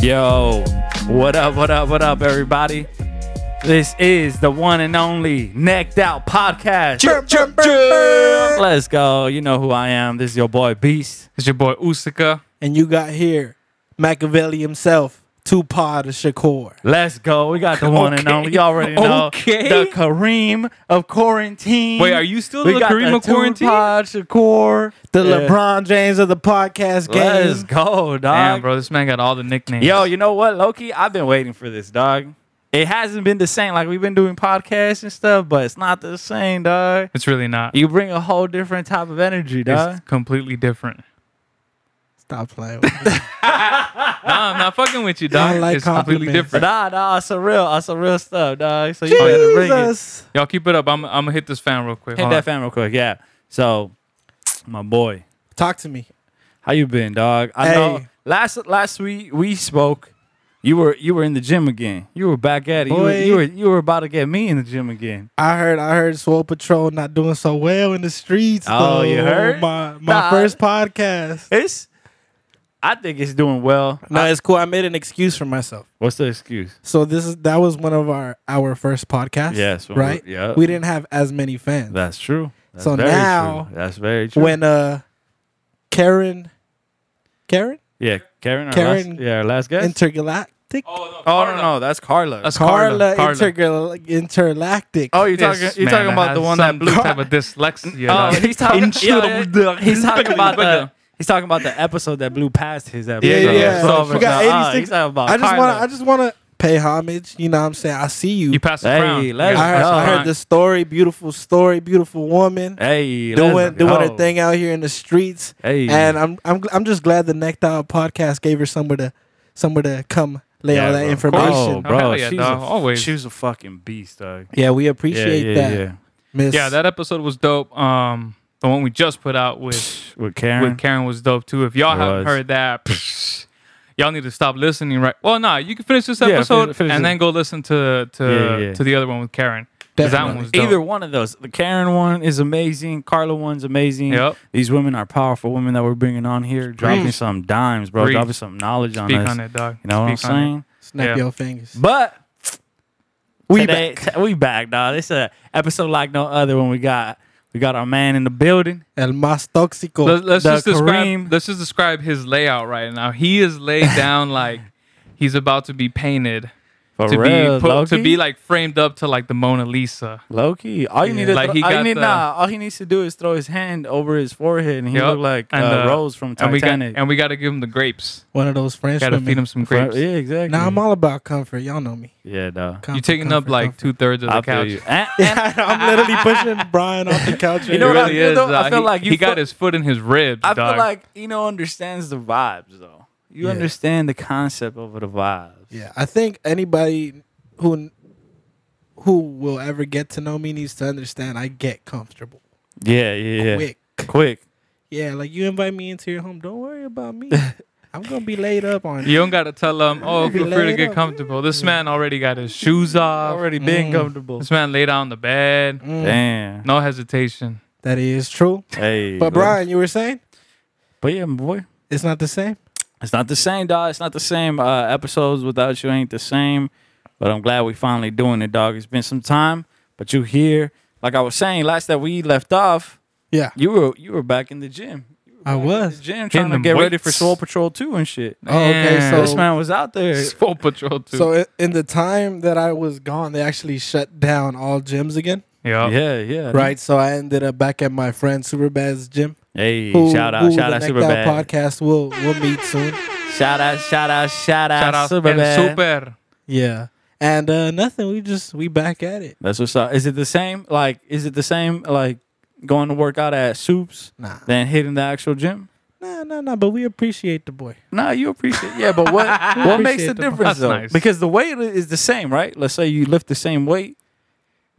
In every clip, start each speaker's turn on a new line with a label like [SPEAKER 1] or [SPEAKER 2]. [SPEAKER 1] Yo, what up, what up, what up, everybody? This is the one and only Necked Out Podcast.
[SPEAKER 2] chirp, chirp.
[SPEAKER 1] Let's go. You know who I am. This is your boy Beast.
[SPEAKER 3] It's your boy Usica.
[SPEAKER 2] And you got here Machiavelli himself, Tupac the Shakur.
[SPEAKER 1] Let's go. We got the one and
[SPEAKER 3] Okay.
[SPEAKER 1] only. You already know.
[SPEAKER 3] Okay.
[SPEAKER 1] The Kareem of quarantine.
[SPEAKER 3] Wait, are you still
[SPEAKER 1] we
[SPEAKER 3] the
[SPEAKER 1] got
[SPEAKER 3] Kareem
[SPEAKER 1] the
[SPEAKER 3] of quarantine?
[SPEAKER 1] Tupac Shakur.
[SPEAKER 2] The
[SPEAKER 1] Yeah.
[SPEAKER 2] LeBron James of the podcast game.
[SPEAKER 1] Let's go, dog.
[SPEAKER 3] Damn, bro, this man got all the nicknames.
[SPEAKER 1] Yo, you know what, Loki? I've been waiting for this, dog. It hasn't been the same. Like we've been doing podcasts and stuff, but it's not the same, dog.
[SPEAKER 3] it's really not.
[SPEAKER 1] You bring a whole different type of energy,
[SPEAKER 3] It's
[SPEAKER 1] dog.
[SPEAKER 3] completely different.
[SPEAKER 2] Stop playing with me.
[SPEAKER 3] Nah, I'm not fucking with you, dog.
[SPEAKER 2] I like
[SPEAKER 3] it's completely
[SPEAKER 2] compliments.
[SPEAKER 3] different.
[SPEAKER 1] Nah, nah, it's some real, it's some real stuff, dog. So you
[SPEAKER 2] Oh,
[SPEAKER 1] gotta bring it.
[SPEAKER 2] Jesus.
[SPEAKER 3] Y'all keep it up. I'm, I'm gonna hit this fan real quick.
[SPEAKER 1] Hit
[SPEAKER 3] Hold
[SPEAKER 1] that
[SPEAKER 3] on.
[SPEAKER 1] fan real quick, yeah. So, my boy,
[SPEAKER 2] Talk to me.
[SPEAKER 1] how you been, dog? I know
[SPEAKER 2] Hey.
[SPEAKER 1] last last week we spoke. You were you were in the gym again. You were back at it. You were,
[SPEAKER 2] Boy.
[SPEAKER 1] you were you were about to get me in the gym again.
[SPEAKER 2] I heard I heard Swole Patrol not doing so well in the streets.
[SPEAKER 1] Oh,
[SPEAKER 2] though.
[SPEAKER 1] you heard?
[SPEAKER 2] My my
[SPEAKER 1] Nah.
[SPEAKER 2] first podcast.
[SPEAKER 1] It's, I think it's doing well.
[SPEAKER 2] No, it's cool. I made an excuse for myself.
[SPEAKER 1] What's the excuse?
[SPEAKER 2] So this is that was one of our our first podcasts.
[SPEAKER 1] Yes, when we-
[SPEAKER 2] right.
[SPEAKER 1] yeah.
[SPEAKER 2] we didn't have as many fans.
[SPEAKER 1] That's true. That's
[SPEAKER 2] So
[SPEAKER 1] very
[SPEAKER 2] now,
[SPEAKER 1] true. that's very true.
[SPEAKER 2] when uh, Karen, Karen
[SPEAKER 1] yeah, Karen, our
[SPEAKER 2] Karen
[SPEAKER 1] last, yeah, our last guest.
[SPEAKER 2] Intergalactic.
[SPEAKER 3] Oh,
[SPEAKER 1] oh no, no, that's Carla.
[SPEAKER 3] That's
[SPEAKER 2] Carla,
[SPEAKER 3] Carla. Carla.
[SPEAKER 2] Intergal- Intergalactic.
[SPEAKER 1] oh, you're
[SPEAKER 3] This
[SPEAKER 1] talking, you're
[SPEAKER 3] man
[SPEAKER 1] talking about the
[SPEAKER 3] has
[SPEAKER 1] one that
[SPEAKER 3] some
[SPEAKER 1] blew.
[SPEAKER 3] type of dyslexia.
[SPEAKER 1] oh,
[SPEAKER 3] dog.
[SPEAKER 1] he's talking. yeah, yeah, he's talking about the.
[SPEAKER 3] Intriguing.
[SPEAKER 1] He's talking about the episode that blew past his episode.
[SPEAKER 2] yeah, yeah.
[SPEAKER 3] yeah.
[SPEAKER 1] So,
[SPEAKER 2] We got
[SPEAKER 1] uh,
[SPEAKER 2] 86
[SPEAKER 1] he's talking about
[SPEAKER 2] I just
[SPEAKER 1] Carla.
[SPEAKER 2] want to. I just want to pay homage. You know, what I'm saying I see you.
[SPEAKER 3] You passed the
[SPEAKER 1] Hey,
[SPEAKER 3] crown.
[SPEAKER 1] let's
[SPEAKER 3] You
[SPEAKER 2] I heard,
[SPEAKER 3] passed the
[SPEAKER 2] I heard
[SPEAKER 3] crown.
[SPEAKER 2] the story. Beautiful story. Beautiful woman.
[SPEAKER 1] hey,
[SPEAKER 2] Doing
[SPEAKER 1] let's
[SPEAKER 2] doing
[SPEAKER 1] go.
[SPEAKER 2] her thing out here in the streets,
[SPEAKER 1] Hey.
[SPEAKER 2] and I'm I'm gl- I'm just glad the Necked Out podcast gave her somewhere to somewhere to come lay
[SPEAKER 1] Yeah,
[SPEAKER 2] all that
[SPEAKER 1] bro.
[SPEAKER 2] information.
[SPEAKER 1] Oh,
[SPEAKER 3] Oh,
[SPEAKER 1] bro,
[SPEAKER 3] hell yeah,
[SPEAKER 1] she's
[SPEAKER 3] dog.
[SPEAKER 1] a,
[SPEAKER 3] Always.
[SPEAKER 1] She was a fucking beast, dog.
[SPEAKER 2] Yeah, we appreciate
[SPEAKER 1] yeah,
[SPEAKER 2] that,
[SPEAKER 1] yeah, yeah.
[SPEAKER 2] Miss.
[SPEAKER 3] Yeah, that episode was dope. Um, the one we just put out with
[SPEAKER 1] With Karen.
[SPEAKER 3] with Karen was dope too. If y'all
[SPEAKER 1] It
[SPEAKER 3] haven't
[SPEAKER 1] was.
[SPEAKER 3] heard that, psh, y'all need to stop listening. Right? Well, nah, you can finish this
[SPEAKER 1] Yeah,
[SPEAKER 3] episode
[SPEAKER 1] finish- finish
[SPEAKER 3] and
[SPEAKER 1] it.
[SPEAKER 3] then go listen to to
[SPEAKER 1] Yeah, yeah, yeah.
[SPEAKER 3] to the other one with Karen. 'Cause that one was dope.
[SPEAKER 1] Either one of those. The Karen one is amazing. Carla one's amazing.
[SPEAKER 3] Yep.
[SPEAKER 1] These women are powerful women that we're bringing on here, dropping some dimes, bro,
[SPEAKER 3] Preach.
[SPEAKER 1] dropping some knowledge on
[SPEAKER 3] Speak
[SPEAKER 1] us.
[SPEAKER 3] on it, dog.
[SPEAKER 1] You know what I'm
[SPEAKER 3] Speak on it.
[SPEAKER 1] saying?
[SPEAKER 2] snap
[SPEAKER 3] yeah.
[SPEAKER 2] your fingers.
[SPEAKER 1] But
[SPEAKER 2] We
[SPEAKER 1] today- t- we back, dog. It's a episode like no other when we got we got our man in the building.
[SPEAKER 2] El más tóxico.
[SPEAKER 3] Let, let's
[SPEAKER 1] The
[SPEAKER 3] just describe.
[SPEAKER 1] Kareem-
[SPEAKER 3] Let's just describe his layout right now. He is laid down like he's about to be painted.
[SPEAKER 1] For
[SPEAKER 3] to
[SPEAKER 1] real,
[SPEAKER 3] be put,
[SPEAKER 1] Loki?
[SPEAKER 3] to be like framed up to like the Mona Lisa.
[SPEAKER 1] Loki. All you need to
[SPEAKER 3] Like,
[SPEAKER 1] thro-
[SPEAKER 3] he
[SPEAKER 1] all you
[SPEAKER 3] got
[SPEAKER 1] need
[SPEAKER 3] the-
[SPEAKER 1] nah, all he needs to do is throw his hand over his forehead and he
[SPEAKER 3] Yup.
[SPEAKER 1] look like uh,
[SPEAKER 3] uh,
[SPEAKER 1] Rose from
[SPEAKER 3] and we got
[SPEAKER 1] Titanic.
[SPEAKER 3] and we got to give him the grapes.
[SPEAKER 2] One of those French
[SPEAKER 3] Got to
[SPEAKER 2] women.
[SPEAKER 3] feed him some grapes.
[SPEAKER 1] yeah, exactly.
[SPEAKER 2] Now I'm all about comfort. Y'all know me.
[SPEAKER 1] yeah, dog.
[SPEAKER 2] Comfort,
[SPEAKER 3] You're taking up
[SPEAKER 2] comfort,
[SPEAKER 3] like
[SPEAKER 2] comfort.
[SPEAKER 3] two thirds of
[SPEAKER 1] I
[SPEAKER 3] the
[SPEAKER 1] feel
[SPEAKER 3] couch.
[SPEAKER 1] you. And- and-
[SPEAKER 2] Yeah, I'm literally pushing Brian off the couch.
[SPEAKER 1] You know
[SPEAKER 3] it
[SPEAKER 1] what I
[SPEAKER 3] really
[SPEAKER 1] feel,
[SPEAKER 3] is.
[SPEAKER 1] though? I
[SPEAKER 3] dog.
[SPEAKER 1] feel
[SPEAKER 3] he,
[SPEAKER 1] like you
[SPEAKER 3] he got
[SPEAKER 1] fu-
[SPEAKER 3] his foot in his ribs.
[SPEAKER 1] I
[SPEAKER 3] dog.
[SPEAKER 1] feel like Eno understands the vibes though. You
[SPEAKER 2] Yeah.
[SPEAKER 1] understand the concept of the vibes.
[SPEAKER 2] yeah, I think anybody who who will ever get to know me needs to understand. I get comfortable
[SPEAKER 1] Yeah, yeah, yeah.
[SPEAKER 2] quick.
[SPEAKER 1] Quick.
[SPEAKER 2] Yeah, like you invite me into your home. Don't worry about me. I'm gonna be laid up on.
[SPEAKER 3] You don't gotta tell them, oh,
[SPEAKER 2] Be
[SPEAKER 3] feel free to
[SPEAKER 2] laid
[SPEAKER 3] get
[SPEAKER 2] up.
[SPEAKER 3] comfortable. This man already got his shoes off.
[SPEAKER 1] Already been
[SPEAKER 2] Mm.
[SPEAKER 1] comfortable.
[SPEAKER 3] This man laid down on the bed.
[SPEAKER 2] Mm,
[SPEAKER 1] Damn.
[SPEAKER 3] No hesitation.
[SPEAKER 2] that is true.
[SPEAKER 1] Hey.
[SPEAKER 2] But
[SPEAKER 1] bro.
[SPEAKER 2] Brian, you were saying
[SPEAKER 1] But yeah, boy.
[SPEAKER 2] it's not the same.
[SPEAKER 1] It's not the same, dog. It's not the same. Uh, episodes without you ain't the same. But I'm glad we finally doing it, dog. It's been some time, but you here. Like I was saying, last that we left off,
[SPEAKER 2] Yeah,
[SPEAKER 1] you were you were back in the gym. You were
[SPEAKER 2] I
[SPEAKER 1] back in
[SPEAKER 2] was.
[SPEAKER 1] the gym
[SPEAKER 3] Hitting
[SPEAKER 1] trying to
[SPEAKER 3] them
[SPEAKER 1] get ready for
[SPEAKER 3] weights.
[SPEAKER 1] Soul Patrol 2 and shit.
[SPEAKER 2] Oh, okay,
[SPEAKER 3] Man,
[SPEAKER 2] so-
[SPEAKER 1] This man was out there.
[SPEAKER 3] this full patrol too.
[SPEAKER 2] So i- in the time that I was gone, they actually shut down all gyms again.
[SPEAKER 3] yeah.
[SPEAKER 1] Yeah, yeah.
[SPEAKER 2] Right, so I ended up back at my friend Superbad's gym.
[SPEAKER 1] Hey,
[SPEAKER 2] who-
[SPEAKER 1] shout out,
[SPEAKER 2] who
[SPEAKER 1] shout
[SPEAKER 2] the
[SPEAKER 1] out,
[SPEAKER 2] Necked
[SPEAKER 1] super bad.
[SPEAKER 2] Out podcast will will meet soon.
[SPEAKER 1] Shout out, shout out, shout out,
[SPEAKER 3] Shout out
[SPEAKER 1] super
[SPEAKER 3] and
[SPEAKER 1] bad.
[SPEAKER 3] super.
[SPEAKER 2] Yeah, and uh nothing. We just we back at it.
[SPEAKER 1] That's what's up. Is it the same? Like, is it the same? Like going to work out at Soups,
[SPEAKER 2] Nah,
[SPEAKER 1] then hitting the actual gym.
[SPEAKER 2] nah, nah, nah. But we appreciate the boy.
[SPEAKER 1] Nah, you appreciate. Yeah, but what what makes the
[SPEAKER 2] Appreciate the-
[SPEAKER 1] difference
[SPEAKER 3] That's
[SPEAKER 1] though?
[SPEAKER 3] nice.
[SPEAKER 1] Because the weight is the same, right? Let's say you lift the same weight.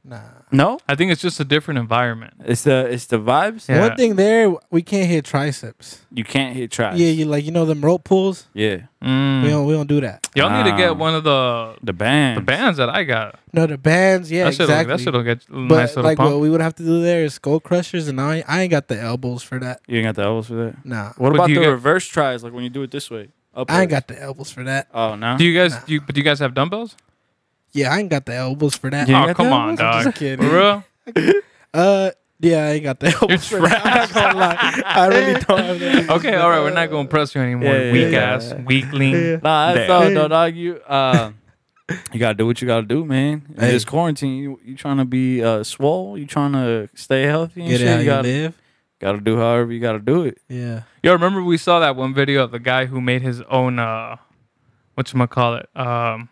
[SPEAKER 2] Nah.
[SPEAKER 1] No,
[SPEAKER 3] I think it's just a different environment.
[SPEAKER 1] it's the it's the vibes.
[SPEAKER 3] Yeah.
[SPEAKER 2] One thing there, we can't hit triceps.
[SPEAKER 1] You can't hit tries.
[SPEAKER 2] Yeah, you like you know them rope pulls.
[SPEAKER 1] yeah.
[SPEAKER 3] Mm.
[SPEAKER 2] We don't we don't do that.
[SPEAKER 3] Y'all need to
[SPEAKER 1] Ah.
[SPEAKER 3] get one of the
[SPEAKER 1] The band.
[SPEAKER 3] the bands that I got.
[SPEAKER 2] No, the bands. Yeah,
[SPEAKER 3] that shit'll
[SPEAKER 2] exactly.
[SPEAKER 3] that shit'll get a
[SPEAKER 2] but
[SPEAKER 3] nice little
[SPEAKER 2] like what
[SPEAKER 3] pump.
[SPEAKER 2] we would have to do there is skull crushers, and I ain't- I ain't got the elbows for that.
[SPEAKER 1] You ain't got the elbows for that.
[SPEAKER 2] Nah.
[SPEAKER 1] What
[SPEAKER 3] But
[SPEAKER 1] about
[SPEAKER 3] do
[SPEAKER 1] the
[SPEAKER 3] you get-
[SPEAKER 1] reverse tries? Like when you do it this way. Up
[SPEAKER 2] I ain't got the elbows for that.
[SPEAKER 1] Oh no.
[SPEAKER 3] Do you guys? Do you, but do you guys have dumbbells?
[SPEAKER 2] Yeah, I ain't got the elbows for that.
[SPEAKER 1] Yeah. You
[SPEAKER 3] oh
[SPEAKER 1] got
[SPEAKER 3] come on,
[SPEAKER 1] dumbbells?
[SPEAKER 2] I'm
[SPEAKER 3] dog.
[SPEAKER 2] just
[SPEAKER 3] For
[SPEAKER 2] kidding.
[SPEAKER 3] real?
[SPEAKER 2] Uh, yeah, I ain't got the elbows for that. I'm not gonna lie. I really don't have the elbows
[SPEAKER 3] Okay,
[SPEAKER 2] for
[SPEAKER 3] all right.
[SPEAKER 2] that.
[SPEAKER 3] We're not gonna press you anymore.
[SPEAKER 1] Yeah, yeah,
[SPEAKER 3] Weak
[SPEAKER 1] yeah.
[SPEAKER 3] ass, weakling.
[SPEAKER 1] Nah,
[SPEAKER 3] Damn.
[SPEAKER 1] that's all though, dog. You uh, you gotta do what you gotta do, man. In
[SPEAKER 2] Hey.
[SPEAKER 1] this quarantine, you you trying to be uh swole, you trying to stay healthy and
[SPEAKER 2] Get
[SPEAKER 1] shit.
[SPEAKER 2] out
[SPEAKER 1] you
[SPEAKER 2] and
[SPEAKER 1] gotta
[SPEAKER 2] live.
[SPEAKER 1] gotta do however you gotta do it.
[SPEAKER 2] Yeah.
[SPEAKER 3] Yo, remember we saw that one video of the guy who made his own uh, what you call it? Um,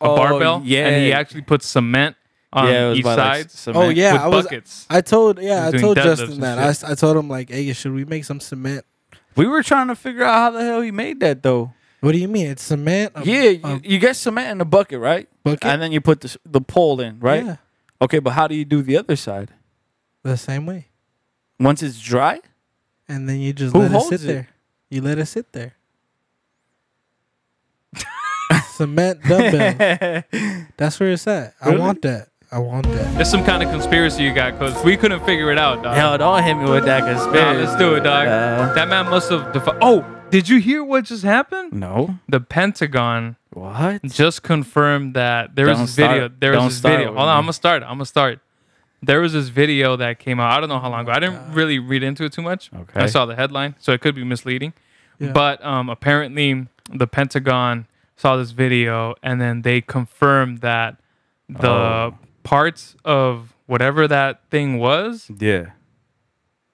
[SPEAKER 3] a
[SPEAKER 1] Oh,
[SPEAKER 3] barbell.
[SPEAKER 1] yeah.
[SPEAKER 3] and he actually put cement on
[SPEAKER 1] yeah, it was
[SPEAKER 3] each
[SPEAKER 1] by, like,
[SPEAKER 3] side
[SPEAKER 1] cement.
[SPEAKER 2] Oh yeah,
[SPEAKER 3] with
[SPEAKER 2] I was.
[SPEAKER 3] buckets.
[SPEAKER 2] I told yeah,
[SPEAKER 3] He's
[SPEAKER 2] I
[SPEAKER 3] doing
[SPEAKER 2] told
[SPEAKER 3] deadlifts
[SPEAKER 2] Justin
[SPEAKER 3] and
[SPEAKER 2] that.
[SPEAKER 3] shit.
[SPEAKER 2] I, s- I told him like, hey, should we make some cement?
[SPEAKER 1] We were trying to figure out how the hell he made that though.
[SPEAKER 2] What do you mean? It's cement? A
[SPEAKER 1] yeah, you, you get cement in a bucket, right?
[SPEAKER 2] bucket?
[SPEAKER 1] And then you put the s- the pole in, right?
[SPEAKER 2] Yeah,
[SPEAKER 1] Okay, but how do you do the other side?
[SPEAKER 2] the same way.
[SPEAKER 1] Once it's dry,
[SPEAKER 2] And then you just
[SPEAKER 1] Who
[SPEAKER 2] let it
[SPEAKER 1] holds
[SPEAKER 2] sit
[SPEAKER 1] it?
[SPEAKER 2] there. You let it sit there. cement dumbbell. That's where it's at. I
[SPEAKER 1] Really?
[SPEAKER 2] want that. I want that.
[SPEAKER 3] It's some kind of conspiracy you got, cause we couldn't figure it out, dog.
[SPEAKER 1] hell, don't hit me with that
[SPEAKER 3] Nah,
[SPEAKER 1] conspiracy.
[SPEAKER 3] let's do it, dog.
[SPEAKER 1] Uh,
[SPEAKER 3] that man must have. Defi- oh, did you hear what just happened?
[SPEAKER 1] no,
[SPEAKER 3] The Pentagon
[SPEAKER 1] what?
[SPEAKER 3] just confirmed that there was
[SPEAKER 1] Don't
[SPEAKER 3] this video.
[SPEAKER 1] start-
[SPEAKER 3] There was
[SPEAKER 1] don't
[SPEAKER 3] this
[SPEAKER 1] start
[SPEAKER 3] video.
[SPEAKER 1] with
[SPEAKER 3] Hold on,
[SPEAKER 1] me.
[SPEAKER 3] I'm gonna start. I'm gonna start. There was this video that came out. I don't know how long ago. I didn't really read into it too much.
[SPEAKER 1] Oh, Okay.
[SPEAKER 3] I saw the headline, so it could be misleading.
[SPEAKER 2] Yeah.
[SPEAKER 3] But um, apparently, the Pentagon saw this video and then they confirmed that the
[SPEAKER 1] Oh.
[SPEAKER 3] parts of whatever that thing was
[SPEAKER 1] Yeah.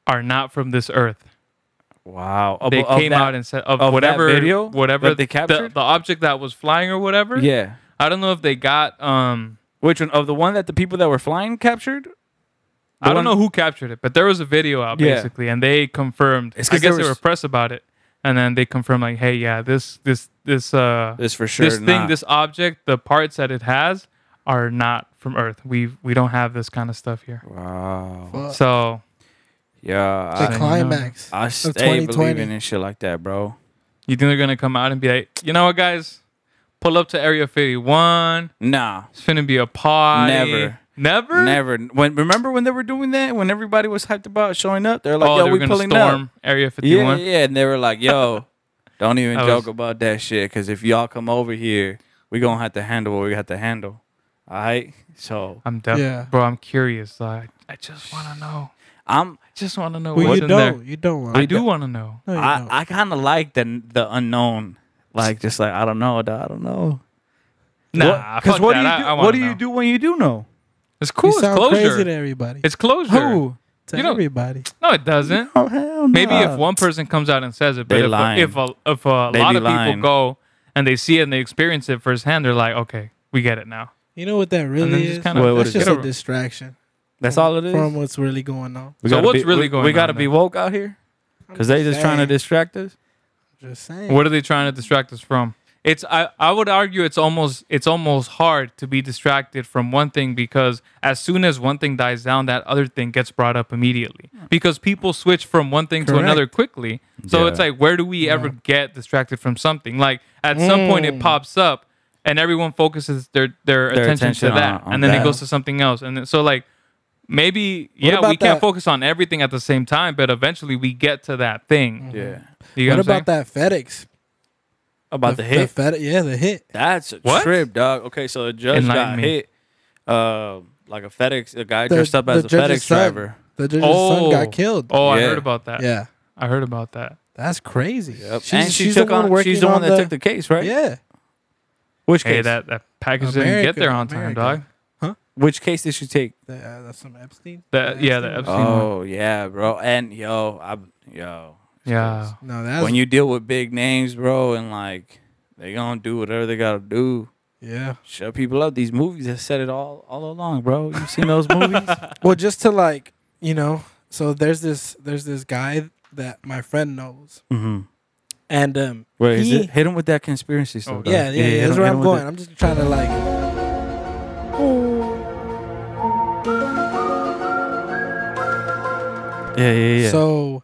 [SPEAKER 3] are not from this earth.
[SPEAKER 1] Wow. Of-
[SPEAKER 3] They
[SPEAKER 1] of
[SPEAKER 3] came
[SPEAKER 1] that-
[SPEAKER 3] out and said
[SPEAKER 1] of
[SPEAKER 3] of,
[SPEAKER 1] that
[SPEAKER 3] whatever
[SPEAKER 1] video
[SPEAKER 3] whatever
[SPEAKER 1] that they
[SPEAKER 3] the- the,
[SPEAKER 1] captured?
[SPEAKER 3] object that was flying or whatever.
[SPEAKER 1] Yeah.
[SPEAKER 3] I don't know if they got um
[SPEAKER 1] Which one? Of the one that the people that were flying captured?
[SPEAKER 3] I
[SPEAKER 1] The
[SPEAKER 3] don't
[SPEAKER 1] one-
[SPEAKER 3] know who captured it, but there was a video out
[SPEAKER 1] Yeah.
[SPEAKER 3] basically, and they confirmed.
[SPEAKER 1] It's
[SPEAKER 3] I
[SPEAKER 1] 'cause
[SPEAKER 3] guess
[SPEAKER 1] there
[SPEAKER 3] they were
[SPEAKER 1] was-
[SPEAKER 3] press about it, and then they confirmed like, hey, yeah, this this this uh
[SPEAKER 1] This for sure.
[SPEAKER 3] this thing,
[SPEAKER 1] not.
[SPEAKER 3] this object, the parts that it has are not from Earth. We we don't have this kind of stuff here.
[SPEAKER 1] Wow.
[SPEAKER 2] Fuck.
[SPEAKER 3] So
[SPEAKER 1] Yeah.
[SPEAKER 2] the
[SPEAKER 1] I,
[SPEAKER 3] cl-
[SPEAKER 2] climax.
[SPEAKER 1] I stay
[SPEAKER 2] 2020.
[SPEAKER 1] believing in shit like that, bro.
[SPEAKER 3] you think they're gonna come out and be like, you know what, guys, pull up to Area 51.
[SPEAKER 1] Nah.
[SPEAKER 3] It's finna be a party.
[SPEAKER 1] Never.
[SPEAKER 3] never,
[SPEAKER 1] Never. When remember when they were doing that? When everybody was hyped about showing up, they're like,
[SPEAKER 3] Oh,
[SPEAKER 1] "Yo,
[SPEAKER 3] they were
[SPEAKER 1] we
[SPEAKER 3] gonna
[SPEAKER 1] pulling
[SPEAKER 3] storm
[SPEAKER 1] up."
[SPEAKER 3] Area
[SPEAKER 1] Yeah,
[SPEAKER 3] 51.
[SPEAKER 1] yeah. And they were like, "Yo, don't even
[SPEAKER 3] I was-
[SPEAKER 1] joke about that shit, because if y'all come over here, we gonna have to handle what we have to handle." All right. So
[SPEAKER 3] I'm deaf,
[SPEAKER 2] Yeah.
[SPEAKER 3] bro. I'm curious. I I just wanna know.
[SPEAKER 1] I'm.
[SPEAKER 3] I just wanna know
[SPEAKER 2] well,
[SPEAKER 3] what's
[SPEAKER 2] you
[SPEAKER 3] in
[SPEAKER 2] don't.
[SPEAKER 3] there.
[SPEAKER 2] You don't want.
[SPEAKER 3] I do want to know.
[SPEAKER 2] No, you
[SPEAKER 1] I,
[SPEAKER 2] don't.
[SPEAKER 1] I kind of like the the unknown. Like just like I don't know. dawg, I don't know.
[SPEAKER 3] Nah,
[SPEAKER 1] because
[SPEAKER 3] fuck
[SPEAKER 1] what
[SPEAKER 3] that.
[SPEAKER 1] do you
[SPEAKER 3] I-
[SPEAKER 1] do?
[SPEAKER 3] I wanna
[SPEAKER 1] what do you
[SPEAKER 3] know.
[SPEAKER 1] do when you do know?
[SPEAKER 3] It's cool.
[SPEAKER 2] You
[SPEAKER 3] It's
[SPEAKER 2] sound crazy to
[SPEAKER 3] closure.
[SPEAKER 2] everybody.
[SPEAKER 3] It's closure.
[SPEAKER 1] Who?
[SPEAKER 2] to
[SPEAKER 3] you don't-
[SPEAKER 2] everybody.
[SPEAKER 3] No, it doesn't.
[SPEAKER 1] Oh hell no.
[SPEAKER 3] Maybe if one person comes out and says it, but
[SPEAKER 1] They
[SPEAKER 3] if a,
[SPEAKER 1] lying.
[SPEAKER 3] if a, if a
[SPEAKER 1] They
[SPEAKER 3] lot
[SPEAKER 1] be
[SPEAKER 3] of people
[SPEAKER 1] lying.
[SPEAKER 3] go and they see it and they experience it firsthand, they're like, okay, we get it now.
[SPEAKER 2] You know what that
[SPEAKER 3] then
[SPEAKER 2] really
[SPEAKER 3] just
[SPEAKER 2] is?
[SPEAKER 3] kinda-
[SPEAKER 1] What- what
[SPEAKER 2] That's
[SPEAKER 1] is it?
[SPEAKER 2] just a
[SPEAKER 3] Get a-
[SPEAKER 2] distraction
[SPEAKER 1] that's all it is.
[SPEAKER 2] from what's really going on.
[SPEAKER 1] We
[SPEAKER 3] So
[SPEAKER 1] gotta
[SPEAKER 3] what's
[SPEAKER 1] be-
[SPEAKER 3] really
[SPEAKER 1] we-
[SPEAKER 3] going
[SPEAKER 1] We
[SPEAKER 3] on
[SPEAKER 1] gotta be
[SPEAKER 3] then?
[SPEAKER 1] woke out here because they just trying to distract us.
[SPEAKER 2] Just saying.
[SPEAKER 3] What are they trying to distract us from? It's I, I would argue it's almost it's almost hard to be distracted from one thing because as soon as one thing dies down, that other thing gets brought up immediately. Because people switch from one thing to
[SPEAKER 2] Correct.
[SPEAKER 3] another quickly. So
[SPEAKER 1] Yeah.
[SPEAKER 3] it's like where do we ever get distracted from something? Like at some point it
[SPEAKER 2] Mm.
[SPEAKER 3] pops up and everyone focuses their their, attention,
[SPEAKER 1] attention
[SPEAKER 3] to that.
[SPEAKER 1] on- on
[SPEAKER 3] and then
[SPEAKER 1] that.
[SPEAKER 3] it goes to something else. And then, so like maybe yeah,
[SPEAKER 2] about
[SPEAKER 3] we can't
[SPEAKER 2] that-
[SPEAKER 3] focus on everything at the same time, but eventually we get to that thing.
[SPEAKER 1] Yeah.
[SPEAKER 3] You
[SPEAKER 2] What
[SPEAKER 3] know
[SPEAKER 2] about that FedEx?
[SPEAKER 1] About the, hit.
[SPEAKER 2] FedEx, yeah, the hit.
[SPEAKER 1] that's a
[SPEAKER 3] What?
[SPEAKER 1] trip, dog. Okay, so a judge got
[SPEAKER 3] Enlighten me.
[SPEAKER 1] hit. Uh, like a FedEx, a guy
[SPEAKER 2] The-
[SPEAKER 1] dressed up
[SPEAKER 2] the
[SPEAKER 1] as a
[SPEAKER 2] judge's
[SPEAKER 1] FedEx
[SPEAKER 2] son.
[SPEAKER 1] driver.
[SPEAKER 2] The judge's son
[SPEAKER 3] Oh.
[SPEAKER 2] got killed.
[SPEAKER 3] Oh, I
[SPEAKER 1] Yeah.
[SPEAKER 3] heard about that.
[SPEAKER 2] yeah,
[SPEAKER 3] I heard about that.
[SPEAKER 2] that's crazy.
[SPEAKER 1] Yep. and she took on. she's the
[SPEAKER 2] working
[SPEAKER 1] one
[SPEAKER 2] on
[SPEAKER 1] that took the case, right?
[SPEAKER 2] Yeah,
[SPEAKER 1] Which
[SPEAKER 3] Hey,
[SPEAKER 1] case?
[SPEAKER 3] that, that package didn't get
[SPEAKER 2] America,
[SPEAKER 3] there on time,
[SPEAKER 2] America.
[SPEAKER 3] dog.
[SPEAKER 1] Which case did she take?
[SPEAKER 2] The- uh, that's some Epstein.
[SPEAKER 3] That- yeah, the Epstein. one.
[SPEAKER 1] Oh yeah, bro. And yo, I yo.
[SPEAKER 3] Yeah.
[SPEAKER 2] No, that's
[SPEAKER 1] Oh. when you deal with big names, bro, and like they gonna do whatever they gotta do.
[SPEAKER 2] yeah.
[SPEAKER 1] Shut people up. These movies have said it all all along, bro. You seen those movies?
[SPEAKER 2] Well, just to like you know, so there's this there's this guy that my friend knows,
[SPEAKER 1] mm-hmm.
[SPEAKER 2] and um,
[SPEAKER 1] Wait, is
[SPEAKER 2] he-
[SPEAKER 1] it? Hit him with that conspiracy stuff.
[SPEAKER 3] Oh,
[SPEAKER 1] dog.
[SPEAKER 2] yeah, yeah, yeah,
[SPEAKER 1] hit
[SPEAKER 2] that's
[SPEAKER 1] him-
[SPEAKER 2] where
[SPEAKER 1] hit
[SPEAKER 2] I'm
[SPEAKER 1] him with
[SPEAKER 2] going. I'm just trying to like.
[SPEAKER 1] that. Yeah, yeah, yeah.
[SPEAKER 2] So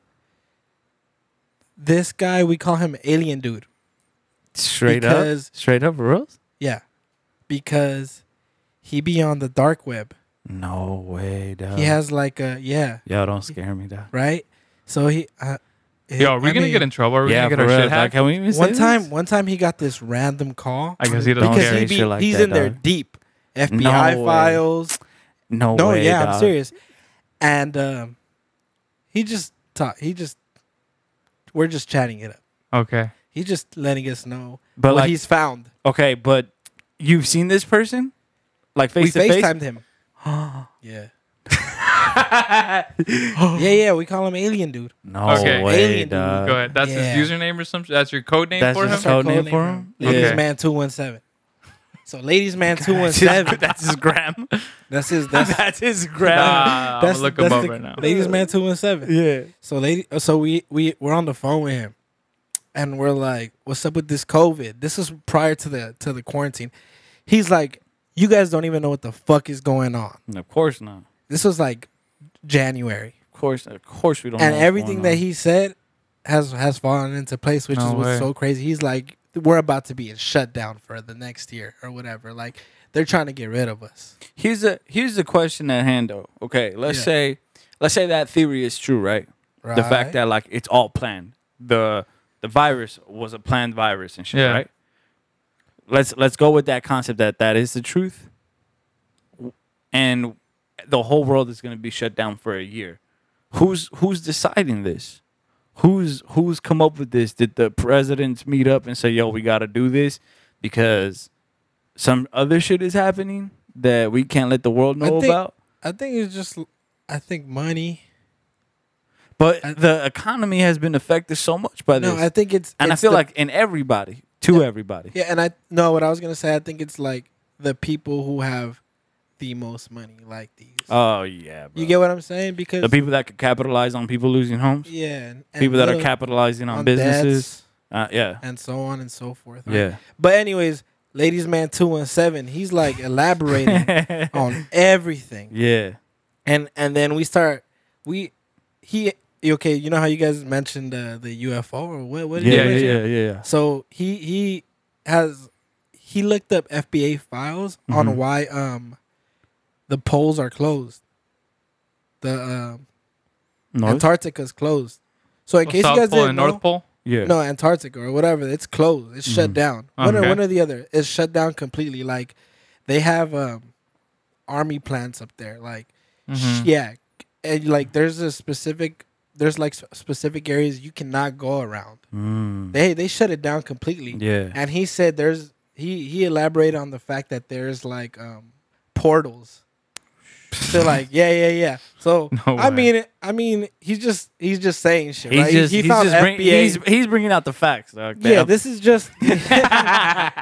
[SPEAKER 2] this guy, we call him Alien Dude.
[SPEAKER 1] straight up,
[SPEAKER 2] because-
[SPEAKER 1] straight up, rules.
[SPEAKER 2] Yeah, because he be on the dark web.
[SPEAKER 1] No way, dog.
[SPEAKER 2] He has like a yeah,
[SPEAKER 1] Yo, don't scare me, dog.
[SPEAKER 2] right? So he, uh,
[SPEAKER 3] Yo, are we
[SPEAKER 2] I
[SPEAKER 3] gonna
[SPEAKER 2] mean,
[SPEAKER 3] get in trouble? Are we
[SPEAKER 1] yeah,
[SPEAKER 3] gonna get
[SPEAKER 1] for
[SPEAKER 3] our
[SPEAKER 1] real.
[SPEAKER 3] shit
[SPEAKER 1] Like,
[SPEAKER 3] hacked?
[SPEAKER 1] can we even say
[SPEAKER 2] One
[SPEAKER 1] this?
[SPEAKER 2] time, one time he got this random call
[SPEAKER 3] I guess he doesn't
[SPEAKER 2] because
[SPEAKER 1] care.
[SPEAKER 2] he
[SPEAKER 1] Shit
[SPEAKER 2] be,
[SPEAKER 1] like
[SPEAKER 2] he's
[SPEAKER 1] that,
[SPEAKER 2] in there
[SPEAKER 1] dog.
[SPEAKER 2] deep FBI
[SPEAKER 1] No way.
[SPEAKER 2] files.
[SPEAKER 1] No,
[SPEAKER 2] No,
[SPEAKER 1] way,
[SPEAKER 2] yeah, I'm
[SPEAKER 1] dog.
[SPEAKER 2] serious. And um, he just taught. He just we're just chatting it up.
[SPEAKER 3] Okay.
[SPEAKER 2] He's just letting us know
[SPEAKER 1] But
[SPEAKER 2] what
[SPEAKER 1] like,
[SPEAKER 2] he's found.
[SPEAKER 1] okay, but you've seen this person, like
[SPEAKER 2] We
[SPEAKER 1] face to face.
[SPEAKER 2] FaceTimed him. yeah. yeah, yeah. We call him Alien Dude.
[SPEAKER 1] No
[SPEAKER 3] Okay.
[SPEAKER 1] way,
[SPEAKER 2] Alien dude.
[SPEAKER 1] dog.
[SPEAKER 3] Go ahead. That's
[SPEAKER 2] yeah.
[SPEAKER 3] his username or something. That's your code name
[SPEAKER 1] uh, That's
[SPEAKER 3] for him.
[SPEAKER 1] his
[SPEAKER 2] That's our
[SPEAKER 1] code name
[SPEAKER 2] codename
[SPEAKER 1] for him?
[SPEAKER 2] Ladies
[SPEAKER 3] Okay.
[SPEAKER 2] Man Two One Seven. So Ladies Man Two One Seven.
[SPEAKER 1] That's his gram.
[SPEAKER 2] That's his. That's
[SPEAKER 1] That's his gram.
[SPEAKER 3] Nah, I'm
[SPEAKER 2] that's
[SPEAKER 3] gonna look him
[SPEAKER 2] that's
[SPEAKER 3] up
[SPEAKER 2] the-
[SPEAKER 3] right now.
[SPEAKER 2] Ladies Man Two One Seven.
[SPEAKER 1] yeah.
[SPEAKER 2] So lady, uh, so we we we're on the phone with him, and we're like, "What's up with this COVID?" This is prior to the to the quarantine. He's like, "You guys don't even know what the fuck is going on."
[SPEAKER 1] Of course not.
[SPEAKER 2] This was like January,
[SPEAKER 1] Of course, of course we don't.
[SPEAKER 2] and
[SPEAKER 1] know what's
[SPEAKER 2] everything
[SPEAKER 1] going
[SPEAKER 2] that
[SPEAKER 1] on.
[SPEAKER 2] he said has has fallen into place, which is
[SPEAKER 3] No
[SPEAKER 2] what's
[SPEAKER 3] way.
[SPEAKER 2] so crazy. He's like, "We're about to be in shutdown for the next year or whatever." Like they're trying to get rid of us.
[SPEAKER 1] here's a here's the question at hand though. Okay, let's
[SPEAKER 2] Yeah.
[SPEAKER 1] say let's say that theory is true, right?
[SPEAKER 2] Right?
[SPEAKER 1] The fact that like it's all planned. The the virus was a planned virus and shit,
[SPEAKER 3] Yeah.
[SPEAKER 1] right? Let's let's go with that concept that that is the truth, and the whole world is going to be shut down for a year. Who's who's deciding this? Who's who's come up with this? Did the presidents meet up and say, "Yo, we got to do this because some other shit is happening that we can't let the world
[SPEAKER 2] I
[SPEAKER 1] know
[SPEAKER 2] think-
[SPEAKER 1] about"?
[SPEAKER 2] I think it's just, I think money.
[SPEAKER 1] But
[SPEAKER 2] I-
[SPEAKER 1] the economy has been affected so much by this.
[SPEAKER 2] No, I think it's
[SPEAKER 1] and I
[SPEAKER 2] it's
[SPEAKER 1] feel
[SPEAKER 2] the-
[SPEAKER 1] like in everybody, to everybody.
[SPEAKER 2] Yeah, and I no, what I was gonna say, I think it's like the people who have the most money, like these.
[SPEAKER 1] Oh yeah, bro.
[SPEAKER 2] you get what I'm saying? Because
[SPEAKER 1] the people that could capitalize on people losing homes,
[SPEAKER 2] yeah, and, and
[SPEAKER 1] people that are
[SPEAKER 2] little-
[SPEAKER 1] capitalizing on,
[SPEAKER 2] on
[SPEAKER 1] businesses.
[SPEAKER 2] debts
[SPEAKER 1] Uh, yeah,
[SPEAKER 2] and so on and so forth. right?
[SPEAKER 1] yeah.
[SPEAKER 2] But anyways, ladies, man, two one seven. He's like elaborating on everything,
[SPEAKER 1] yeah,
[SPEAKER 2] and and then we start we he okay. You know how you guys mentioned uh, the UFO or what? What? did you
[SPEAKER 1] yeah, yeah,
[SPEAKER 2] mention?
[SPEAKER 1] yeah, yeah.
[SPEAKER 2] So he he has he looked up FBA files
[SPEAKER 1] Mhm.
[SPEAKER 2] on why um the poles are closed. The um,
[SPEAKER 1] North?
[SPEAKER 2] Antarctica's closed. So in case
[SPEAKER 3] Oh, South
[SPEAKER 2] you guys
[SPEAKER 3] Pole
[SPEAKER 2] didn't
[SPEAKER 3] and
[SPEAKER 2] know,
[SPEAKER 3] North Pole.
[SPEAKER 1] yeah.
[SPEAKER 2] no Antarctica or whatever, it's closed. It's shut
[SPEAKER 1] Mhm.
[SPEAKER 2] down. One or
[SPEAKER 3] Okay.
[SPEAKER 2] one or the other. It's shut down completely. Like they have um army plants up there. Like
[SPEAKER 3] Mhm.
[SPEAKER 2] yeah, and like there's a specific there's like s- specific areas you cannot go around.
[SPEAKER 1] Mm.
[SPEAKER 2] They they shut it down completely
[SPEAKER 1] yeah.
[SPEAKER 2] and he said there's he he elaborated on the fact that there's like um portals so like yeah yeah yeah so
[SPEAKER 3] No
[SPEAKER 2] i
[SPEAKER 3] way.
[SPEAKER 2] mean i mean he's just he's just saying shit
[SPEAKER 1] He's
[SPEAKER 2] right
[SPEAKER 1] just,
[SPEAKER 2] he
[SPEAKER 1] he's,
[SPEAKER 2] found
[SPEAKER 1] just bring,
[SPEAKER 2] FBA.
[SPEAKER 1] he's, he's bringing out the facts, dog.
[SPEAKER 2] yeah
[SPEAKER 1] Damn.
[SPEAKER 2] this is just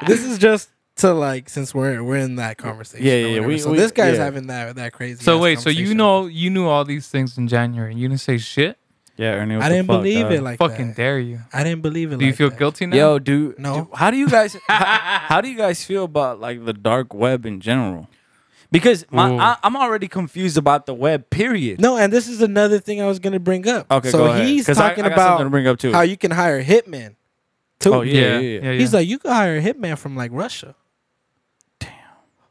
[SPEAKER 2] this is just to like since we're we're in that conversation
[SPEAKER 1] Yeah,
[SPEAKER 2] or
[SPEAKER 1] yeah, yeah,
[SPEAKER 2] whatever.
[SPEAKER 1] we-
[SPEAKER 2] so
[SPEAKER 1] we-
[SPEAKER 2] this guy's
[SPEAKER 1] yeah.
[SPEAKER 2] having that that crazy
[SPEAKER 3] So
[SPEAKER 2] ass
[SPEAKER 3] wait, so you
[SPEAKER 2] conversation.
[SPEAKER 3] know you knew all these things in January and you didn't say shit?
[SPEAKER 1] yeah Ernie, what
[SPEAKER 2] i
[SPEAKER 1] the
[SPEAKER 2] didn't
[SPEAKER 1] fuck,
[SPEAKER 2] believe
[SPEAKER 1] dog?
[SPEAKER 2] it like
[SPEAKER 3] Fucking
[SPEAKER 2] that.
[SPEAKER 3] dare you.
[SPEAKER 2] i didn't believe it
[SPEAKER 3] Do you
[SPEAKER 2] like
[SPEAKER 3] feel
[SPEAKER 2] that.
[SPEAKER 3] guilty now?
[SPEAKER 1] Yo, do
[SPEAKER 2] No.
[SPEAKER 1] do- how do you guys? how, how do you guys feel about like the dark web in general? Because my,
[SPEAKER 3] Ooh.
[SPEAKER 1] I, I'm already confused about the web. Period.
[SPEAKER 2] no and this is another thing i was gonna bring up
[SPEAKER 1] Okay,
[SPEAKER 2] so
[SPEAKER 1] go ahead.
[SPEAKER 2] he's
[SPEAKER 1] 'Cause I-
[SPEAKER 2] talking
[SPEAKER 1] I got something to
[SPEAKER 2] about
[SPEAKER 1] bring up too.
[SPEAKER 2] how you can hire hitmen too.
[SPEAKER 1] oh yeah, yeah, yeah.
[SPEAKER 2] He's like, you can hire a hitman from like Russia. Damn.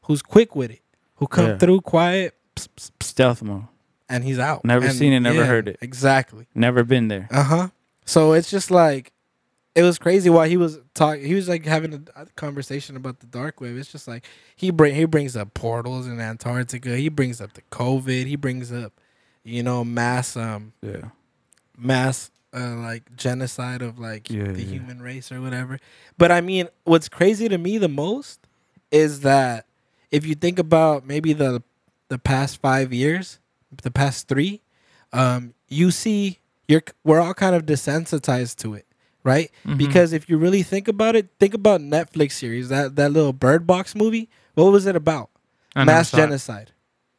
[SPEAKER 2] Who's quick with it, who come
[SPEAKER 1] Yeah.
[SPEAKER 2] through quiet, pss, pss, pss,
[SPEAKER 1] Stealth mode.
[SPEAKER 2] and he's out.
[SPEAKER 1] Never
[SPEAKER 2] And,
[SPEAKER 1] seen it, never heard it.
[SPEAKER 2] Exactly.
[SPEAKER 1] Never been there.
[SPEAKER 2] Uh huh. So it's just like, it was crazy why he was talking. He was like having a conversation about the dark web. It's just like he bring he brings up portals in Antarctica. He brings up the COVID. He brings up, you know, mass um
[SPEAKER 1] Yeah.
[SPEAKER 2] mass uh, like genocide of like
[SPEAKER 1] Yeah,
[SPEAKER 2] the
[SPEAKER 1] yeah.
[SPEAKER 2] human race or whatever. But I mean, what's crazy to me the most is that if you think about maybe the the past five years, the past three, um, you see, you're we're all kind of desensitized to it, right?
[SPEAKER 3] Mhm.
[SPEAKER 2] Because if you really think about it, think about Netflix series that that little Bird Box movie. What was it about?
[SPEAKER 3] I never
[SPEAKER 2] mass
[SPEAKER 3] saw it.
[SPEAKER 2] genocide,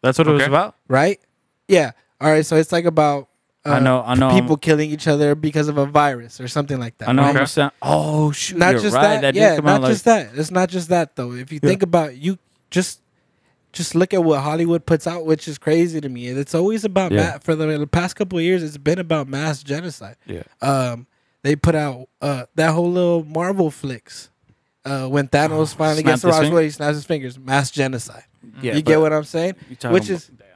[SPEAKER 1] That's what it was
[SPEAKER 3] Okay.
[SPEAKER 1] about.
[SPEAKER 2] right? Yeah. All right. So it's like about.
[SPEAKER 1] I know. I know. I'm-
[SPEAKER 2] Uh, people killing each other because of a virus or something like
[SPEAKER 1] Um,
[SPEAKER 2] that.
[SPEAKER 1] I know.
[SPEAKER 2] right?
[SPEAKER 1] I'm a sound. Oh shoot!
[SPEAKER 2] Not
[SPEAKER 1] you're
[SPEAKER 2] just
[SPEAKER 1] right.
[SPEAKER 2] that,
[SPEAKER 1] That
[SPEAKER 2] yeah.
[SPEAKER 1] did come
[SPEAKER 2] Not
[SPEAKER 1] out like.
[SPEAKER 2] just that. It's not just that though. If you
[SPEAKER 1] Yeah.
[SPEAKER 2] think about you, just just look at what Hollywood puts out, which is crazy to me. And It's always about
[SPEAKER 1] Yeah.
[SPEAKER 2] ma- for the, the past couple of years. It's been about mass genocide.
[SPEAKER 1] Yeah.
[SPEAKER 2] Um, they put out uh that whole little Marvel flicks. Uh, when Thanos finally
[SPEAKER 1] Snapped
[SPEAKER 2] gets the
[SPEAKER 1] Oh, his
[SPEAKER 2] Roswell,
[SPEAKER 1] finger?
[SPEAKER 2] he snaps his fingers. Mass genocide.
[SPEAKER 1] Yeah,
[SPEAKER 2] you
[SPEAKER 1] but
[SPEAKER 2] get what I'm saying?
[SPEAKER 1] you talking
[SPEAKER 2] Which is
[SPEAKER 1] about-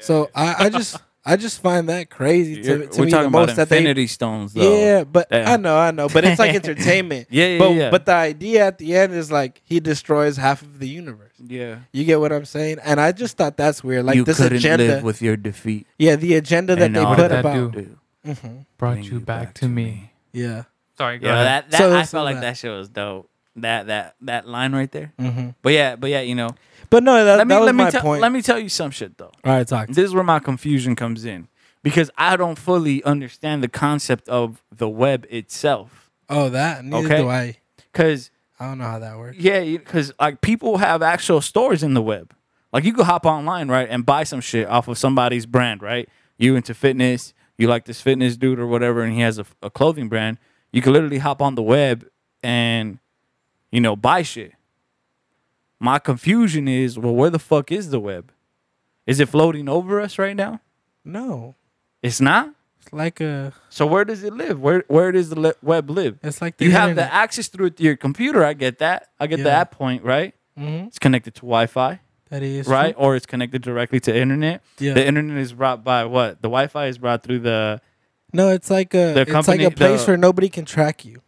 [SPEAKER 2] so I, I just I just find that crazy
[SPEAKER 1] You're-
[SPEAKER 2] to, to
[SPEAKER 1] we're
[SPEAKER 2] me.
[SPEAKER 1] talking
[SPEAKER 2] the most
[SPEAKER 1] about
[SPEAKER 2] that they
[SPEAKER 1] Infinity Stones, though.
[SPEAKER 2] Yeah, but
[SPEAKER 1] Yeah.
[SPEAKER 2] I know, I know, but it's like entertainment.
[SPEAKER 1] Yeah, yeah,
[SPEAKER 2] but
[SPEAKER 1] yeah.
[SPEAKER 2] but the idea at the end is like he destroys half of the universe.
[SPEAKER 1] yeah.
[SPEAKER 2] You get what I'm saying? And I just thought that's weird. Like
[SPEAKER 1] you
[SPEAKER 2] this
[SPEAKER 1] couldn't
[SPEAKER 2] agenda,
[SPEAKER 1] live with your defeat.
[SPEAKER 2] yeah, the agenda that
[SPEAKER 1] and
[SPEAKER 2] they
[SPEAKER 1] all
[SPEAKER 2] put
[SPEAKER 1] that
[SPEAKER 2] about.
[SPEAKER 1] do.
[SPEAKER 2] hmm
[SPEAKER 3] Brought
[SPEAKER 1] Bring
[SPEAKER 3] you back, to me.
[SPEAKER 2] Yeah.
[SPEAKER 3] Sorry, go
[SPEAKER 1] Yeah,
[SPEAKER 3] ahead.
[SPEAKER 1] that, that
[SPEAKER 2] So
[SPEAKER 1] I
[SPEAKER 2] that's
[SPEAKER 1] felt like
[SPEAKER 2] that.
[SPEAKER 1] that. shit was dope. That that that line right there.
[SPEAKER 2] hmm
[SPEAKER 1] But yeah, but yeah, you know.
[SPEAKER 2] But no, that,
[SPEAKER 1] Let me
[SPEAKER 2] that was
[SPEAKER 1] let me
[SPEAKER 2] my
[SPEAKER 1] tell
[SPEAKER 2] point.
[SPEAKER 1] let me tell you some shit though.
[SPEAKER 2] All right, talk.
[SPEAKER 1] This is where my confusion comes in because I don't fully understand the concept of the web itself.
[SPEAKER 2] Oh, that. Neither
[SPEAKER 1] Okay.
[SPEAKER 2] do I.
[SPEAKER 1] Cause
[SPEAKER 2] I don't know how that works.
[SPEAKER 1] yeah, because like people have actual stores in the web. Like you could hop online right and buy some shit off of somebody's brand, right? You into fitness, you like this fitness dude or whatever, and he has a, a clothing brand. You could literally hop on the web and you know buy shit. My confusion is, well, where the fuck is the web? Is it floating over us right now?
[SPEAKER 2] No,
[SPEAKER 1] It's not.
[SPEAKER 2] it's like a.
[SPEAKER 1] So where does it live? Where where does the le- web live?
[SPEAKER 2] It's like the
[SPEAKER 1] You have
[SPEAKER 2] internet.
[SPEAKER 1] the access through it to your computer. I get that. I get
[SPEAKER 2] Yeah.
[SPEAKER 1] that point, right?
[SPEAKER 2] Mhm.
[SPEAKER 1] It's connected to Wi-Fi,
[SPEAKER 2] That is
[SPEAKER 1] right? Or Mm-hmm. it's connected directly to internet.
[SPEAKER 2] Yeah.
[SPEAKER 1] The internet is brought by what? The Wi-Fi is brought through the
[SPEAKER 2] No, it's like a.
[SPEAKER 1] The
[SPEAKER 2] it's
[SPEAKER 1] company-
[SPEAKER 2] like a place
[SPEAKER 1] the-
[SPEAKER 2] where nobody can track you.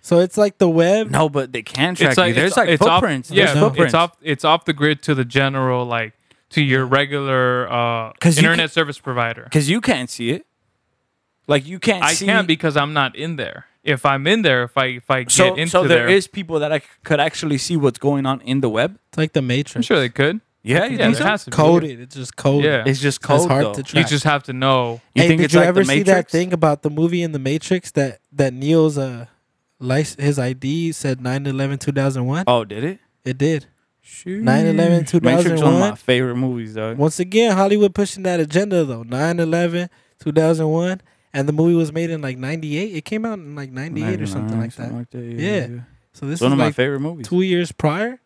[SPEAKER 2] So it's like the web.
[SPEAKER 1] no, but they can track you. There's like
[SPEAKER 3] off-
[SPEAKER 1] footprints.
[SPEAKER 3] yeah,
[SPEAKER 1] There's
[SPEAKER 2] no.
[SPEAKER 1] footprints.
[SPEAKER 3] it's off. It's off the grid to the general, like to your regular uh,
[SPEAKER 1] 'Cause you
[SPEAKER 3] internet service provider.
[SPEAKER 1] because you can't see it. Like you can't.
[SPEAKER 3] I
[SPEAKER 1] see
[SPEAKER 3] can't because I'm not in there. If I'm in there, if I if I get
[SPEAKER 1] So
[SPEAKER 3] into
[SPEAKER 1] so
[SPEAKER 3] there,
[SPEAKER 1] there is people that I c- could actually see what's going on in the web.
[SPEAKER 2] It's like the
[SPEAKER 3] I'm
[SPEAKER 2] Matrix.
[SPEAKER 3] sure they could.
[SPEAKER 1] Yeah, you
[SPEAKER 3] Yeah,
[SPEAKER 1] think
[SPEAKER 3] there
[SPEAKER 1] so?
[SPEAKER 3] has to be.
[SPEAKER 2] coded. It's just coded.
[SPEAKER 3] Yeah.
[SPEAKER 1] It's just
[SPEAKER 2] So
[SPEAKER 1] cold
[SPEAKER 2] it's hard
[SPEAKER 1] though.
[SPEAKER 2] to
[SPEAKER 3] You
[SPEAKER 2] track.
[SPEAKER 3] just have to know.
[SPEAKER 1] You
[SPEAKER 2] hey,
[SPEAKER 1] think
[SPEAKER 2] did
[SPEAKER 1] it's
[SPEAKER 2] you
[SPEAKER 1] like
[SPEAKER 2] ever
[SPEAKER 1] the
[SPEAKER 2] see
[SPEAKER 1] Matrix?
[SPEAKER 2] that thing about the movie in the Matrix that that Neil's uh, lic- his ID said 9 2001
[SPEAKER 1] Oh, did it?
[SPEAKER 2] It did.
[SPEAKER 1] Shoot.
[SPEAKER 2] 9/11,
[SPEAKER 1] Matrix one of my
[SPEAKER 2] 2001.
[SPEAKER 1] favorite movies, dog.
[SPEAKER 2] Once again, Hollywood pushing that agenda though. 9/11, 2001, and the movie was made in like 98. It came out in like 98 or something
[SPEAKER 1] 99,
[SPEAKER 2] like that.
[SPEAKER 1] yeah,
[SPEAKER 2] Yeah. So this
[SPEAKER 1] It's one
[SPEAKER 2] is
[SPEAKER 1] of my
[SPEAKER 2] like
[SPEAKER 1] favorite movies.
[SPEAKER 2] 2 years prior.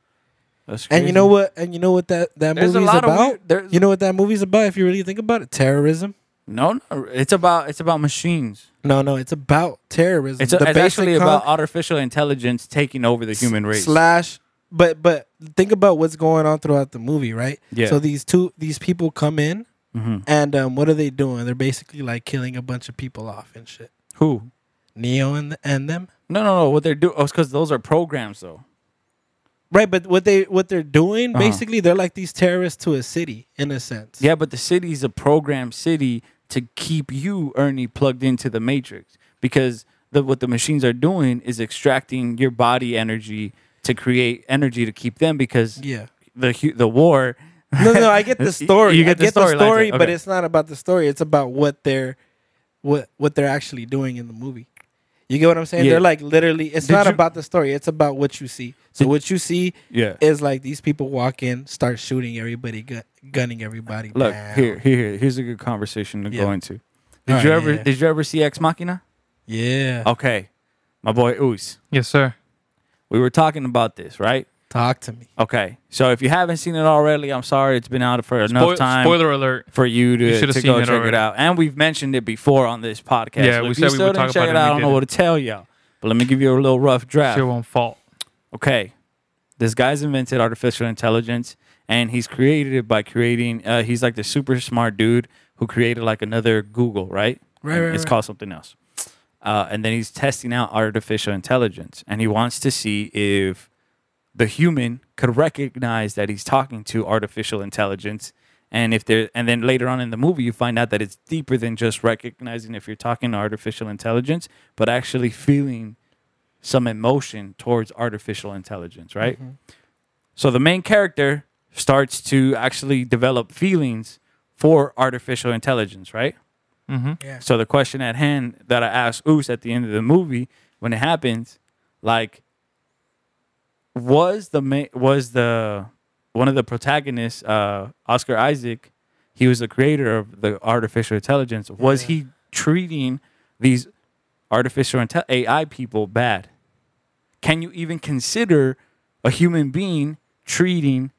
[SPEAKER 1] That's
[SPEAKER 2] And you
[SPEAKER 1] crazy.
[SPEAKER 2] know what? And you know what that that
[SPEAKER 1] There's a
[SPEAKER 2] movie's
[SPEAKER 1] lot of
[SPEAKER 2] about?
[SPEAKER 1] weird- there's-
[SPEAKER 2] you know what that movie's about? If you really think about it, terrorism.
[SPEAKER 1] No, no, it's about it's about machines.
[SPEAKER 2] No, no, it's about terrorism.
[SPEAKER 1] It's, it's
[SPEAKER 2] basic
[SPEAKER 1] actually
[SPEAKER 2] con-
[SPEAKER 1] about artificial intelligence taking over the human race.
[SPEAKER 2] slash but but think about what's going on throughout the movie right
[SPEAKER 1] Yeah.
[SPEAKER 2] so these two these people come in
[SPEAKER 1] hmm
[SPEAKER 2] and um, what are they doing they're basically like killing a bunch of people off and shit
[SPEAKER 1] Who?
[SPEAKER 2] neo and, and them
[SPEAKER 1] No, no, no. What they're doing? Oh, it's because those are programs, though.
[SPEAKER 2] right but what they what they're doing
[SPEAKER 1] Uh-huh.
[SPEAKER 2] basically they're like these terrorists to a city in a sense
[SPEAKER 1] Yeah, but the city's a program city to keep you, Ernie, plugged into the matrix because the, what the machines are doing is extracting your body energy to create energy to keep them because
[SPEAKER 2] yeah
[SPEAKER 1] the hu- the war.
[SPEAKER 2] no no i get the story
[SPEAKER 1] You
[SPEAKER 2] I
[SPEAKER 1] get the
[SPEAKER 2] get the
[SPEAKER 1] story, like
[SPEAKER 2] story
[SPEAKER 1] that.
[SPEAKER 2] but
[SPEAKER 1] Okay.
[SPEAKER 2] it's not about the story it's about what they're what what they're actually doing in the movie you get what i'm saying
[SPEAKER 1] Yeah.
[SPEAKER 2] they're like literally it's
[SPEAKER 1] Did
[SPEAKER 2] not
[SPEAKER 1] you-
[SPEAKER 2] about the story it's about what you see so
[SPEAKER 1] Did-
[SPEAKER 2] what you see
[SPEAKER 1] Yeah.
[SPEAKER 2] is like these people walk in, start shooting everybody, gun- gunning everybody.
[SPEAKER 1] Look
[SPEAKER 2] down.
[SPEAKER 1] here, here, here's a good conversation to go
[SPEAKER 2] Yeah.
[SPEAKER 1] into. Did
[SPEAKER 2] Alright,
[SPEAKER 1] you
[SPEAKER 2] yeah,
[SPEAKER 1] ever
[SPEAKER 2] yeah.
[SPEAKER 1] did you ever see Ex Machina?
[SPEAKER 2] Yeah.
[SPEAKER 1] Okay, my boy Oos.
[SPEAKER 3] Yes, sir.
[SPEAKER 1] We were talking about this, right?
[SPEAKER 2] Talk to me.
[SPEAKER 1] Okay, so if you haven't seen it already, I'm sorry, it's been out for enough
[SPEAKER 3] Spoil-
[SPEAKER 1] time
[SPEAKER 3] Spoiler alert.
[SPEAKER 1] for you to,
[SPEAKER 3] You should've
[SPEAKER 1] to
[SPEAKER 3] seen
[SPEAKER 1] go
[SPEAKER 3] it
[SPEAKER 1] check
[SPEAKER 3] already.
[SPEAKER 1] it out. And we've mentioned it before on this podcast.
[SPEAKER 3] Yeah,
[SPEAKER 1] So
[SPEAKER 3] we
[SPEAKER 1] if
[SPEAKER 3] said
[SPEAKER 1] you still
[SPEAKER 3] we would
[SPEAKER 1] didn't
[SPEAKER 3] talk
[SPEAKER 1] check
[SPEAKER 3] about
[SPEAKER 1] it
[SPEAKER 3] it and
[SPEAKER 1] out, I
[SPEAKER 3] we
[SPEAKER 1] don't know
[SPEAKER 3] didn't.
[SPEAKER 1] what to tell y'all. But let me give you a little rough draft.
[SPEAKER 3] Shit won't fault.
[SPEAKER 1] okay, this guy's invented artificial intelligence and he's created it by creating, uh, he's like the super smart dude who created like another Google, right?
[SPEAKER 2] Right,
[SPEAKER 1] And
[SPEAKER 2] right,
[SPEAKER 1] It's
[SPEAKER 2] right.
[SPEAKER 1] called something else. Uh, and then he's testing out artificial intelligence and he wants to see if the human could recognize that he's talking to artificial intelligence. And if there, and then later on in the movie, you find out that it's deeper than just recognizing if you're talking to artificial intelligence, but actually feeling some emotion towards artificial intelligence,
[SPEAKER 2] Mm-hmm.
[SPEAKER 1] right? So the main character starts to actually develop feelings for artificial intelligence, right?
[SPEAKER 3] Mm-hmm.
[SPEAKER 1] So the question at hand that I asked Oos at the end of the movie when it happens, like, was the ma- was the one of the protagonists, uh, Oscar Isaac, he was the creator of the artificial intelligence. Was
[SPEAKER 2] Yeah.
[SPEAKER 1] he treating these artificial inte- AI people bad? Can you even consider a human being treating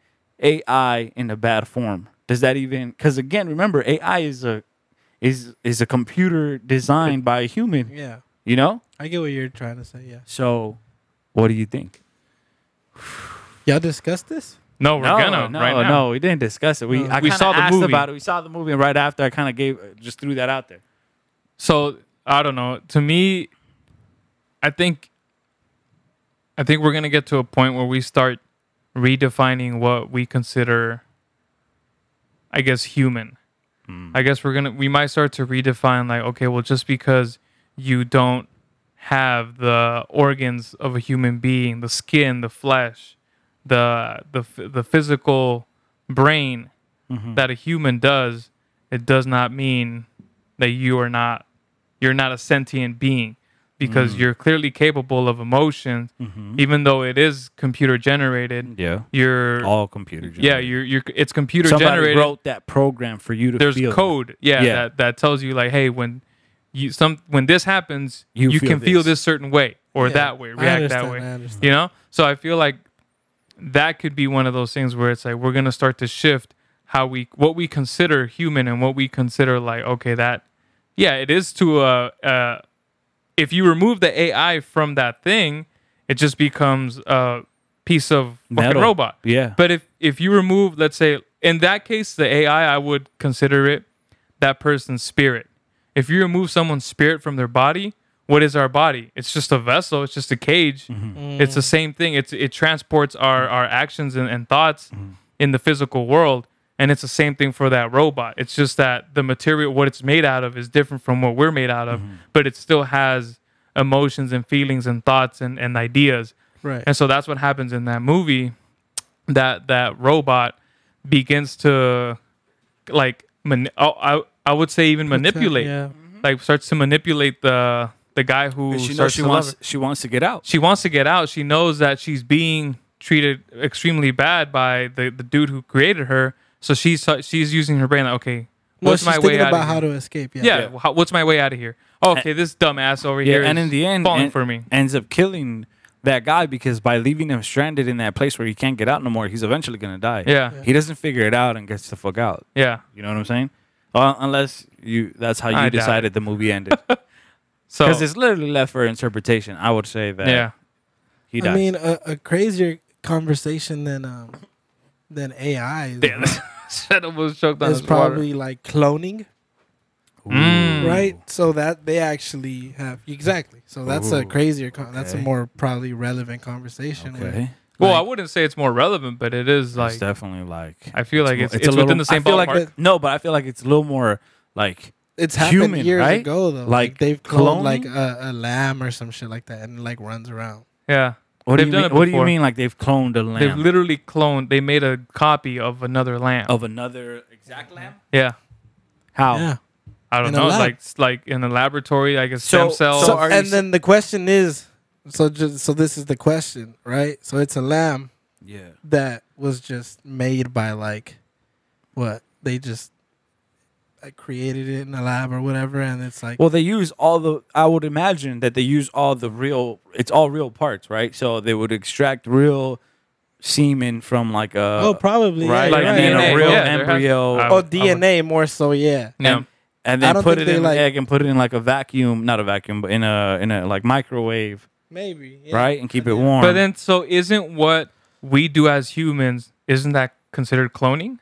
[SPEAKER 1] AI in a bad form? Does that even? Because again, remember, AI is a is is a computer designed by a human.
[SPEAKER 2] Yeah.
[SPEAKER 1] You know.
[SPEAKER 2] I get what you're trying to say. Yeah.
[SPEAKER 1] So, what do you think?
[SPEAKER 2] Y'all discussed this?
[SPEAKER 3] No, we're
[SPEAKER 1] no,
[SPEAKER 3] gonna
[SPEAKER 1] no,
[SPEAKER 3] right now.
[SPEAKER 1] no, we didn't discuss it. We
[SPEAKER 2] No.
[SPEAKER 1] I
[SPEAKER 3] We
[SPEAKER 1] kinda
[SPEAKER 3] saw the
[SPEAKER 1] asked
[SPEAKER 3] movie.
[SPEAKER 1] about it. We saw the movie, and right after, I kind of gave just threw that out there.
[SPEAKER 3] So I don't know. To me, I think I think we're gonna get to a point where we start redefining what we consider I guess human. I guess we're gonna we might start to redefine like, okay, well just because you don't have the organs of a human being, the skin, the flesh, the the ph- the physical brain that a human does, it does not mean that you are not you're not a sentient being because you're clearly capable of emotions even though it is computer generated
[SPEAKER 1] Yeah,
[SPEAKER 3] you're
[SPEAKER 1] all computer. Generated.
[SPEAKER 3] yeah you're, you're it's computer
[SPEAKER 1] Somebody
[SPEAKER 3] generated
[SPEAKER 1] wrote that program for you to.
[SPEAKER 3] there's
[SPEAKER 1] feel
[SPEAKER 3] code yeah,
[SPEAKER 1] Yeah.
[SPEAKER 3] That, that tells you like hey when you some when this happens
[SPEAKER 1] You
[SPEAKER 3] you,
[SPEAKER 1] feel
[SPEAKER 3] can feel
[SPEAKER 1] this.
[SPEAKER 3] this certain way or
[SPEAKER 2] Yeah,
[SPEAKER 3] that way
[SPEAKER 2] I
[SPEAKER 3] react that
[SPEAKER 2] understand,
[SPEAKER 3] way
[SPEAKER 2] I understand.
[SPEAKER 3] you know so i feel like that could be one of those things where it's like we're gonna start to shift how we what we consider human and what we consider like okay that yeah it is to a uh if you remove the ai from that thing it just becomes a piece of fucking
[SPEAKER 1] Metal.
[SPEAKER 3] robot
[SPEAKER 1] Yeah.
[SPEAKER 3] but if if you remove let's say in that case the ai i would consider it that person's spirit if you remove someone's spirit from their body what is our body it's just a vessel it's just a cage it's the same thing it's it transports our our actions and, and thoughts in the physical world and it's the same thing for that robot it's just that the material what it's made out of is different from what we're made out of but it still has emotions and feelings and thoughts and, and ideas
[SPEAKER 2] Right.
[SPEAKER 3] and so that's what happens in that movie that that robot begins to like man- I, I I would say even manipulate
[SPEAKER 2] Yeah.
[SPEAKER 3] like starts to manipulate the the guy who
[SPEAKER 1] she knows
[SPEAKER 3] starts
[SPEAKER 1] she
[SPEAKER 3] to love
[SPEAKER 1] wants
[SPEAKER 3] her.
[SPEAKER 1] she wants to get out.
[SPEAKER 3] she wants to get out she knows that she's being treated extremely bad by the, the dude who created her so she's she's using her brain like okay
[SPEAKER 2] Well,
[SPEAKER 3] what's
[SPEAKER 2] she's
[SPEAKER 3] my way
[SPEAKER 2] thinking
[SPEAKER 3] out
[SPEAKER 2] about
[SPEAKER 3] of
[SPEAKER 2] how
[SPEAKER 3] here?
[SPEAKER 2] to escape. Yeah.
[SPEAKER 3] yeah, how- what's my way out of here okay this dumbass over
[SPEAKER 1] Yeah,
[SPEAKER 3] here
[SPEAKER 1] and
[SPEAKER 3] is
[SPEAKER 1] in the end,
[SPEAKER 3] falling
[SPEAKER 1] en-
[SPEAKER 3] for me
[SPEAKER 1] ends up killing that guy because by leaving him stranded in that place where he can't get out no more, he's eventually gonna die.
[SPEAKER 3] Yeah.
[SPEAKER 1] he doesn't figure it out and gets the fuck out.
[SPEAKER 3] yeah
[SPEAKER 1] You know what I'm saying? Well, unless you that's how you
[SPEAKER 3] I doubt
[SPEAKER 1] decided the movie ended
[SPEAKER 3] so
[SPEAKER 1] because it's literally left for interpretation. I would say that
[SPEAKER 3] yeah
[SPEAKER 1] he dies.
[SPEAKER 2] I mean, a, a crazier conversation than um than AI is,
[SPEAKER 3] Damn, Shadow was choked on
[SPEAKER 2] is
[SPEAKER 3] his water.
[SPEAKER 2] probably like cloning,
[SPEAKER 1] Hmm.
[SPEAKER 3] Mm.
[SPEAKER 2] right? So that they actually have exactly. So that's a
[SPEAKER 1] Ooh,
[SPEAKER 2] crazier. Con- That's a
[SPEAKER 1] okay.
[SPEAKER 2] more probably relevant conversation. where-
[SPEAKER 1] okay.
[SPEAKER 3] Well,
[SPEAKER 2] Like-
[SPEAKER 3] I wouldn't say it's more relevant, but it is like
[SPEAKER 1] it's definitely like
[SPEAKER 3] I feel like
[SPEAKER 1] mo-
[SPEAKER 3] it's, it's, within the
[SPEAKER 1] I
[SPEAKER 3] same
[SPEAKER 1] feel like
[SPEAKER 3] ballpark.
[SPEAKER 1] it- no, but I feel like it's a little more like
[SPEAKER 2] it's happened
[SPEAKER 1] Human,
[SPEAKER 2] years
[SPEAKER 1] right?
[SPEAKER 2] ago though.
[SPEAKER 1] Like,
[SPEAKER 2] they've cloned like
[SPEAKER 1] cloning?
[SPEAKER 2] a, a lamb or some shit like that, and it, like runs around.
[SPEAKER 3] yeah,
[SPEAKER 1] what do
[SPEAKER 3] They've
[SPEAKER 1] you
[SPEAKER 3] done
[SPEAKER 1] mean,
[SPEAKER 3] it
[SPEAKER 1] what do you
[SPEAKER 3] before.
[SPEAKER 1] mean like they've cloned a
[SPEAKER 3] they've
[SPEAKER 1] lamb Oh.
[SPEAKER 3] literally cloned. They made a copy of another lamb.
[SPEAKER 1] of another exact lamb?
[SPEAKER 3] Yeah,
[SPEAKER 1] How?
[SPEAKER 2] Yeah.
[SPEAKER 3] I don't
[SPEAKER 2] In a
[SPEAKER 3] know.
[SPEAKER 2] lab.
[SPEAKER 3] Like it's like in a laboratory, like a
[SPEAKER 1] So-
[SPEAKER 3] stem cell.
[SPEAKER 1] so
[SPEAKER 2] So,
[SPEAKER 1] are you
[SPEAKER 2] and
[SPEAKER 1] s-
[SPEAKER 2] then the question is, so just so this is the question, right? So it's a lamb
[SPEAKER 1] Yeah.
[SPEAKER 2] that was just made by like, what they just like created it in a lab or whatever, and it's like,
[SPEAKER 1] Well, they use all the. I would imagine that they use all the real. It's all real parts, right? So they would extract real semen from like a.
[SPEAKER 2] oh, probably
[SPEAKER 1] right,
[SPEAKER 2] right,
[SPEAKER 1] like
[SPEAKER 2] yeah,
[SPEAKER 1] and then
[SPEAKER 2] right.
[SPEAKER 1] a
[SPEAKER 3] DNA,
[SPEAKER 1] real
[SPEAKER 3] yeah, there has-
[SPEAKER 1] embryo.
[SPEAKER 3] I
[SPEAKER 2] oh
[SPEAKER 3] would- I would-
[SPEAKER 2] DNA more so, yeah.
[SPEAKER 3] yeah,
[SPEAKER 1] and, and
[SPEAKER 2] I
[SPEAKER 1] then
[SPEAKER 2] don't
[SPEAKER 1] put it
[SPEAKER 2] think they,
[SPEAKER 1] in
[SPEAKER 2] like-
[SPEAKER 1] an egg and put it in like a vacuum, not a vacuum, but in a in a like microwave,
[SPEAKER 2] Maybe yeah.
[SPEAKER 1] right? And keep it warm.
[SPEAKER 3] but then so isn't what we do as humans? Isn't that considered cloning?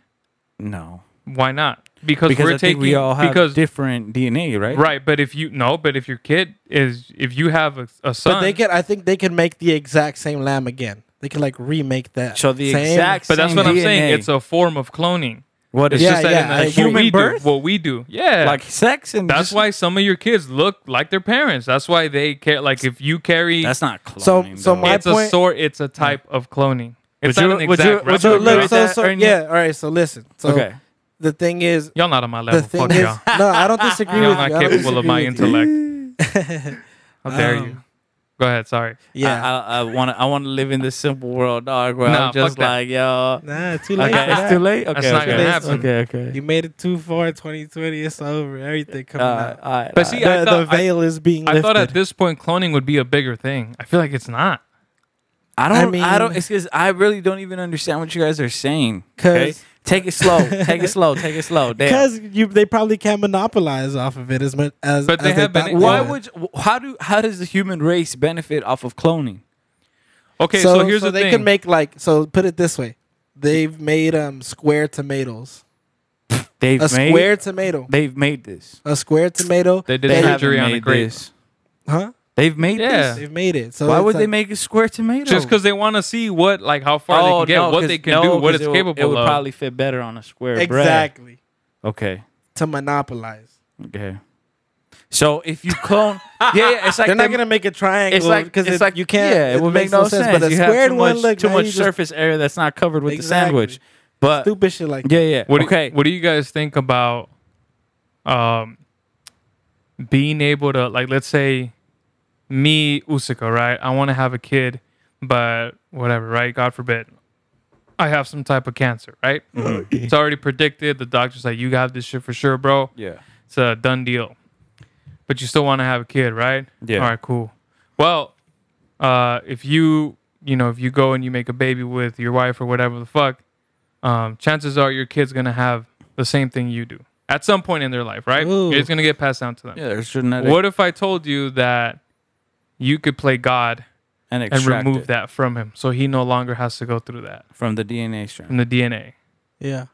[SPEAKER 1] no,
[SPEAKER 3] Why not? Because,
[SPEAKER 1] because
[SPEAKER 3] we're
[SPEAKER 1] I
[SPEAKER 3] taking
[SPEAKER 1] think we all have
[SPEAKER 3] because
[SPEAKER 1] different DNA, right?
[SPEAKER 3] right. But if you no, but if your kid is if you have a, a son,
[SPEAKER 2] But they could, I think they can make the exact same lamb again. They could like remake that.
[SPEAKER 1] So the
[SPEAKER 2] same-
[SPEAKER 1] exact.
[SPEAKER 3] but that's
[SPEAKER 1] same
[SPEAKER 3] what I'm
[SPEAKER 1] DNA,
[SPEAKER 3] saying. It's a form of cloning.
[SPEAKER 1] what is
[SPEAKER 3] It's
[SPEAKER 2] Yeah,
[SPEAKER 3] just that
[SPEAKER 2] yeah,
[SPEAKER 3] in a
[SPEAKER 2] I
[SPEAKER 3] what
[SPEAKER 2] agree.
[SPEAKER 3] we
[SPEAKER 1] Human birth?
[SPEAKER 3] do, what we do, yeah,
[SPEAKER 1] like sex and
[SPEAKER 3] That's
[SPEAKER 1] just-
[SPEAKER 3] why some of your kids look like their parents. That's why they care. Like if you carry,
[SPEAKER 1] That's not
[SPEAKER 2] So-
[SPEAKER 1] cloning.
[SPEAKER 2] so
[SPEAKER 1] though.
[SPEAKER 2] my
[SPEAKER 3] it's a
[SPEAKER 2] point-
[SPEAKER 3] sort. It's a type of cloning. It's
[SPEAKER 1] Would
[SPEAKER 3] not
[SPEAKER 1] you-
[SPEAKER 3] an
[SPEAKER 1] would you-
[SPEAKER 3] exact.
[SPEAKER 1] would
[SPEAKER 2] So
[SPEAKER 1] you
[SPEAKER 3] replica.
[SPEAKER 1] agree
[SPEAKER 2] look,
[SPEAKER 1] with
[SPEAKER 2] so,
[SPEAKER 1] that,
[SPEAKER 2] so
[SPEAKER 1] Ernie?
[SPEAKER 2] yeah. All right, so listen. So
[SPEAKER 1] okay.
[SPEAKER 2] the thing is,
[SPEAKER 3] Y'all not on my
[SPEAKER 2] the
[SPEAKER 3] level.
[SPEAKER 2] thing
[SPEAKER 3] Fuck
[SPEAKER 2] is,
[SPEAKER 3] y'all.
[SPEAKER 2] no, I don't disagree
[SPEAKER 3] Y'all
[SPEAKER 2] with you.
[SPEAKER 3] not
[SPEAKER 2] I don't
[SPEAKER 3] capable of
[SPEAKER 2] disagree
[SPEAKER 3] my
[SPEAKER 2] with you.
[SPEAKER 3] intellect. How dare you?
[SPEAKER 2] Um,
[SPEAKER 3] Go ahead. Sorry.
[SPEAKER 2] Yeah.
[SPEAKER 1] I, I, I want to. I want to live in this simple world, dog. Where
[SPEAKER 3] Nah,
[SPEAKER 1] I'm just
[SPEAKER 3] fuck that.
[SPEAKER 1] like, yo.
[SPEAKER 2] nah, too late.
[SPEAKER 1] Okay,
[SPEAKER 2] for
[SPEAKER 1] it's
[SPEAKER 2] that.
[SPEAKER 1] too late. Okay,
[SPEAKER 3] That's not
[SPEAKER 1] okay.
[SPEAKER 3] gonna
[SPEAKER 2] happen.
[SPEAKER 1] Okay, okay.
[SPEAKER 2] You made it too far. 2020, it's over. Everything coming
[SPEAKER 1] Uh,
[SPEAKER 2] out.
[SPEAKER 1] all right,
[SPEAKER 3] But
[SPEAKER 1] all right.
[SPEAKER 3] see, I
[SPEAKER 2] The, the
[SPEAKER 3] thought- I-
[SPEAKER 2] veil is being
[SPEAKER 3] I
[SPEAKER 2] lifted.
[SPEAKER 3] thought at this point cloning would be a bigger thing. I feel like it's not.
[SPEAKER 1] I don't. I,
[SPEAKER 2] I mean-
[SPEAKER 1] don't. It's because I really don't even understand what you guys are saying.
[SPEAKER 2] 'Cause-
[SPEAKER 1] take it slow. take it slow. Take it slow. Damn.
[SPEAKER 2] because you, they probably can't monopolize off of it as much as.
[SPEAKER 3] But they
[SPEAKER 2] as
[SPEAKER 3] have
[SPEAKER 2] thought
[SPEAKER 3] been-
[SPEAKER 2] they
[SPEAKER 1] Why
[SPEAKER 3] Yeah.
[SPEAKER 1] would? you- How do? How does the human race benefit off of cloning?
[SPEAKER 3] Okay. So,
[SPEAKER 2] so,
[SPEAKER 3] here's
[SPEAKER 2] so
[SPEAKER 3] the
[SPEAKER 2] they
[SPEAKER 3] thing.
[SPEAKER 2] can make like so. Put it this way: They've made um square tomatoes.
[SPEAKER 1] They've
[SPEAKER 2] A
[SPEAKER 1] made
[SPEAKER 2] square tomato.
[SPEAKER 1] they've made this.
[SPEAKER 2] A square tomato.
[SPEAKER 3] They did
[SPEAKER 1] they
[SPEAKER 3] surgery
[SPEAKER 1] haven't
[SPEAKER 3] on a
[SPEAKER 1] made
[SPEAKER 3] grape.
[SPEAKER 1] this.
[SPEAKER 2] Huh?
[SPEAKER 1] They've made
[SPEAKER 3] Yeah.
[SPEAKER 1] this.
[SPEAKER 2] They've made it. So
[SPEAKER 1] Why
[SPEAKER 2] it's
[SPEAKER 1] would they
[SPEAKER 2] like-
[SPEAKER 1] make a square tomato?
[SPEAKER 3] Just because they want to see what, like, how far they can get, what
[SPEAKER 1] 'cause-
[SPEAKER 3] they can
[SPEAKER 1] Oh, no,
[SPEAKER 3] do, what
[SPEAKER 1] 'cause
[SPEAKER 3] it's
[SPEAKER 1] it would-
[SPEAKER 3] capable
[SPEAKER 1] It would
[SPEAKER 3] of.
[SPEAKER 1] probably fit better on a square bread.
[SPEAKER 2] exactly
[SPEAKER 1] Okay.
[SPEAKER 2] to monopolize?
[SPEAKER 1] Okay. So if you clone, yeah, yeah, it's like
[SPEAKER 2] They're not
[SPEAKER 1] them-
[SPEAKER 2] gonna make a triangle.
[SPEAKER 1] It's like
[SPEAKER 2] 'cause
[SPEAKER 1] it's
[SPEAKER 2] it-
[SPEAKER 1] like
[SPEAKER 2] you can't.
[SPEAKER 1] Yeah, it, would make
[SPEAKER 2] makes
[SPEAKER 1] no sense.
[SPEAKER 2] But a
[SPEAKER 1] you have
[SPEAKER 2] squared
[SPEAKER 1] too
[SPEAKER 2] one,
[SPEAKER 1] much,
[SPEAKER 2] look,
[SPEAKER 1] too
[SPEAKER 2] now
[SPEAKER 1] much
[SPEAKER 2] you just-
[SPEAKER 1] surface area that's not covered with
[SPEAKER 2] Exactly.
[SPEAKER 1] the sandwich. But
[SPEAKER 2] stupid shit like
[SPEAKER 1] yeah, yeah.
[SPEAKER 3] What do,
[SPEAKER 1] okay.
[SPEAKER 3] What do you guys think about um being able to like let's say me Usuka, right? I want to have a kid, but whatever, right? God forbid. I have some type of cancer, right? It's already predicted. The doctor's like, you have this shit for sure, bro.
[SPEAKER 1] yeah.
[SPEAKER 3] It's a done deal. But you still want to have a kid, right?
[SPEAKER 1] Yeah.
[SPEAKER 3] All right, cool. Well, uh, if you you know if you go and you make a baby with your wife or whatever the fuck, um, chances are your kid's gonna have the same thing you do at some point in their life, right?
[SPEAKER 2] Ooh.
[SPEAKER 3] It's gonna get passed down to them.
[SPEAKER 1] Yeah, there's genetic
[SPEAKER 3] What if I told you that you could play God
[SPEAKER 1] and
[SPEAKER 3] and
[SPEAKER 1] extract
[SPEAKER 3] remove
[SPEAKER 1] it
[SPEAKER 3] that from him, so he no longer has to go through that
[SPEAKER 1] from the DNA strand.
[SPEAKER 3] from the DNA?
[SPEAKER 2] yeah.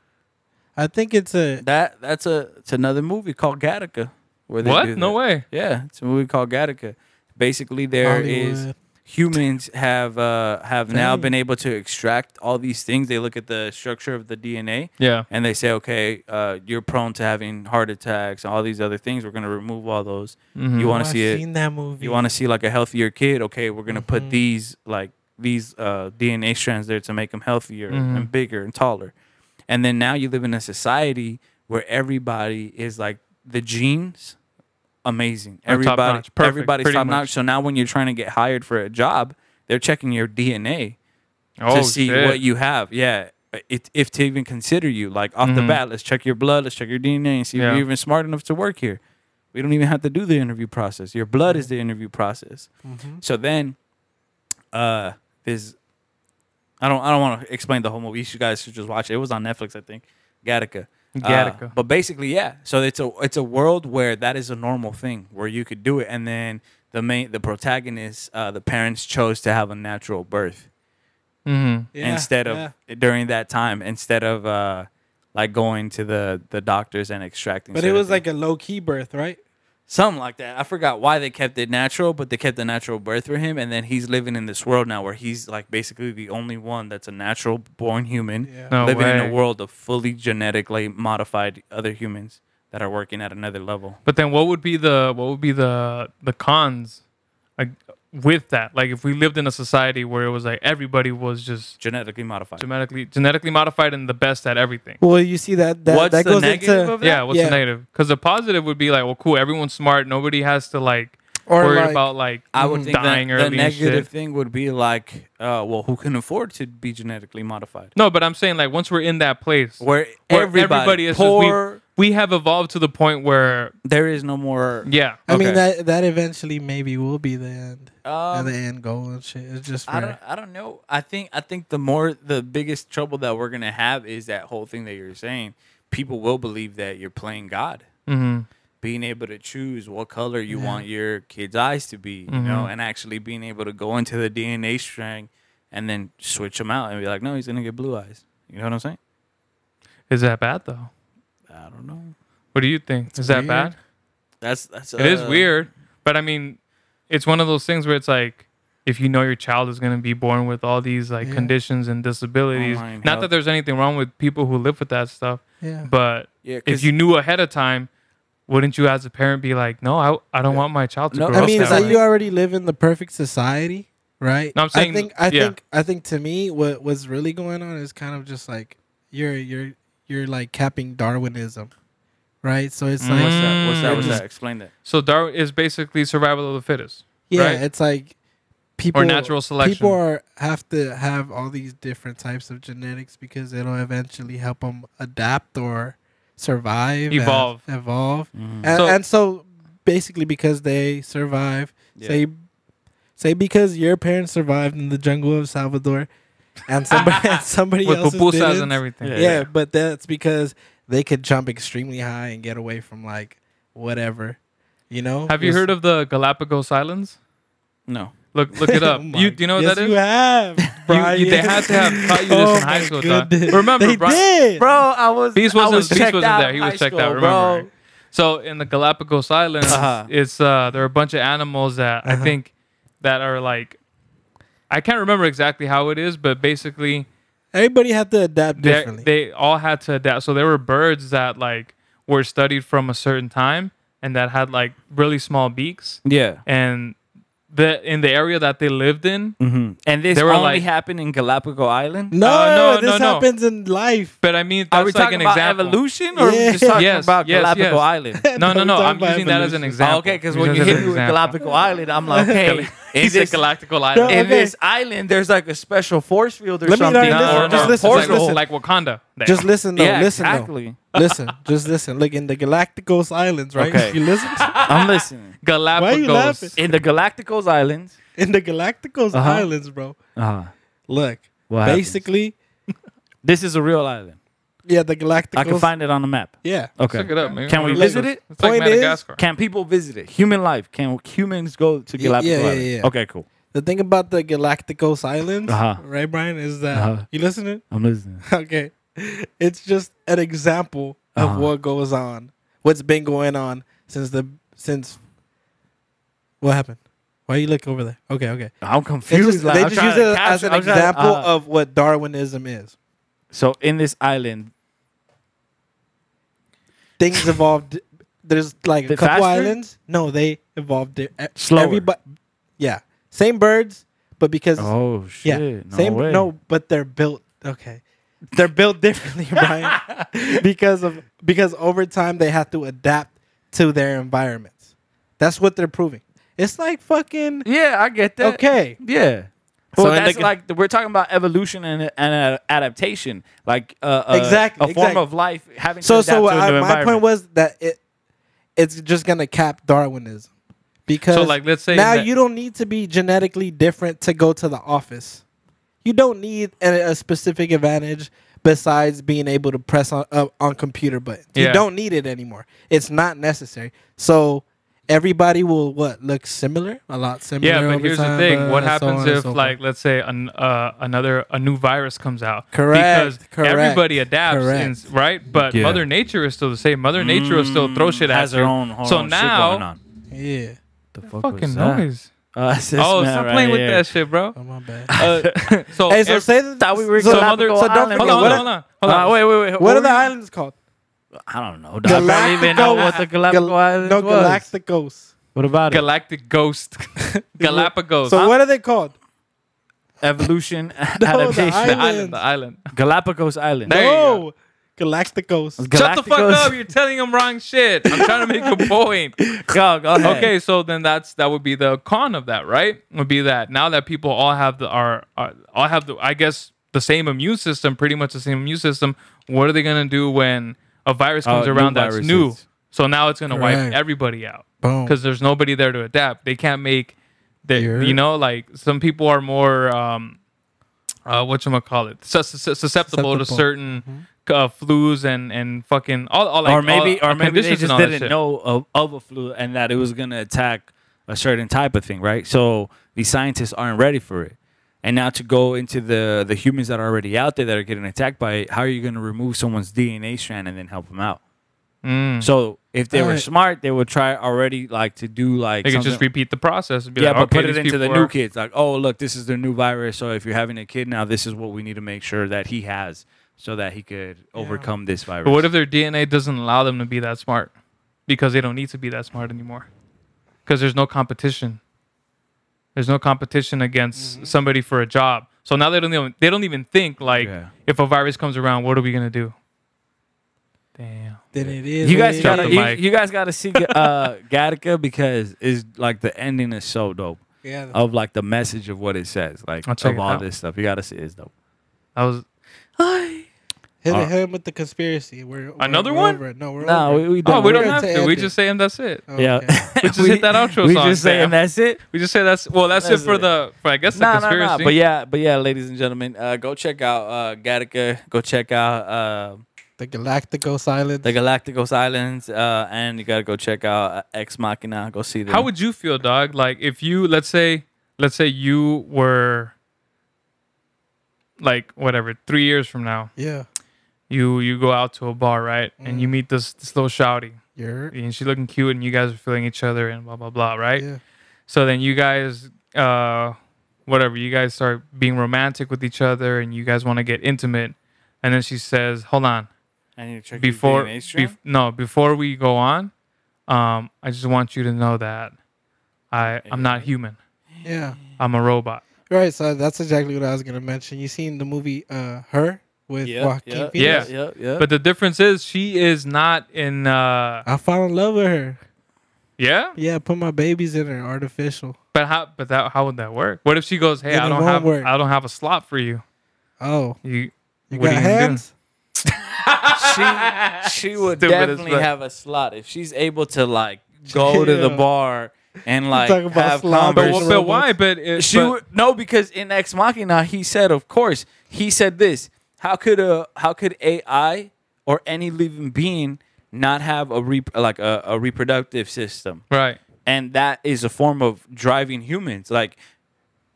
[SPEAKER 2] I think it's a
[SPEAKER 1] That that's a it's another movie called Gattaca. Where they do
[SPEAKER 3] What? No
[SPEAKER 1] that.
[SPEAKER 3] way.
[SPEAKER 1] Yeah, it's a movie called Gattaca. Basically, there is
[SPEAKER 2] Hollywood.
[SPEAKER 1] humans have uh, have now
[SPEAKER 2] Dang.
[SPEAKER 1] been able to extract all these things. They look at the structure of the DNA
[SPEAKER 3] Yeah.
[SPEAKER 1] and they say, okay, uh, you're prone to having heart attacks and all these other things. We're gonna remove all those. You want
[SPEAKER 3] Mhm.
[SPEAKER 2] Oh,
[SPEAKER 1] to
[SPEAKER 2] I've
[SPEAKER 1] see it?
[SPEAKER 2] Seen that movie?
[SPEAKER 1] You want to see like a healthier kid? Okay, we're gonna
[SPEAKER 3] Mm-hmm.
[SPEAKER 1] put these like these uh, DNA strands there to make them healthier
[SPEAKER 3] Mm-hmm.
[SPEAKER 1] and bigger and taller. And then now you live in a society where everybody is like the genes, amazing.
[SPEAKER 3] Are top-notch.
[SPEAKER 1] Everybody,
[SPEAKER 3] Perfect,
[SPEAKER 1] everybody's
[SPEAKER 3] pretty
[SPEAKER 1] top
[SPEAKER 3] much.
[SPEAKER 1] notch. So now when you're trying to get hired for a job, they're checking your DNA
[SPEAKER 3] oh,
[SPEAKER 1] to see
[SPEAKER 3] shit.
[SPEAKER 1] what you have. Yeah. It, if to even consider you, like off the bat, let's check your blood, let's check your DNA and see
[SPEAKER 3] Mm-hmm. Yeah.
[SPEAKER 1] if you're even smart enough to work here. We don't even have to do the interview process. Your blood is the interview process.
[SPEAKER 2] Mm-hmm.
[SPEAKER 1] So then, uh, this I don't I don't want to explain the whole movie. You guys should just watch it. It was on Netflix, I think. Gattaca. Uh,
[SPEAKER 3] Gattaca.
[SPEAKER 1] but basically, yeah. So it's a it's a world where that is a normal thing where you could do it, and then the main the protagonist, uh, the parents chose to have a natural birth
[SPEAKER 3] Mhm.
[SPEAKER 2] Yeah,
[SPEAKER 1] instead of
[SPEAKER 2] yeah.
[SPEAKER 1] during that time instead of uh like going to the the doctors and extracting
[SPEAKER 2] But it
[SPEAKER 1] certain
[SPEAKER 2] was
[SPEAKER 1] things.
[SPEAKER 2] like a low key birth, right?
[SPEAKER 1] something like that i forgot why they kept it natural but they kept the natural birth for him and then he's living in this world now where he's like basically the only one that's a natural born human
[SPEAKER 2] Yeah.
[SPEAKER 3] No
[SPEAKER 1] living in
[SPEAKER 3] way.
[SPEAKER 1] a world of fully genetically modified other humans that are working at another level
[SPEAKER 3] But then what would be the what would be the the cons like with that? Like if we lived in a society where it was like everybody was just
[SPEAKER 1] genetically modified
[SPEAKER 3] genetically genetically modified and the best at everything.
[SPEAKER 2] Well, you see that that,
[SPEAKER 1] what's
[SPEAKER 2] that
[SPEAKER 1] the
[SPEAKER 2] goes
[SPEAKER 1] negative
[SPEAKER 2] into
[SPEAKER 1] of that
[SPEAKER 3] Yeah, what's
[SPEAKER 2] Yeah.
[SPEAKER 3] the negative? Because the positive would be like, well, cool, everyone's smart, nobody has to like
[SPEAKER 2] Or
[SPEAKER 3] worry
[SPEAKER 2] like-
[SPEAKER 3] about like
[SPEAKER 1] I would think
[SPEAKER 3] Mm, dying
[SPEAKER 1] that the
[SPEAKER 3] early and
[SPEAKER 1] negative
[SPEAKER 3] shit.
[SPEAKER 1] thing would be like, uh, well, who can afford to be genetically modified?
[SPEAKER 3] No, but I'm saying like once we're in that place
[SPEAKER 1] Where,
[SPEAKER 3] where
[SPEAKER 1] everybody,
[SPEAKER 3] is just- we-
[SPEAKER 1] poor,
[SPEAKER 3] we have evolved to the point where
[SPEAKER 1] there is no more.
[SPEAKER 3] yeah.
[SPEAKER 2] I mean
[SPEAKER 1] Okay.
[SPEAKER 2] that that eventually maybe will be the end,
[SPEAKER 1] Um,
[SPEAKER 2] the end goal and shit. It's just
[SPEAKER 1] I
[SPEAKER 2] for,
[SPEAKER 1] don't. I don't know. I think. I think the more the biggest trouble that we're gonna have is that whole thing that you're saying. People will believe that you're playing God,
[SPEAKER 3] hmm
[SPEAKER 1] being able to choose what color you want your kid's eyes to be, you know,
[SPEAKER 3] Mm-hmm.
[SPEAKER 1] and actually being able to go into the DNA strand and then switch them out and be like, no, he's gonna get blue eyes. You know what I'm saying?
[SPEAKER 3] Is that bad though?
[SPEAKER 1] I don't know.
[SPEAKER 3] What do you think? is that
[SPEAKER 2] weird.
[SPEAKER 3] bad?
[SPEAKER 1] That's that's.
[SPEAKER 3] It is
[SPEAKER 1] uh,
[SPEAKER 3] weird, but I mean, it's one of those things where it's like, if you know your child is going to be born with all these like
[SPEAKER 2] Yeah.
[SPEAKER 3] conditions and disabilities,
[SPEAKER 1] Online
[SPEAKER 3] not
[SPEAKER 1] health.
[SPEAKER 3] that there's anything wrong with people who live with that stuff,
[SPEAKER 2] yeah.
[SPEAKER 3] but
[SPEAKER 1] Yeah,
[SPEAKER 3] if
[SPEAKER 1] 'cause-
[SPEAKER 3] you knew ahead of time, wouldn't you as a parent be like, no, I, I don't want my child to
[SPEAKER 1] No,
[SPEAKER 3] grow
[SPEAKER 2] I
[SPEAKER 3] up
[SPEAKER 2] mean,
[SPEAKER 3] that
[SPEAKER 2] it's like
[SPEAKER 3] way.
[SPEAKER 2] you already live in the perfect society, right?
[SPEAKER 3] No, I'm saying-
[SPEAKER 2] I think I
[SPEAKER 3] yeah.
[SPEAKER 2] think I think to me what what's really going on is kind of just like you're you're you're like capping Darwinism, right? So it's
[SPEAKER 1] What's
[SPEAKER 2] like
[SPEAKER 1] that? What's that? What's
[SPEAKER 3] Mm-hmm.
[SPEAKER 2] Mm.
[SPEAKER 1] that? Explain that.
[SPEAKER 3] so Darwin is basically survival of the fittest.
[SPEAKER 2] yeah,
[SPEAKER 3] right?
[SPEAKER 2] it's like people
[SPEAKER 3] natural selection.
[SPEAKER 2] People are have to have all these different types of genetics because it'll eventually help them adapt or survive, and
[SPEAKER 3] Evolve. Mm.
[SPEAKER 2] evolve, and,
[SPEAKER 3] So-
[SPEAKER 2] and so basically because they survive,
[SPEAKER 1] Yeah.
[SPEAKER 2] say Say because your parents survived in the jungle of Salvador, and somebody and somebody
[SPEAKER 3] With
[SPEAKER 2] else's
[SPEAKER 3] pupusas
[SPEAKER 2] didn't.
[SPEAKER 3] and everything.
[SPEAKER 1] Yeah.
[SPEAKER 2] Yeah, but that's because they could jump extremely high and get away from like whatever, you know.
[SPEAKER 3] Have you heard of the Galapagos Islands?
[SPEAKER 1] No.
[SPEAKER 3] Look, look it up.
[SPEAKER 2] Oh my-
[SPEAKER 3] you do you know what
[SPEAKER 2] yes,
[SPEAKER 3] that is?
[SPEAKER 2] you have. Brian.
[SPEAKER 3] You- you- they had to have taught you this in high
[SPEAKER 2] my
[SPEAKER 3] school, dog.
[SPEAKER 2] goodness.
[SPEAKER 3] Remember,
[SPEAKER 2] they
[SPEAKER 3] Brian-
[SPEAKER 2] did.
[SPEAKER 1] bro. I was.
[SPEAKER 3] Beast
[SPEAKER 1] I
[SPEAKER 3] wasn't,
[SPEAKER 1] was
[SPEAKER 3] Beast
[SPEAKER 1] checked
[SPEAKER 3] wasn't
[SPEAKER 1] out
[SPEAKER 3] there. He
[SPEAKER 1] in
[SPEAKER 3] was
[SPEAKER 1] high
[SPEAKER 3] checked
[SPEAKER 1] school,
[SPEAKER 3] out. Remember?
[SPEAKER 1] bro.
[SPEAKER 3] So in the Galapagos Islands,
[SPEAKER 1] Uh-huh.
[SPEAKER 3] it's uh, there are a bunch of animals that
[SPEAKER 2] Uh-huh.
[SPEAKER 3] I think that are like, I can't remember exactly how it is, but basically
[SPEAKER 2] Everybody had to adapt
[SPEAKER 3] they
[SPEAKER 2] differently.
[SPEAKER 3] they all had to adapt. So there were birds that like were studied from a certain time and that had like really small beaks,
[SPEAKER 1] Yeah.
[SPEAKER 3] and the in the area that they lived in.
[SPEAKER 2] Mm.
[SPEAKER 1] hmm And this
[SPEAKER 3] They were
[SPEAKER 1] only
[SPEAKER 3] like-
[SPEAKER 1] happened in Galapagos Island.
[SPEAKER 2] no,
[SPEAKER 3] Uh, no,
[SPEAKER 2] this
[SPEAKER 3] no, no.
[SPEAKER 2] happens in life.
[SPEAKER 3] But I mean, that's
[SPEAKER 1] Are we
[SPEAKER 3] like
[SPEAKER 1] talking
[SPEAKER 3] an
[SPEAKER 1] about
[SPEAKER 3] example.
[SPEAKER 1] evolution or are we
[SPEAKER 2] Yeah.
[SPEAKER 1] just talking
[SPEAKER 3] Yes,
[SPEAKER 1] about
[SPEAKER 3] yes,
[SPEAKER 1] Galapagos
[SPEAKER 3] yes.
[SPEAKER 1] Island?
[SPEAKER 3] No, no,
[SPEAKER 2] Don't
[SPEAKER 3] no.
[SPEAKER 2] talk
[SPEAKER 3] I'm
[SPEAKER 2] about
[SPEAKER 3] using that as
[SPEAKER 2] evolution.
[SPEAKER 3] an example.
[SPEAKER 1] okay, because
[SPEAKER 3] I'm
[SPEAKER 1] Oh, when you
[SPEAKER 3] using
[SPEAKER 1] hit
[SPEAKER 3] that
[SPEAKER 1] me with
[SPEAKER 3] as an example.
[SPEAKER 1] Galapagos Island, I'm like, hey,
[SPEAKER 3] He
[SPEAKER 1] is
[SPEAKER 3] said
[SPEAKER 1] this,
[SPEAKER 3] Galactical
[SPEAKER 2] No,
[SPEAKER 3] Island.
[SPEAKER 1] in
[SPEAKER 2] Okay.
[SPEAKER 1] this island there's like a special force field or
[SPEAKER 2] Let me
[SPEAKER 1] something?
[SPEAKER 2] learn this.
[SPEAKER 1] or-
[SPEAKER 3] No, no,
[SPEAKER 1] or
[SPEAKER 2] just
[SPEAKER 3] no.
[SPEAKER 2] listen,
[SPEAKER 1] portal.
[SPEAKER 3] It's
[SPEAKER 2] listen.
[SPEAKER 3] Like, like Wakanda. There.
[SPEAKER 2] Just listen though.
[SPEAKER 1] yeah,
[SPEAKER 2] listen
[SPEAKER 1] exactly.
[SPEAKER 2] though. Listen. Just listen. Look in the Galacticos Islands, right?
[SPEAKER 1] Okay.
[SPEAKER 2] You listen
[SPEAKER 1] I'm listening.
[SPEAKER 3] Galapagos.
[SPEAKER 2] Why you laughing?
[SPEAKER 1] In the Galacticos Islands.
[SPEAKER 2] in the Galacticos
[SPEAKER 1] Uh-huh.
[SPEAKER 2] Islands, bro.
[SPEAKER 1] Uh-huh.
[SPEAKER 2] Look.
[SPEAKER 1] What happens?
[SPEAKER 2] basically,
[SPEAKER 1] This is a real island.
[SPEAKER 2] yeah, the Galacticos.
[SPEAKER 1] I can find it on the map.
[SPEAKER 2] Yeah.
[SPEAKER 1] Okay.
[SPEAKER 3] Look it up, man.
[SPEAKER 1] Can we
[SPEAKER 3] It's
[SPEAKER 1] visit it?
[SPEAKER 3] It's
[SPEAKER 2] Point
[SPEAKER 3] like
[SPEAKER 2] is-
[SPEAKER 3] Madagascar.
[SPEAKER 1] Can people visit it? Human life. Can humans go to
[SPEAKER 2] Yeah,
[SPEAKER 1] Galapagos
[SPEAKER 2] yeah, yeah,
[SPEAKER 1] Island?
[SPEAKER 2] yeah.
[SPEAKER 1] Okay, cool.
[SPEAKER 2] The thing about the Galacticos Islands,
[SPEAKER 1] Uh-huh.
[SPEAKER 2] right, Brian, is that
[SPEAKER 1] Uh-huh.
[SPEAKER 2] you listening?
[SPEAKER 1] I'm listening.
[SPEAKER 2] okay. It's just an example of
[SPEAKER 1] Uh-huh.
[SPEAKER 2] what goes on, what's been going on since the since. What happened? Why you look over there? Okay, okay.
[SPEAKER 1] I'm
[SPEAKER 2] It's
[SPEAKER 1] confused.
[SPEAKER 2] just,
[SPEAKER 1] like,
[SPEAKER 2] they
[SPEAKER 1] I'm
[SPEAKER 2] just
[SPEAKER 1] trying
[SPEAKER 2] use
[SPEAKER 1] to
[SPEAKER 2] it as
[SPEAKER 1] capture-
[SPEAKER 2] an
[SPEAKER 1] I'm trying to-
[SPEAKER 2] example
[SPEAKER 1] uh,
[SPEAKER 2] of what Darwinism is.
[SPEAKER 1] So in this island,
[SPEAKER 2] Things evolved. There's like a
[SPEAKER 1] They
[SPEAKER 2] couple
[SPEAKER 1] faster?
[SPEAKER 2] islands. No, they evolved. di- e-
[SPEAKER 1] Slower.
[SPEAKER 2] Everybody, yeah, same birds, but because
[SPEAKER 1] oh
[SPEAKER 2] yeah,
[SPEAKER 1] shit, no
[SPEAKER 2] same.
[SPEAKER 1] way.
[SPEAKER 2] No, but they're built okay. They're built differently, Brian, because of because over time they have to adapt to their environments. That's what they're proving. It's like fucking
[SPEAKER 1] yeah, I get that.
[SPEAKER 2] okay.
[SPEAKER 1] yeah.
[SPEAKER 2] So
[SPEAKER 1] Well,
[SPEAKER 2] in
[SPEAKER 1] that's
[SPEAKER 2] the-
[SPEAKER 1] like we're talking about evolution and, and uh, adaptation, like uh, uh,
[SPEAKER 2] Exactly,
[SPEAKER 1] a form
[SPEAKER 2] exactly.
[SPEAKER 1] of life having
[SPEAKER 2] So
[SPEAKER 1] to adapt
[SPEAKER 2] so
[SPEAKER 1] to a
[SPEAKER 2] I,
[SPEAKER 1] new
[SPEAKER 2] my point
[SPEAKER 1] environment.
[SPEAKER 2] was that it it's just gonna cap Darwinism because
[SPEAKER 3] So, like, let's say
[SPEAKER 2] now
[SPEAKER 3] that-
[SPEAKER 2] you don't need to be genetically different to go to the office. You don't need a, a specific advantage besides being able to press on uh, on computer buttons. You
[SPEAKER 3] Yeah.
[SPEAKER 2] don't need it anymore. It's not necessary. So everybody will what look similar, a lot similar.
[SPEAKER 3] Yeah, but
[SPEAKER 2] over
[SPEAKER 3] here's the
[SPEAKER 2] time,
[SPEAKER 3] thing.
[SPEAKER 2] uh,
[SPEAKER 3] What
[SPEAKER 2] so
[SPEAKER 3] happens
[SPEAKER 2] on and
[SPEAKER 3] if,
[SPEAKER 2] so forth.
[SPEAKER 3] like, let's say an, uh, another a new virus comes out?
[SPEAKER 2] Correct,
[SPEAKER 3] Because
[SPEAKER 2] correct,
[SPEAKER 3] everybody adapts,
[SPEAKER 2] correct.
[SPEAKER 3] and s- right? But
[SPEAKER 1] Yeah.
[SPEAKER 3] Mother Nature is still the same. Mother Nature will still throw shit at
[SPEAKER 1] Mm, has her
[SPEAKER 3] you.
[SPEAKER 1] own her
[SPEAKER 3] So
[SPEAKER 1] own
[SPEAKER 3] now-
[SPEAKER 1] shit going on.
[SPEAKER 2] yeah,
[SPEAKER 1] The fuck
[SPEAKER 3] Fucking
[SPEAKER 1] was that?
[SPEAKER 3] noise.
[SPEAKER 1] Uh, it's this
[SPEAKER 3] Oh,
[SPEAKER 1] man
[SPEAKER 3] stop
[SPEAKER 1] right
[SPEAKER 3] playing with
[SPEAKER 1] here.
[SPEAKER 3] that shit, bro.
[SPEAKER 2] oh my bad.
[SPEAKER 3] Uh, so
[SPEAKER 2] hey, so
[SPEAKER 3] ev-
[SPEAKER 2] say the,
[SPEAKER 1] Thought we were
[SPEAKER 2] so,
[SPEAKER 3] Galapagos
[SPEAKER 2] so don't
[SPEAKER 1] Island,
[SPEAKER 2] forget
[SPEAKER 3] hold on,
[SPEAKER 2] what
[SPEAKER 3] hold
[SPEAKER 2] I-
[SPEAKER 3] on, hold on, hold on.
[SPEAKER 1] Uh, wait, wait, wait.
[SPEAKER 2] What are
[SPEAKER 1] were
[SPEAKER 2] the
[SPEAKER 1] you-
[SPEAKER 2] islands called?
[SPEAKER 1] I don't know. dog. I barely even know what the Galapagos
[SPEAKER 2] Gal-
[SPEAKER 1] Islands
[SPEAKER 2] No,
[SPEAKER 1] was.
[SPEAKER 2] Galacticos.
[SPEAKER 1] What about it?
[SPEAKER 3] Galactic Ghost, Galapagos.
[SPEAKER 2] So what are they called?
[SPEAKER 1] Evolution
[SPEAKER 2] the
[SPEAKER 3] the
[SPEAKER 1] adaptation.
[SPEAKER 2] island-
[SPEAKER 3] island, the island.
[SPEAKER 1] Galapagos Island.
[SPEAKER 3] There you
[SPEAKER 2] no, Galacticos.
[SPEAKER 3] Shut the fuck
[SPEAKER 1] Galacticos.
[SPEAKER 3] up! You're telling him wrong shit. I'm trying to make a point.
[SPEAKER 1] Go, go ahead.
[SPEAKER 3] Okay, so then that's that would be the con of that, right? Would be that now that people all have the are, are all have the I guess the same immune system, pretty much the same immune system. What are they gonna do when a virus comes
[SPEAKER 1] Oh, new
[SPEAKER 3] around that's
[SPEAKER 1] viruses.
[SPEAKER 3] new? So now it's gonna wipe
[SPEAKER 2] Correct.
[SPEAKER 3] everybody out
[SPEAKER 2] Boom.
[SPEAKER 3] because there's nobody there to adapt. They can't make they
[SPEAKER 2] You're-
[SPEAKER 3] you know like some people are more um uh what you call it susceptible, susceptible to
[SPEAKER 2] Susceptible.
[SPEAKER 3] certain. Uh, flus and and fucking all, all like
[SPEAKER 1] Mm-hmm.
[SPEAKER 3] uh,
[SPEAKER 1] or maybe,
[SPEAKER 3] all,
[SPEAKER 1] or maybe they
[SPEAKER 3] conditions and
[SPEAKER 1] just
[SPEAKER 3] all that
[SPEAKER 1] didn't
[SPEAKER 3] shit.
[SPEAKER 1] know of, of a flu and that it was gonna attack a certain type of thing, right? So these scientists aren't ready for it. And now to go into the the humans that are already out there that are getting attacked by it, how are you gonna remove someone's DNA strand and then help them out?
[SPEAKER 3] Mm.
[SPEAKER 1] So if they were
[SPEAKER 2] Right.
[SPEAKER 1] smart, they would try already like to do like
[SPEAKER 3] They could
[SPEAKER 1] something-
[SPEAKER 3] just repeat the process and be
[SPEAKER 1] yeah,
[SPEAKER 3] like,
[SPEAKER 1] but
[SPEAKER 3] okay,
[SPEAKER 1] put it
[SPEAKER 3] these
[SPEAKER 1] into the
[SPEAKER 3] people
[SPEAKER 1] new
[SPEAKER 3] are-
[SPEAKER 1] kids. Like, oh, look, this is their new virus. So if you're having a kid now, this is what we need to make sure that he has so that he could overcome this virus.
[SPEAKER 3] But what if their DNA doesn't allow them to be that smart? Because they don't need to be that smart anymore. Because there's no competition. There's no competition against
[SPEAKER 1] Mm-hmm.
[SPEAKER 3] somebody for a job. So now they don't even they don't even think like
[SPEAKER 1] Yeah.
[SPEAKER 3] if a virus comes around, what are we gonna do? Damn.
[SPEAKER 2] then it is.
[SPEAKER 1] you guys
[SPEAKER 3] Drop
[SPEAKER 1] gotta
[SPEAKER 3] the
[SPEAKER 1] you,
[SPEAKER 3] mic.
[SPEAKER 1] you guys gotta see uh, Gattaca because is like the ending is so dope
[SPEAKER 2] Yeah.
[SPEAKER 1] of like the message of what it says like
[SPEAKER 3] I'll check
[SPEAKER 1] of
[SPEAKER 3] it
[SPEAKER 1] all
[SPEAKER 3] out.
[SPEAKER 1] this stuff. You gotta see it. it's dope.
[SPEAKER 3] I was
[SPEAKER 2] Hit
[SPEAKER 1] Uh,
[SPEAKER 2] him with the conspiracy. We're, we're-
[SPEAKER 3] Another
[SPEAKER 2] we're
[SPEAKER 3] one?
[SPEAKER 2] over it. No, we're
[SPEAKER 1] No,
[SPEAKER 2] over
[SPEAKER 1] we,
[SPEAKER 2] it.
[SPEAKER 1] we don't.
[SPEAKER 3] Oh, we
[SPEAKER 2] we're
[SPEAKER 3] don't
[SPEAKER 2] gonna
[SPEAKER 3] have to.
[SPEAKER 2] end
[SPEAKER 3] We
[SPEAKER 2] it.
[SPEAKER 3] just say and that's it.
[SPEAKER 2] Oh, okay.
[SPEAKER 1] yeah,
[SPEAKER 3] We just hit that outro
[SPEAKER 1] We
[SPEAKER 3] song,
[SPEAKER 1] just say,
[SPEAKER 3] fam.
[SPEAKER 1] and that's it.
[SPEAKER 3] We just say that's well that's,
[SPEAKER 1] That's
[SPEAKER 3] it for
[SPEAKER 1] it.
[SPEAKER 3] the for I guess the
[SPEAKER 1] No, no,
[SPEAKER 3] conspiracy.
[SPEAKER 1] no. But yeah, but yeah, ladies and gentlemen, uh, go check out uh, Gattaca. Go check out uh,
[SPEAKER 2] The Galacticos Islands.
[SPEAKER 1] the Galacticos Islands, uh, and you gotta go check out uh, Ex Machina. Go see them.
[SPEAKER 3] How would you feel, dog? Like if you let's say let's say you were like whatever, three years from now,
[SPEAKER 2] Yeah.
[SPEAKER 3] you you go out to a bar, right? And you
[SPEAKER 1] Mm.
[SPEAKER 3] meet this this little shouty,
[SPEAKER 2] You're.
[SPEAKER 3] and she's looking cute, and you guys are feeling each other, and blah blah blah, right?
[SPEAKER 2] Yeah.
[SPEAKER 3] So then you guys, uh, whatever, you guys start being romantic with each other, and you guys want to get intimate, and then she says, "Hold on,
[SPEAKER 1] I need to check
[SPEAKER 3] before
[SPEAKER 1] your
[SPEAKER 3] bef- no before we go on um i just want you to know that i i'm not human
[SPEAKER 2] Yeah.
[SPEAKER 3] i'm a robot
[SPEAKER 2] Right. So that's exactly what I was gonna mention. You seen the movie uh Her with Joaquin Phoenix?
[SPEAKER 3] yeah.
[SPEAKER 1] yeah, yeah.
[SPEAKER 3] but the difference is she is not in uh
[SPEAKER 2] I fell in love with her.
[SPEAKER 3] yeah
[SPEAKER 2] Yeah, I put my babies in her artificial.
[SPEAKER 3] but how but that how would that work what if she goes hey
[SPEAKER 2] Then
[SPEAKER 3] i
[SPEAKER 2] it
[SPEAKER 3] don't
[SPEAKER 2] won't
[SPEAKER 3] have
[SPEAKER 2] work.
[SPEAKER 3] i don't have a slot for you
[SPEAKER 2] Oh,
[SPEAKER 3] you
[SPEAKER 2] you got
[SPEAKER 3] what are you gonna do?
[SPEAKER 2] hands?
[SPEAKER 1] she would
[SPEAKER 3] Stupid as
[SPEAKER 1] definitely
[SPEAKER 3] fuck.
[SPEAKER 1] have a slot if she's able to like go to the
[SPEAKER 2] Yeah.
[SPEAKER 1] bar and like
[SPEAKER 2] talking about
[SPEAKER 1] have
[SPEAKER 2] slot,
[SPEAKER 3] but,
[SPEAKER 1] conversation.
[SPEAKER 2] Versus
[SPEAKER 3] wh- but why but it,
[SPEAKER 1] She
[SPEAKER 3] but-
[SPEAKER 1] would, no, because in Ex Machina he said, of course, he said this. How could a how could AI or any living being not have a re, like a, a reproductive system?
[SPEAKER 3] right
[SPEAKER 1] and that is a form of driving humans like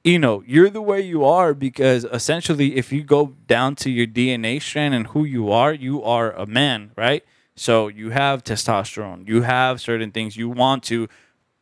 [SPEAKER 1] you know you're the way you are because essentially if you go down to your dna strand and who you are you are a man right so you have testosterone you have certain things you want to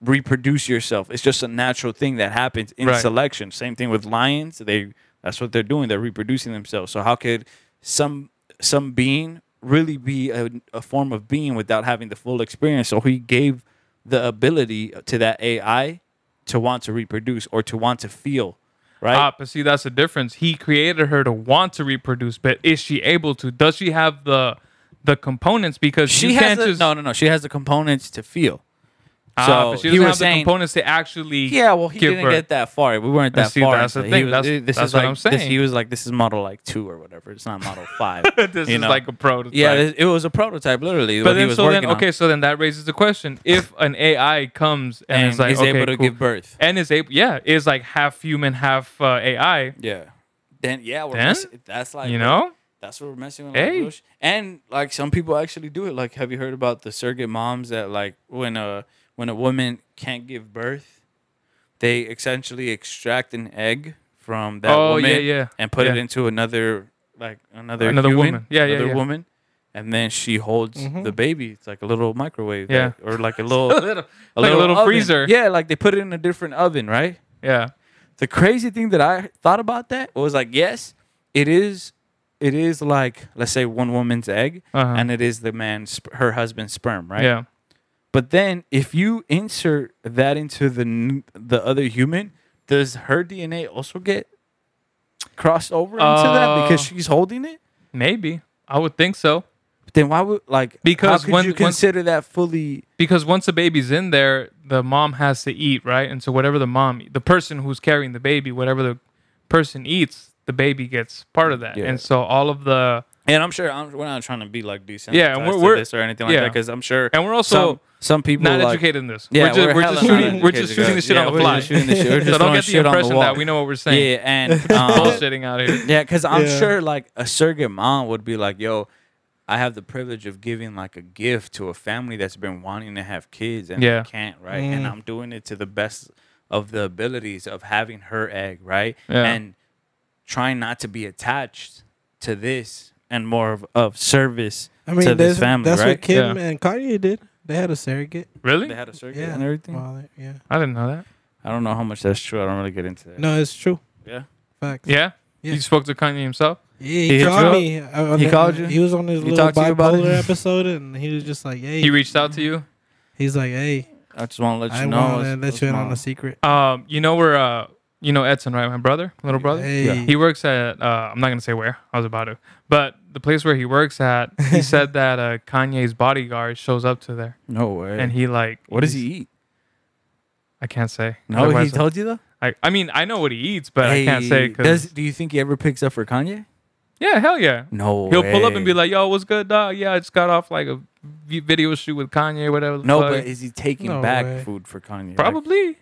[SPEAKER 1] reproduce yourself it's just a natural thing that happens in
[SPEAKER 3] Right.
[SPEAKER 1] selection same thing with lions they that's what they're doing they're reproducing themselves so how could some some being really be a, a form of being without having the full experience so he gave the ability to that AI to want to reproduce or to want to feel, right?
[SPEAKER 3] Ah, but see, that's the difference. He created her to want to reproduce, but is she able to? Does she have the the components? Because
[SPEAKER 1] she
[SPEAKER 3] you
[SPEAKER 1] has
[SPEAKER 3] can't
[SPEAKER 1] the,
[SPEAKER 3] just
[SPEAKER 1] no, no, no. She has the components to feel.
[SPEAKER 3] Ah,
[SPEAKER 1] so
[SPEAKER 3] but she
[SPEAKER 1] he
[SPEAKER 3] doesn't
[SPEAKER 1] was
[SPEAKER 3] have
[SPEAKER 1] saying,
[SPEAKER 3] the components to actually.
[SPEAKER 1] yeah, well, he
[SPEAKER 3] give
[SPEAKER 1] didn't
[SPEAKER 3] birth.
[SPEAKER 1] get that far. We weren't that
[SPEAKER 3] see,
[SPEAKER 1] far.
[SPEAKER 3] that's the
[SPEAKER 1] He
[SPEAKER 3] thing.
[SPEAKER 1] was-
[SPEAKER 3] That's-
[SPEAKER 1] this
[SPEAKER 3] that's
[SPEAKER 1] is
[SPEAKER 3] what
[SPEAKER 1] like-
[SPEAKER 3] I'm
[SPEAKER 1] this- he
[SPEAKER 3] saying.
[SPEAKER 1] was like, "This is model like two or whatever. It's not model five.
[SPEAKER 3] this
[SPEAKER 1] you
[SPEAKER 3] is
[SPEAKER 1] know?
[SPEAKER 3] like a prototype.
[SPEAKER 1] yeah, this- it was a prototype, literally.
[SPEAKER 3] but
[SPEAKER 1] what he
[SPEAKER 3] then
[SPEAKER 1] was
[SPEAKER 3] so then
[SPEAKER 1] working on.
[SPEAKER 3] okay, so then that raises the question: If an AI comes and,
[SPEAKER 1] and
[SPEAKER 3] is like
[SPEAKER 1] he's
[SPEAKER 3] okay,
[SPEAKER 1] able to
[SPEAKER 3] cool,
[SPEAKER 1] give birth.
[SPEAKER 3] and is able, yeah, is like half human, half uh, AI.
[SPEAKER 1] Yeah. Then yeah, we're
[SPEAKER 3] Then?
[SPEAKER 1] messing- that's like
[SPEAKER 3] You know,
[SPEAKER 1] That's what we're messing with.
[SPEAKER 3] Hey.
[SPEAKER 1] Like, real sh- and like some people actually do it. Like, have you heard about the surrogate moms that like when a when a woman can't give birth, they essentially extract an egg from that
[SPEAKER 3] Oh,
[SPEAKER 1] woman
[SPEAKER 3] yeah, yeah.
[SPEAKER 1] and put it
[SPEAKER 3] Yeah.
[SPEAKER 1] into another like another
[SPEAKER 3] Another
[SPEAKER 1] human,
[SPEAKER 3] woman. Yeah, yeah,
[SPEAKER 1] another
[SPEAKER 3] yeah.
[SPEAKER 1] woman, and then she holds the baby. It's like a little microwave,
[SPEAKER 3] Yeah.
[SPEAKER 1] that- or like a little.
[SPEAKER 3] like a little,
[SPEAKER 1] oven.
[SPEAKER 3] freezer.
[SPEAKER 1] Yeah, like they put it in a different oven, right?
[SPEAKER 3] yeah.
[SPEAKER 1] the crazy thing that I thought about that was like, yes, it is, it is like let's say one woman's egg,
[SPEAKER 3] Uh-huh.
[SPEAKER 1] and it is the man's sp- her husband's sperm, right?
[SPEAKER 3] yeah.
[SPEAKER 1] But then if you insert that into the n- the other human, does her DNA also get crossed over into that because
[SPEAKER 3] Uh,
[SPEAKER 1] she's holding it?
[SPEAKER 3] Maybe I would think so.
[SPEAKER 1] Then why would like
[SPEAKER 3] Because
[SPEAKER 1] how could
[SPEAKER 3] when-
[SPEAKER 1] you
[SPEAKER 3] once-
[SPEAKER 1] consider that fully?
[SPEAKER 3] because once the baby's in there, the mom has to eat, right? And so whatever the mom, the person who's carrying the baby, whatever the person eats, the baby gets part of that.
[SPEAKER 1] Yeah.
[SPEAKER 3] And so all of the
[SPEAKER 1] And I'm sure I'm, we're not trying to be like decent,
[SPEAKER 3] Yeah, and we're- we're-
[SPEAKER 1] this or anything like
[SPEAKER 3] yeah.
[SPEAKER 1] that because I'm sure
[SPEAKER 3] And we're also
[SPEAKER 1] some, some people
[SPEAKER 3] not
[SPEAKER 1] like,
[SPEAKER 3] educated in this.
[SPEAKER 1] Yeah,
[SPEAKER 3] we're just,
[SPEAKER 1] we're hella
[SPEAKER 3] just
[SPEAKER 1] not
[SPEAKER 3] shooting, we're
[SPEAKER 1] educated,
[SPEAKER 3] just shooting
[SPEAKER 1] guys.
[SPEAKER 3] the shit
[SPEAKER 1] Yeah,
[SPEAKER 3] on
[SPEAKER 1] we're
[SPEAKER 3] the fly.
[SPEAKER 1] just shooting the shit- we're just
[SPEAKER 3] so don't
[SPEAKER 1] throwing
[SPEAKER 3] get the
[SPEAKER 1] shit on the
[SPEAKER 3] impression
[SPEAKER 1] wall.
[SPEAKER 3] that we know what we're saying.
[SPEAKER 1] Yeah, and um,
[SPEAKER 3] Bullshitting out here.
[SPEAKER 1] yeah, because I'm
[SPEAKER 2] Yeah.
[SPEAKER 1] sure like a surrogate mom would be like, "Yo, I have the privilege of giving like a gift to a family that's been wanting to have kids and
[SPEAKER 3] Yeah.
[SPEAKER 1] they can't, right? And
[SPEAKER 2] Mm.
[SPEAKER 1] I'm doing it to the best of the abilities of having her egg, right?
[SPEAKER 3] Yeah.
[SPEAKER 1] And trying not to be attached to this and more of, of service
[SPEAKER 2] I mean,
[SPEAKER 1] to this
[SPEAKER 2] that's,
[SPEAKER 1] family,
[SPEAKER 2] that's
[SPEAKER 1] right?
[SPEAKER 2] what Kim
[SPEAKER 3] Yeah.
[SPEAKER 2] and Kanye did. They had a surrogate.
[SPEAKER 3] Really?
[SPEAKER 1] they had a surrogate
[SPEAKER 2] Yeah,
[SPEAKER 1] and everything.
[SPEAKER 2] Well, yeah.
[SPEAKER 3] I didn't know that.
[SPEAKER 1] I don't know how much that's true. I don't really get into that.
[SPEAKER 2] No, it's true.
[SPEAKER 1] Yeah.
[SPEAKER 2] Facts.
[SPEAKER 3] Yeah?
[SPEAKER 2] Yeah.
[SPEAKER 3] You spoke to Kanye himself?
[SPEAKER 2] Yeah, he,
[SPEAKER 1] He hit you
[SPEAKER 2] called
[SPEAKER 1] up?
[SPEAKER 2] me. I- on
[SPEAKER 1] He
[SPEAKER 2] the-
[SPEAKER 1] called you?
[SPEAKER 2] He was on his
[SPEAKER 1] He
[SPEAKER 2] little
[SPEAKER 1] talked to you about it?
[SPEAKER 2] bipolar episode, and he was just like, "Hey,"
[SPEAKER 3] He reached out to you?
[SPEAKER 2] he's like, "Hey,
[SPEAKER 1] I just want to let you
[SPEAKER 2] I
[SPEAKER 1] know.
[SPEAKER 2] want to
[SPEAKER 1] it's-
[SPEAKER 2] let
[SPEAKER 1] it's
[SPEAKER 2] you in
[SPEAKER 1] my-
[SPEAKER 2] on a secret."
[SPEAKER 3] Um, you know where uh you know Edson, right? My brother, little brother.
[SPEAKER 2] Hey. Yeah.
[SPEAKER 3] He works at uh I'm not gonna say where, I was about to. But the place where he works at, he said that uh Kanye's bodyguard shows up to there
[SPEAKER 1] No way.
[SPEAKER 3] and he like
[SPEAKER 1] what does
[SPEAKER 3] he's-
[SPEAKER 1] he eat?
[SPEAKER 3] I can't say.
[SPEAKER 1] No, he
[SPEAKER 3] Otherwise,
[SPEAKER 1] told you though.
[SPEAKER 3] I, I mean I know what he eats, but I can't say
[SPEAKER 1] Hey,
[SPEAKER 3] because
[SPEAKER 1] do you think he ever picks up for Kanye?
[SPEAKER 3] Yeah, hell yeah.
[SPEAKER 1] No.
[SPEAKER 3] He'll pull up and be
[SPEAKER 1] way.
[SPEAKER 3] like, "Yo, what's good, dog? Yeah, I just got off like a v- video shoot with Kanye, whatever." the
[SPEAKER 1] No,
[SPEAKER 3] fuck."
[SPEAKER 1] but is he taking
[SPEAKER 2] No
[SPEAKER 1] back
[SPEAKER 2] way.
[SPEAKER 1] food for Kanye? Like,
[SPEAKER 3] probably,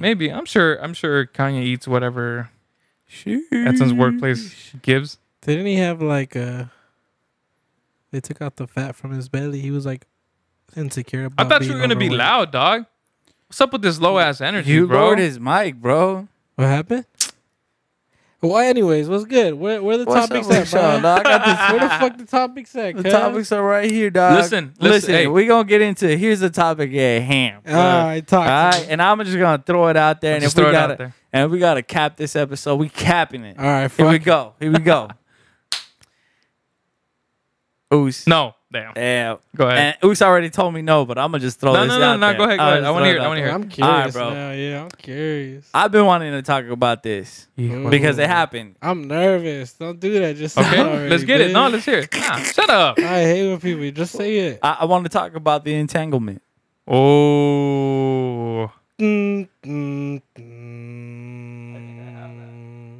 [SPEAKER 3] maybe. I'm sure. I'm sure Kanye eats whatever
[SPEAKER 1] sheesh.
[SPEAKER 3] Edson's workplace gives.
[SPEAKER 2] Didn't he have like a? They took out the fat from his belly. He was like insecure.
[SPEAKER 3] I
[SPEAKER 2] About
[SPEAKER 3] thought you
[SPEAKER 2] being
[SPEAKER 3] were gonna be
[SPEAKER 2] overweight.
[SPEAKER 3] loud, dog. What's up with this low ass energy,
[SPEAKER 1] You
[SPEAKER 3] bro?
[SPEAKER 1] lowered his mic, bro.
[SPEAKER 2] What happened? Well, anyways, what's good? Where where the
[SPEAKER 1] What's
[SPEAKER 2] topics
[SPEAKER 1] up with
[SPEAKER 2] at, bro?
[SPEAKER 1] y'all, dog? I got
[SPEAKER 2] Where the fuck the topics at?
[SPEAKER 1] this-
[SPEAKER 2] cuz?
[SPEAKER 1] the topics are right here, dog.
[SPEAKER 3] Listen, listen, hey.
[SPEAKER 1] we're gonna get into it. here's the topic at hand.
[SPEAKER 2] All right, talk.
[SPEAKER 1] All right, and I'm just gonna throw it out there, and
[SPEAKER 3] Just
[SPEAKER 1] if we
[SPEAKER 3] throw it out
[SPEAKER 1] gotta,
[SPEAKER 3] there.
[SPEAKER 1] and if we gotta cap this episode, we capping it.
[SPEAKER 2] All right,
[SPEAKER 1] here we
[SPEAKER 2] fuck.
[SPEAKER 1] go. Here we go. Oos.
[SPEAKER 3] No, damn.
[SPEAKER 1] Yeah.
[SPEAKER 3] Go ahead.
[SPEAKER 1] And Oos already told me no, but I'm gonna just throw
[SPEAKER 3] No,
[SPEAKER 1] this
[SPEAKER 3] no, no,
[SPEAKER 1] out
[SPEAKER 3] no,
[SPEAKER 1] there.
[SPEAKER 3] go ahead, go
[SPEAKER 1] I'ma
[SPEAKER 3] ahead.
[SPEAKER 1] just
[SPEAKER 3] I wanna
[SPEAKER 1] throw
[SPEAKER 3] hear
[SPEAKER 1] it
[SPEAKER 3] it, I
[SPEAKER 1] out
[SPEAKER 3] wanna
[SPEAKER 1] there.
[SPEAKER 3] hear it.
[SPEAKER 2] I'm
[SPEAKER 1] All right,
[SPEAKER 2] curious
[SPEAKER 1] bro.
[SPEAKER 2] now. Yeah, I'm curious.
[SPEAKER 1] I've been wanting to talk about this
[SPEAKER 2] Ooh.
[SPEAKER 1] because it happened.
[SPEAKER 2] I'm nervous. Don't do that. Just say it
[SPEAKER 3] Okay,
[SPEAKER 2] already,
[SPEAKER 3] let's get it. No,
[SPEAKER 2] bitch.
[SPEAKER 3] let's hear it. Nah, shut up.
[SPEAKER 2] I hate when people just say it.
[SPEAKER 1] I, I want to talk about the entanglement.
[SPEAKER 3] Oh,
[SPEAKER 2] Mm, mm, mm.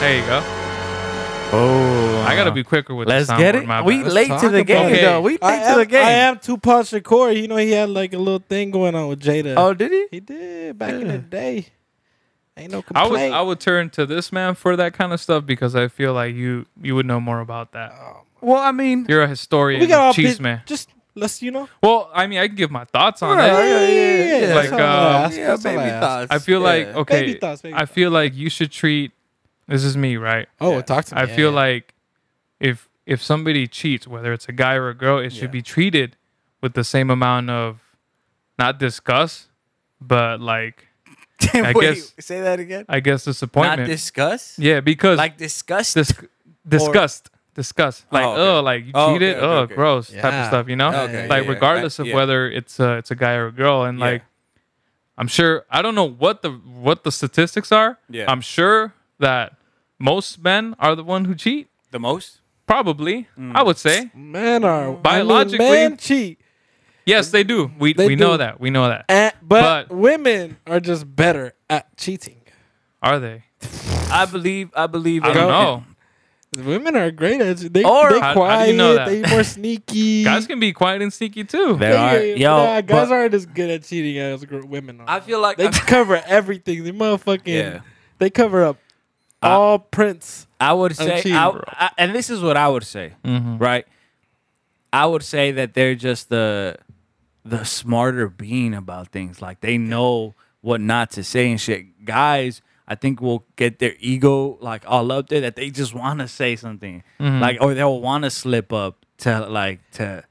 [SPEAKER 3] there you go.
[SPEAKER 1] Oh,
[SPEAKER 3] I gotta be quicker with. the
[SPEAKER 1] Let's
[SPEAKER 3] sound
[SPEAKER 1] get
[SPEAKER 3] word,
[SPEAKER 1] it.
[SPEAKER 3] my
[SPEAKER 1] We
[SPEAKER 3] bad.
[SPEAKER 1] late
[SPEAKER 2] talk
[SPEAKER 1] to the
[SPEAKER 2] about
[SPEAKER 1] game
[SPEAKER 3] it.
[SPEAKER 1] though. We late
[SPEAKER 2] uh-huh. I
[SPEAKER 1] to the
[SPEAKER 2] am,
[SPEAKER 1] game.
[SPEAKER 2] I am Tupac Shakur. You know he had like a little thing going on with Jada.
[SPEAKER 1] Oh, did he?
[SPEAKER 2] He did back in the day. Ain't no
[SPEAKER 3] I would
[SPEAKER 2] complaint.
[SPEAKER 3] I would turn to this man for that kind of stuff because I feel like you you would know more about that.
[SPEAKER 1] Well, I mean,
[SPEAKER 3] You're a historian,
[SPEAKER 2] we got all
[SPEAKER 3] cheese
[SPEAKER 2] pis-
[SPEAKER 3] man.
[SPEAKER 2] Just let's you know.
[SPEAKER 3] Well, I mean, I can give my thoughts on
[SPEAKER 1] Yeah,
[SPEAKER 3] it.
[SPEAKER 1] yeah, yeah, yeah.
[SPEAKER 3] Like,
[SPEAKER 2] That's all I
[SPEAKER 3] um,
[SPEAKER 2] ask.
[SPEAKER 1] yeah,
[SPEAKER 2] That's all I
[SPEAKER 1] baby
[SPEAKER 2] ask.
[SPEAKER 1] thoughts.
[SPEAKER 3] I feel like
[SPEAKER 1] Yeah.
[SPEAKER 3] okay.
[SPEAKER 2] Baby thoughts, baby
[SPEAKER 3] I feel like you should treat. This is me, right?
[SPEAKER 2] Oh, well, talk to me.
[SPEAKER 3] I
[SPEAKER 2] Yeah,
[SPEAKER 3] feel
[SPEAKER 2] yeah.
[SPEAKER 3] like if if somebody cheats, whether it's a guy or a girl, it
[SPEAKER 1] Yeah.
[SPEAKER 3] should be treated with the same amount of not disgust, but like I
[SPEAKER 1] Wait,
[SPEAKER 3] guess-
[SPEAKER 1] say that again.
[SPEAKER 3] I guess
[SPEAKER 1] Not
[SPEAKER 3] disappointment.
[SPEAKER 1] discuss.
[SPEAKER 3] yeah, because
[SPEAKER 1] Like disgust.
[SPEAKER 3] dis- disgust, disgust, like
[SPEAKER 1] Oh,
[SPEAKER 3] oh,
[SPEAKER 1] okay.
[SPEAKER 3] like you
[SPEAKER 1] Oh, okay,
[SPEAKER 3] cheated,
[SPEAKER 1] okay,
[SPEAKER 3] oh,
[SPEAKER 1] okay.
[SPEAKER 3] gross type
[SPEAKER 2] Yeah.
[SPEAKER 3] of stuff, you know,
[SPEAKER 1] Okay,
[SPEAKER 3] like
[SPEAKER 1] yeah,
[SPEAKER 3] regardless
[SPEAKER 1] I-
[SPEAKER 3] of
[SPEAKER 1] yeah.
[SPEAKER 3] whether it's a, it's a guy or a girl, and
[SPEAKER 1] Yeah.
[SPEAKER 3] like I'm sure I don't know what the what the statistics are.
[SPEAKER 1] Yeah.
[SPEAKER 3] I'm sure that most men are the one who cheat.
[SPEAKER 1] the most.
[SPEAKER 3] Probably, I
[SPEAKER 1] Mm.
[SPEAKER 3] would say.
[SPEAKER 2] men are I mean,
[SPEAKER 3] Biologically-
[SPEAKER 2] men cheat,
[SPEAKER 3] Yes, they do. We
[SPEAKER 2] They
[SPEAKER 3] we
[SPEAKER 2] do.
[SPEAKER 3] know that. We know that.
[SPEAKER 2] at, but,
[SPEAKER 3] But-
[SPEAKER 2] women are just better at cheating.
[SPEAKER 3] Are they?
[SPEAKER 1] I believe. I believe.
[SPEAKER 3] I
[SPEAKER 1] in-
[SPEAKER 3] don't know.
[SPEAKER 2] Women are great at they they
[SPEAKER 1] Or-
[SPEAKER 2] quiet,
[SPEAKER 3] How- how do you know that?
[SPEAKER 2] they more sneaky.
[SPEAKER 3] Guys can be quiet and sneaky too.
[SPEAKER 1] There are. Yo,
[SPEAKER 2] nah, guys
[SPEAKER 1] but-
[SPEAKER 2] aren't as good at cheating as gr- women are.
[SPEAKER 1] I feel like
[SPEAKER 2] they
[SPEAKER 1] I-
[SPEAKER 2] cover everything. They motherfucking
[SPEAKER 1] Yeah.
[SPEAKER 2] they cover up
[SPEAKER 1] I-
[SPEAKER 2] all prints.
[SPEAKER 1] I would say,
[SPEAKER 2] cheating,
[SPEAKER 1] I,
[SPEAKER 2] bro.
[SPEAKER 1] I- and this is what I would say, right? I would say that they're just the the smarter being about things. Like they know what not to say and shit. Guys, I think will get their ego like all up there that they just want to say something, like or they'll want to slip up to like to,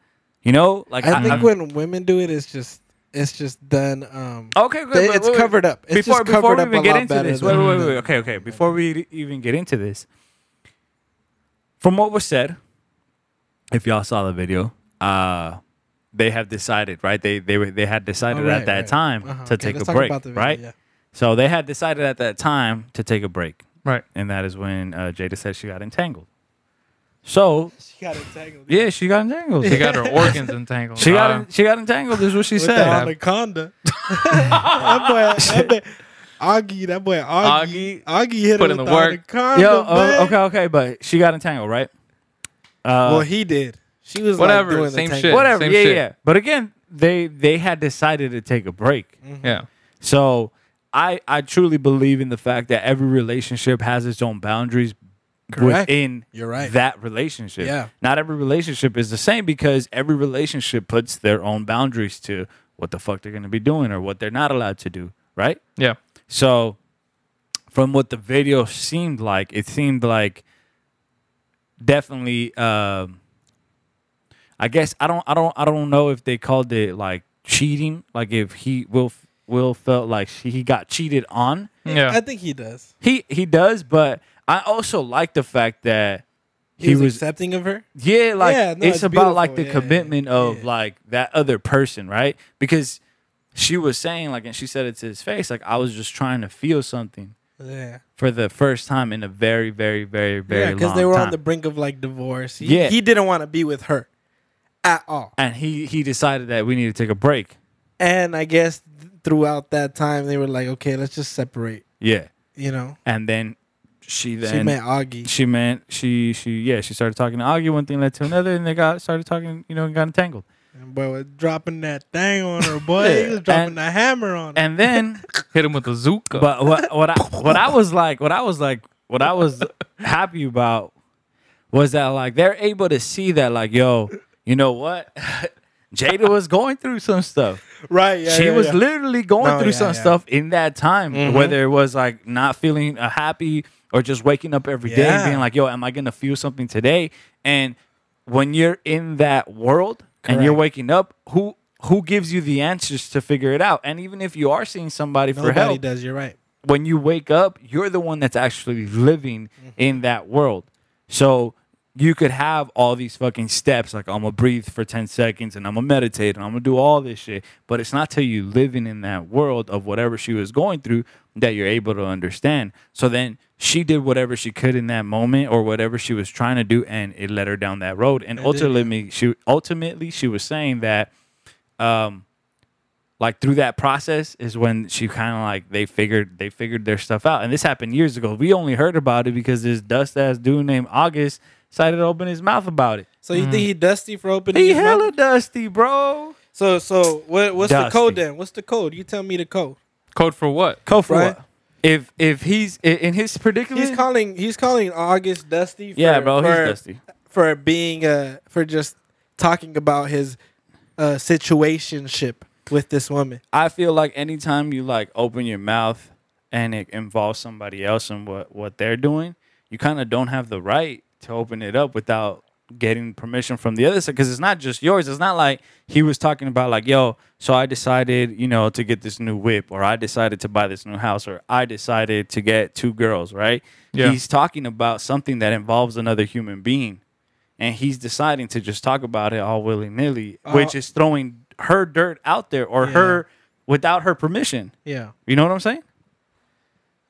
[SPEAKER 1] you know, like
[SPEAKER 2] I think
[SPEAKER 1] I'm-
[SPEAKER 2] when women do it, it's just it's just done. Um,
[SPEAKER 1] Okay, good.
[SPEAKER 2] They-
[SPEAKER 1] but
[SPEAKER 2] it's
[SPEAKER 1] Oh, wait, wait.
[SPEAKER 2] covered up. It's
[SPEAKER 1] before
[SPEAKER 2] just
[SPEAKER 1] before
[SPEAKER 2] covered
[SPEAKER 1] we
[SPEAKER 2] up
[SPEAKER 1] even
[SPEAKER 2] a
[SPEAKER 1] get
[SPEAKER 2] lot
[SPEAKER 1] into
[SPEAKER 2] better
[SPEAKER 1] this, wait,
[SPEAKER 2] than-
[SPEAKER 1] wait, wait, wait. Okay, okay. Before we e-, even get into this, from what was said, if y'all saw the video, uh, they have decided, right? They they were they had decided
[SPEAKER 2] Oh, right,
[SPEAKER 1] at that
[SPEAKER 2] right.
[SPEAKER 1] time
[SPEAKER 2] Uh-huh.
[SPEAKER 1] to
[SPEAKER 2] Okay,
[SPEAKER 1] take
[SPEAKER 2] let's
[SPEAKER 1] a
[SPEAKER 2] talk
[SPEAKER 1] break,
[SPEAKER 2] about the video,
[SPEAKER 1] right?
[SPEAKER 2] yeah.
[SPEAKER 1] So they had decided at that time to take a break,
[SPEAKER 3] Right.
[SPEAKER 1] and that is when uh, Jada said she got entangled. So
[SPEAKER 2] She got entangled.
[SPEAKER 1] yeah, she got entangled.
[SPEAKER 3] She got her organs entangled.
[SPEAKER 1] She got
[SPEAKER 3] Uh,
[SPEAKER 1] en- she got entangled. Is what she
[SPEAKER 2] with the
[SPEAKER 1] said.
[SPEAKER 2] anaconda. that boy, that boy, Augie, that boy, Augie, Augie,
[SPEAKER 3] Augie
[SPEAKER 2] hit
[SPEAKER 3] put
[SPEAKER 2] her
[SPEAKER 3] in
[SPEAKER 2] with the
[SPEAKER 3] the work.
[SPEAKER 2] anaconda.
[SPEAKER 1] Yo,
[SPEAKER 2] man.
[SPEAKER 1] oh, okay, okay, but she got entangled, right? Uh,
[SPEAKER 2] Well, he did. She was
[SPEAKER 3] Whatever,
[SPEAKER 2] Like doing
[SPEAKER 3] same
[SPEAKER 2] the tango.
[SPEAKER 3] shit.
[SPEAKER 1] whatever.
[SPEAKER 3] Same
[SPEAKER 1] yeah,
[SPEAKER 3] shit.
[SPEAKER 1] yeah. But again, they they had decided to take a break.
[SPEAKER 2] Mm-hmm.
[SPEAKER 3] yeah.
[SPEAKER 1] So I I truly believe in the fact that every relationship has its own boundaries
[SPEAKER 2] Correct.
[SPEAKER 1] within
[SPEAKER 2] You're right.
[SPEAKER 1] that relationship.
[SPEAKER 2] Yeah.
[SPEAKER 1] Not every relationship is the same because every relationship puts their own boundaries to what the fuck they're gonna be doing or what they're not allowed to do, right?
[SPEAKER 3] Yeah.
[SPEAKER 1] So, from what the video seemed like, it seemed like definitely. Um, I guess I don't, I don't, I don't know if they called it like cheating. Like if he will, will felt like she, he got cheated on.
[SPEAKER 3] Yeah.
[SPEAKER 2] I think he does.
[SPEAKER 1] He he does, but I also like the fact that
[SPEAKER 2] He,
[SPEAKER 1] he,
[SPEAKER 2] was,
[SPEAKER 1] was,
[SPEAKER 2] accepting of her.
[SPEAKER 1] yeah, like
[SPEAKER 2] Yeah, no,
[SPEAKER 1] it's,
[SPEAKER 2] it's
[SPEAKER 1] about like the
[SPEAKER 2] beautiful. Yeah,
[SPEAKER 1] commitment of
[SPEAKER 2] yeah.
[SPEAKER 1] like that other person, right? Because she was saying like, and she said it to his face, like I was just trying to feel something
[SPEAKER 2] Yeah,
[SPEAKER 1] for the first time in a very, very, very, very
[SPEAKER 2] yeah,
[SPEAKER 1] long time.
[SPEAKER 2] they were on the brink of like divorce. He,
[SPEAKER 1] Yeah.
[SPEAKER 2] he didn't want to be with her at all.
[SPEAKER 1] and he he decided that we need to take a break.
[SPEAKER 2] And I guess th- throughout that time, they were like, okay, let's just separate.
[SPEAKER 1] Yeah,
[SPEAKER 2] You know,
[SPEAKER 1] and then she then
[SPEAKER 2] she met Augie.
[SPEAKER 1] she meant she she yeah she started talking to Augie. One thing led to another, and they got started talking. You know, and got entangled.
[SPEAKER 2] And boy was dropping that thing on her. Boy, he was
[SPEAKER 1] And-
[SPEAKER 2] dropping the hammer on her.
[SPEAKER 1] And then,
[SPEAKER 3] Hit him with a zuka.
[SPEAKER 1] but what what I what I was like, what I was like, what I was happy about was that like they're able to see that like yo, you know what, Jada was going through some stuff.
[SPEAKER 2] Right. Yeah,
[SPEAKER 1] she
[SPEAKER 2] yeah,
[SPEAKER 1] was
[SPEAKER 2] yeah.
[SPEAKER 1] literally going
[SPEAKER 2] No,
[SPEAKER 1] through
[SPEAKER 2] yeah,
[SPEAKER 1] some
[SPEAKER 2] yeah. Mm-hmm.
[SPEAKER 1] stuff in that time, whether it was like not feeling uh, happy or just waking up every day and
[SPEAKER 2] Yeah.
[SPEAKER 1] being like, yo, am I going to feel something today? And when you're in that world and you're
[SPEAKER 2] Correct.
[SPEAKER 1] waking up, who who gives you the answers to figure it out? And even if you are seeing somebody for
[SPEAKER 2] Nobody
[SPEAKER 1] help,
[SPEAKER 2] does. You're right.
[SPEAKER 1] when you wake up, you're the one that's actually living in that world. So you could have all these fucking steps like I'm gonna breathe for 10 seconds and I'm gonna meditate and I'm gonna do all this shit. But it's not till you living in that world of whatever she was going through that you're able to understand. So then she did whatever she could in that moment or whatever she was trying to do and it led her down that road. And
[SPEAKER 2] It did, yeah.
[SPEAKER 1] ultimately she ultimately she was saying that um like through that process is when she kind of like they figured they figured their stuff out and this happened years ago we only heard about it because this dust ass dude named august decided to open his mouth about it
[SPEAKER 2] So you think he dusty for opening?
[SPEAKER 1] Mm. he
[SPEAKER 2] his mouth?
[SPEAKER 1] hella dusty bro
[SPEAKER 2] So so what? What's the
[SPEAKER 1] Dusty.
[SPEAKER 2] code then? What's the code? You tell me the code.
[SPEAKER 3] Code for what?
[SPEAKER 1] go for
[SPEAKER 2] Right.
[SPEAKER 1] it if if he's i- in his predicament
[SPEAKER 2] He's calling. He's calling August Dusty. For,
[SPEAKER 1] yeah bro he's
[SPEAKER 2] for-
[SPEAKER 1] dusty
[SPEAKER 2] for being uh for just talking about his uh situationship with this woman.
[SPEAKER 1] I feel like anytime you like open your mouth and it involves somebody else and what what they're doing, you kind of don't have the right to open it up without getting permission from the other side because it's not just yours. It's not like he was talking about like, yo, so I decided, you know, to get this new whip or I decided to buy this new house or I decided to get two girls, right?
[SPEAKER 3] Yeah.
[SPEAKER 1] He's talking about something that involves another human being and he's deciding to just talk about it all willy nilly, which is throwing her dirt out there or
[SPEAKER 2] Yeah.
[SPEAKER 1] her without her permission.
[SPEAKER 2] Yeah.
[SPEAKER 1] You know what I'm saying?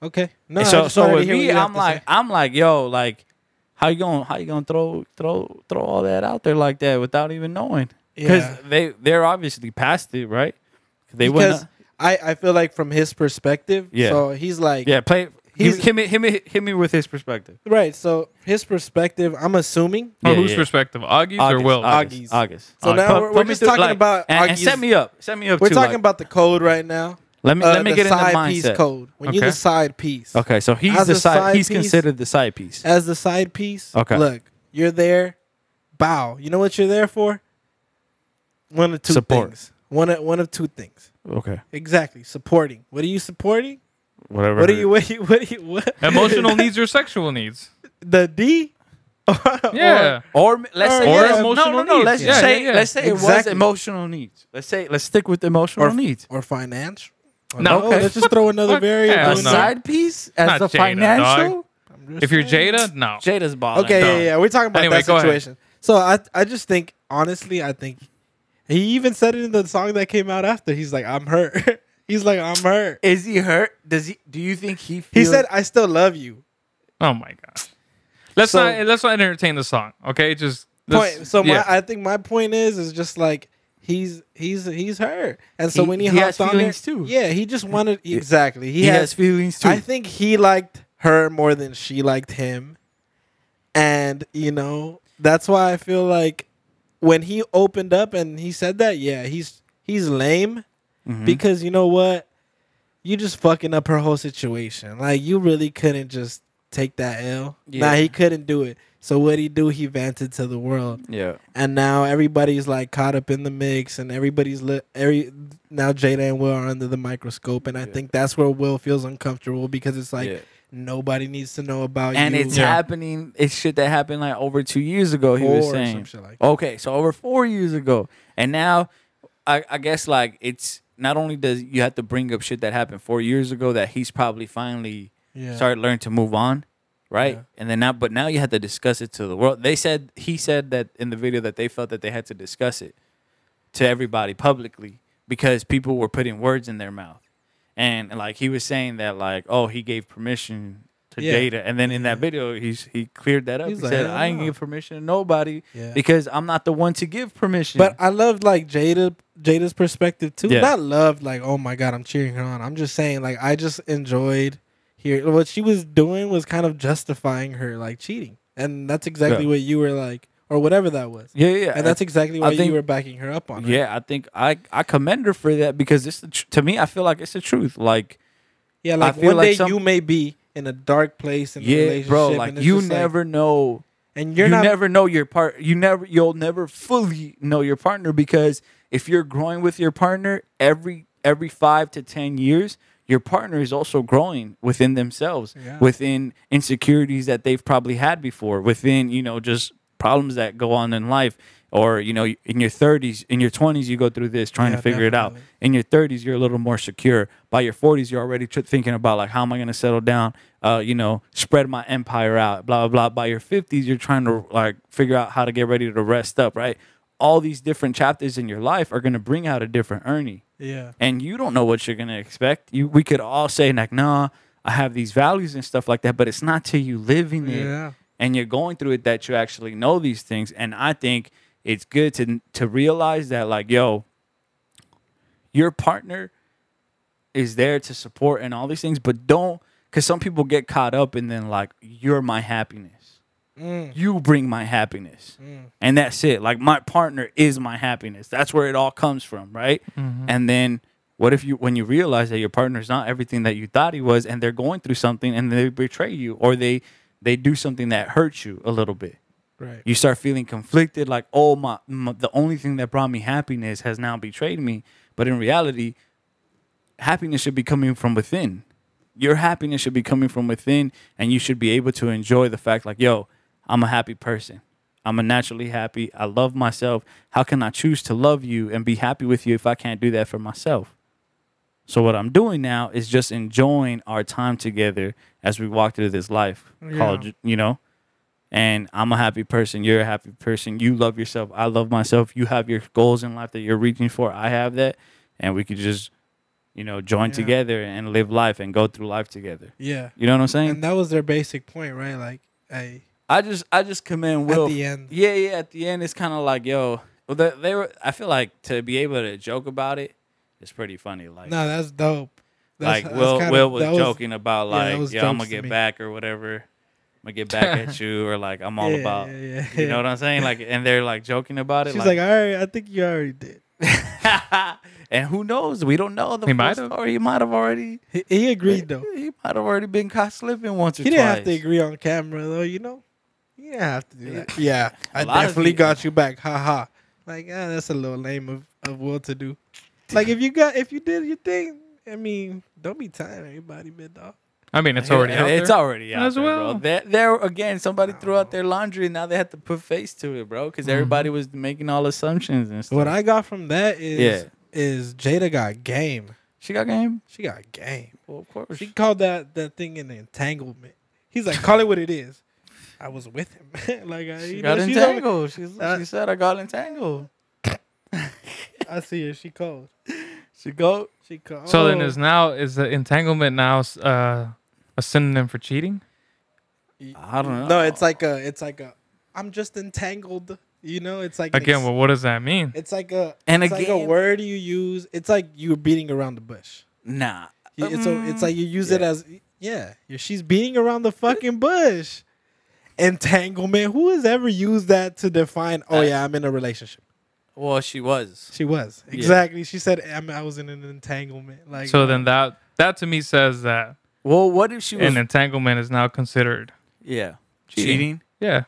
[SPEAKER 2] Okay. No. I
[SPEAKER 1] so
[SPEAKER 2] just
[SPEAKER 1] so
[SPEAKER 2] wanted to
[SPEAKER 1] with
[SPEAKER 2] hear what
[SPEAKER 1] me,
[SPEAKER 2] you have
[SPEAKER 1] I'm
[SPEAKER 2] to
[SPEAKER 1] like
[SPEAKER 2] say.
[SPEAKER 1] I'm like yo like how you going to how you going to throw throw throw all that out there like that without even knowing because
[SPEAKER 2] Yeah.
[SPEAKER 1] they they're obviously past it right they
[SPEAKER 2] because
[SPEAKER 1] went
[SPEAKER 2] I I feel like from his perspective.
[SPEAKER 1] Yeah.
[SPEAKER 2] So he's like.
[SPEAKER 1] yeah play
[SPEAKER 2] He's-
[SPEAKER 1] he's, hit me hit me hit me with his perspective
[SPEAKER 2] Right. So his perspective. I'm assuming.
[SPEAKER 1] Yeah,
[SPEAKER 3] Or Oh, whose
[SPEAKER 1] yeah.
[SPEAKER 3] perspective? Augie's or
[SPEAKER 1] August,
[SPEAKER 3] Will?
[SPEAKER 1] August,
[SPEAKER 2] August.
[SPEAKER 1] August.
[SPEAKER 2] So
[SPEAKER 1] August.
[SPEAKER 2] now
[SPEAKER 1] Put-
[SPEAKER 2] we're-
[SPEAKER 1] put
[SPEAKER 2] we're
[SPEAKER 1] me
[SPEAKER 2] just
[SPEAKER 1] through,
[SPEAKER 2] talking
[SPEAKER 1] like-
[SPEAKER 2] about
[SPEAKER 1] and, and set
[SPEAKER 2] August-
[SPEAKER 1] me up set me up
[SPEAKER 2] We're
[SPEAKER 1] too,
[SPEAKER 2] talking
[SPEAKER 1] like,
[SPEAKER 2] about the code right now.
[SPEAKER 1] let me
[SPEAKER 2] Uh,
[SPEAKER 1] let me
[SPEAKER 2] the
[SPEAKER 1] get in the
[SPEAKER 2] side piece
[SPEAKER 1] mindset
[SPEAKER 2] code. When you're the
[SPEAKER 3] Okay.
[SPEAKER 2] side piece.
[SPEAKER 1] Okay, so he's
[SPEAKER 2] As
[SPEAKER 1] the
[SPEAKER 2] a
[SPEAKER 1] side,
[SPEAKER 2] side
[SPEAKER 1] he's
[SPEAKER 2] piece-
[SPEAKER 1] considered the side piece.
[SPEAKER 2] As the side piece.
[SPEAKER 1] Okay.
[SPEAKER 2] Look, you're there. Bow. You know what you're there for? One of two
[SPEAKER 1] Support.
[SPEAKER 2] things. One of, one of two things.
[SPEAKER 1] Okay.
[SPEAKER 2] Exactly. Supporting. What are you supporting?
[SPEAKER 1] Whatever.
[SPEAKER 2] What are you? What? Are you, what? Are you, what?
[SPEAKER 3] Emotional needs or sexual needs?
[SPEAKER 2] The D.
[SPEAKER 3] Yeah.
[SPEAKER 1] Or m- let's say
[SPEAKER 2] Or
[SPEAKER 1] yes.
[SPEAKER 3] emotional
[SPEAKER 1] no, no, no.
[SPEAKER 3] needs.
[SPEAKER 1] Let's
[SPEAKER 3] Yeah,
[SPEAKER 1] just say
[SPEAKER 3] yeah, yeah.
[SPEAKER 1] let's say it was
[SPEAKER 2] Exactly.
[SPEAKER 1] emotional needs. Let's say let's stick with emotional needs.
[SPEAKER 2] Or, or finance.
[SPEAKER 3] No,
[SPEAKER 2] Oh,
[SPEAKER 1] okay.
[SPEAKER 2] let's just throw another
[SPEAKER 3] fuck?
[SPEAKER 2] variable.
[SPEAKER 3] Hell
[SPEAKER 1] A
[SPEAKER 3] no.
[SPEAKER 2] in there.
[SPEAKER 1] side piece as
[SPEAKER 3] Not
[SPEAKER 1] the
[SPEAKER 3] Jada,
[SPEAKER 1] financial.
[SPEAKER 3] dog. If you're Jada, no.
[SPEAKER 1] Jada's balling.
[SPEAKER 2] Okay,
[SPEAKER 3] Done.
[SPEAKER 2] yeah, yeah. We're talking about
[SPEAKER 3] Anyway, go
[SPEAKER 2] that
[SPEAKER 3] ahead.
[SPEAKER 2] situation. So I, I just think honestly, I think he even said it in the song that came out after. He's like, I'm hurt. He's like, I'm hurt.
[SPEAKER 1] Is he hurt? Does he? Do you think he?
[SPEAKER 2] He
[SPEAKER 1] feels-
[SPEAKER 2] said, I still love you.
[SPEAKER 3] Oh my god. Let's
[SPEAKER 2] So-
[SPEAKER 3] not let's not entertain the song. Okay, just let's-
[SPEAKER 2] Point. So my,
[SPEAKER 3] yeah.
[SPEAKER 2] I think my point is, is just like he's he's he's hurt, and so
[SPEAKER 1] He-
[SPEAKER 2] when he,
[SPEAKER 1] he
[SPEAKER 2] hopped
[SPEAKER 1] has
[SPEAKER 2] on
[SPEAKER 1] feelings
[SPEAKER 2] there-
[SPEAKER 1] too.
[SPEAKER 2] Yeah, he just wanted exactly. He,
[SPEAKER 1] he has
[SPEAKER 2] has,
[SPEAKER 1] feelings too.
[SPEAKER 2] I think he liked her more than she liked him. And, you know, that's why I feel like when he opened up and he said that, yeah, he's he's lame because you know what? You just fucking up her whole situation. Like you really couldn't just take that L. Nah,
[SPEAKER 1] Yeah.
[SPEAKER 2] he couldn't do it. So what he do? He vented to the world
[SPEAKER 1] yeah.
[SPEAKER 2] and now everybody's like caught up in the mix and everybody's li- every now Jada and Will are under the microscope and I think that's where Will feels uncomfortable because it's like
[SPEAKER 1] Yeah.
[SPEAKER 2] nobody needs to know about
[SPEAKER 1] And
[SPEAKER 2] you
[SPEAKER 1] it's
[SPEAKER 3] Yeah.
[SPEAKER 1] happening. It's shit that happened like over two years ago. He was
[SPEAKER 2] Four or
[SPEAKER 1] saying
[SPEAKER 2] some shit like that.
[SPEAKER 1] Okay, so over four years ago, and now, I, I guess like it's not only does you have to bring up shit that happened four years ago that he's probably finally
[SPEAKER 2] Yeah.
[SPEAKER 1] started learning to move on, right?
[SPEAKER 2] Yeah.
[SPEAKER 1] And then now, but now you have to discuss it to the world. They said he said that in the video that they felt that they had to discuss it to everybody publicly because people were putting words in their mouth, and like he was saying that like oh he gave permission. To
[SPEAKER 2] Yeah.
[SPEAKER 1] Jada, and then in that video, he's he cleared that up.
[SPEAKER 2] He's
[SPEAKER 1] he
[SPEAKER 2] like,
[SPEAKER 1] said,
[SPEAKER 2] "Hell
[SPEAKER 1] "I ain't
[SPEAKER 2] no."
[SPEAKER 1] give permission to nobody
[SPEAKER 2] Yeah.
[SPEAKER 1] because I'm not the one to give permission.
[SPEAKER 2] but I love like Jada Jada's perspective too
[SPEAKER 1] Yeah.
[SPEAKER 2] not love like oh my god I'm cheering her on I'm just saying like I just enjoyed here what she was doing was kind of justifying her like cheating and that's exactly
[SPEAKER 1] Yeah.
[SPEAKER 2] what you were like or whatever that was
[SPEAKER 1] yeah, yeah,
[SPEAKER 2] and that's exactly
[SPEAKER 1] I
[SPEAKER 2] why you
[SPEAKER 1] think-
[SPEAKER 2] were backing her up on it.
[SPEAKER 1] yeah. I think I I commend her for that because it's the tr- to me I feel like it's the truth. Like
[SPEAKER 2] Yeah, like
[SPEAKER 1] feel
[SPEAKER 2] one
[SPEAKER 1] like
[SPEAKER 2] day
[SPEAKER 1] some-
[SPEAKER 2] you may be in a dark place in a
[SPEAKER 1] yeah,
[SPEAKER 2] relationship.
[SPEAKER 1] bro, like
[SPEAKER 2] and it's
[SPEAKER 1] you
[SPEAKER 2] just
[SPEAKER 1] never know
[SPEAKER 2] and you're
[SPEAKER 1] you
[SPEAKER 2] not
[SPEAKER 1] never know your part. You never, you'll never fully know your partner because if you're growing with your partner every every five to ten years, your partner is also growing within themselves,
[SPEAKER 2] Yeah.
[SPEAKER 1] within insecurities that they've probably had before, within you know just problems that go on in life. Or you know, in your 30s, in your 20s, you go through this trying
[SPEAKER 2] Yeah,
[SPEAKER 1] to figure it out.
[SPEAKER 2] definitely.
[SPEAKER 1] In your 30s, you're a little more secure. By your 40s, you're already tr- thinking about like, how am I going to settle down? Uh, you know, spread my empire out, blah blah blah. By your 50s, you're trying to like figure out how to get ready to rest up, right? All these different chapters in your life are going to bring out a different Ernie,
[SPEAKER 2] yeah
[SPEAKER 1] and you don't know what you're going to expect. You, we could all say like, nah, I have these values and stuff like that, but it's not till you living it
[SPEAKER 2] yeah
[SPEAKER 1] and you're going through it that you actually know these things and i think it's good to to realize that like yo your partner is there to support and all these things but don't because some people get caught up and then like you're my happiness
[SPEAKER 2] Mm,
[SPEAKER 1] you bring my happiness
[SPEAKER 2] mm.
[SPEAKER 1] and that's it like my partner is my happiness that's where it all comes from right and then what if you when you realize that your partner's not everything that you thought he was and they're going through something and they betray you or they they do something that hurts you a little bit
[SPEAKER 2] right
[SPEAKER 1] you start feeling conflicted like oh my, my the only thing that brought me happiness has now betrayed me but in reality happiness should be coming from within your happiness should be coming from within and you should be able to enjoy the fact like yo i'm a happy person i'm a naturally happy i love myself how can i choose to love you and be happy with you if i can't do that for myself so what i'm doing now is just enjoying our time together as we walk through this life called you know and I'm a happy person. You're a happy person. You love yourself. I love myself. You have your goals in life that you're reaching for. I have that, and we could just, you know, join
[SPEAKER 2] Yeah.
[SPEAKER 1] together and live life and go through life together.
[SPEAKER 2] yeah
[SPEAKER 1] You know what I'm saying?
[SPEAKER 2] and that was their basic point right like I
[SPEAKER 1] I just, I just commend Will.
[SPEAKER 2] at the end
[SPEAKER 1] yeah, yeah. At the end, it's kind of like, yo, well, they, they were. I feel like to be able to joke about it, it's pretty funny. Like,
[SPEAKER 2] no that's dope that's,
[SPEAKER 1] like
[SPEAKER 2] that's
[SPEAKER 1] Will,
[SPEAKER 2] kinda-
[SPEAKER 1] Will was
[SPEAKER 2] that
[SPEAKER 1] joking about
[SPEAKER 2] yeah, that
[SPEAKER 1] like,
[SPEAKER 2] was
[SPEAKER 1] yeah, I'm
[SPEAKER 2] jokes
[SPEAKER 1] gonna
[SPEAKER 2] to
[SPEAKER 1] get
[SPEAKER 2] me.
[SPEAKER 1] back or whatever. I'm gonna get back at you or like I'm all
[SPEAKER 2] yeah,
[SPEAKER 1] about.
[SPEAKER 2] yeah, yeah,
[SPEAKER 1] You know what I'm saying? Like, and they're like joking about it.
[SPEAKER 2] she's like all right I think you already did
[SPEAKER 1] and who knows? We don't know the
[SPEAKER 3] He
[SPEAKER 1] full
[SPEAKER 3] might have.
[SPEAKER 1] story. He might have already.
[SPEAKER 2] he, he agreed though
[SPEAKER 1] He might have already been caught slipping once or
[SPEAKER 2] He
[SPEAKER 1] twice.
[SPEAKER 2] didn't have to agree on camera though, you know. You didn't have to do that. Yeah, I
[SPEAKER 1] A lot of
[SPEAKER 2] definitely
[SPEAKER 1] people-
[SPEAKER 2] got you back. Ha ha. Like ah, that's a little lame of, of Will to do. Like if you got if you did your thing, I mean, don't be tying everybody, mid dog.
[SPEAKER 3] I mean, it's already out
[SPEAKER 1] It's
[SPEAKER 3] there.
[SPEAKER 1] already out
[SPEAKER 3] As
[SPEAKER 1] there,
[SPEAKER 3] well.
[SPEAKER 1] bro. There, there again. Somebody threw out their laundry, and now they have to put face to it, bro, because everybody was making all assumptions and stuff.
[SPEAKER 2] What I got from that is
[SPEAKER 1] Yeah.
[SPEAKER 2] is Jada got game.
[SPEAKER 1] she got game.
[SPEAKER 2] She got game.
[SPEAKER 1] Well, of course.
[SPEAKER 2] She called that that thing an entanglement. He's like, call it what it is. I was with him. like I,
[SPEAKER 1] She
[SPEAKER 2] you
[SPEAKER 1] got
[SPEAKER 2] know, she's always-
[SPEAKER 1] entangled. She's,
[SPEAKER 2] Uh,
[SPEAKER 1] she said, "I got entangled."
[SPEAKER 2] I see her. She called.
[SPEAKER 1] She go.
[SPEAKER 2] She Oh. called.
[SPEAKER 3] So then is now is the entanglement now uh, a synonym for cheating?
[SPEAKER 1] I don't know.
[SPEAKER 2] No, it's like a, it's like a, I'm just entangled. You know, it's like an
[SPEAKER 3] Again,
[SPEAKER 2] ex-
[SPEAKER 3] well, what does that mean?
[SPEAKER 2] it's like a,
[SPEAKER 1] And
[SPEAKER 2] it's like a
[SPEAKER 1] again-
[SPEAKER 2] word you use. It's like you're beating around the bush.
[SPEAKER 1] nah.
[SPEAKER 2] You- It's a, it's like you use it
[SPEAKER 1] yeah.
[SPEAKER 2] as, yeah, you- she's beating around the fucking bush. Entanglement. Who has ever used that to define? Oh
[SPEAKER 1] Uh,
[SPEAKER 2] yeah, I'm in a relationship.
[SPEAKER 1] Well, she was.
[SPEAKER 2] She was exactly. She said I'm, I was in an entanglement. Like
[SPEAKER 3] So then that that to me says that
[SPEAKER 1] Well, what if she was?
[SPEAKER 3] an entanglement is now considered.
[SPEAKER 1] yeah,
[SPEAKER 3] Cheating.
[SPEAKER 1] cheating.
[SPEAKER 3] Yeah,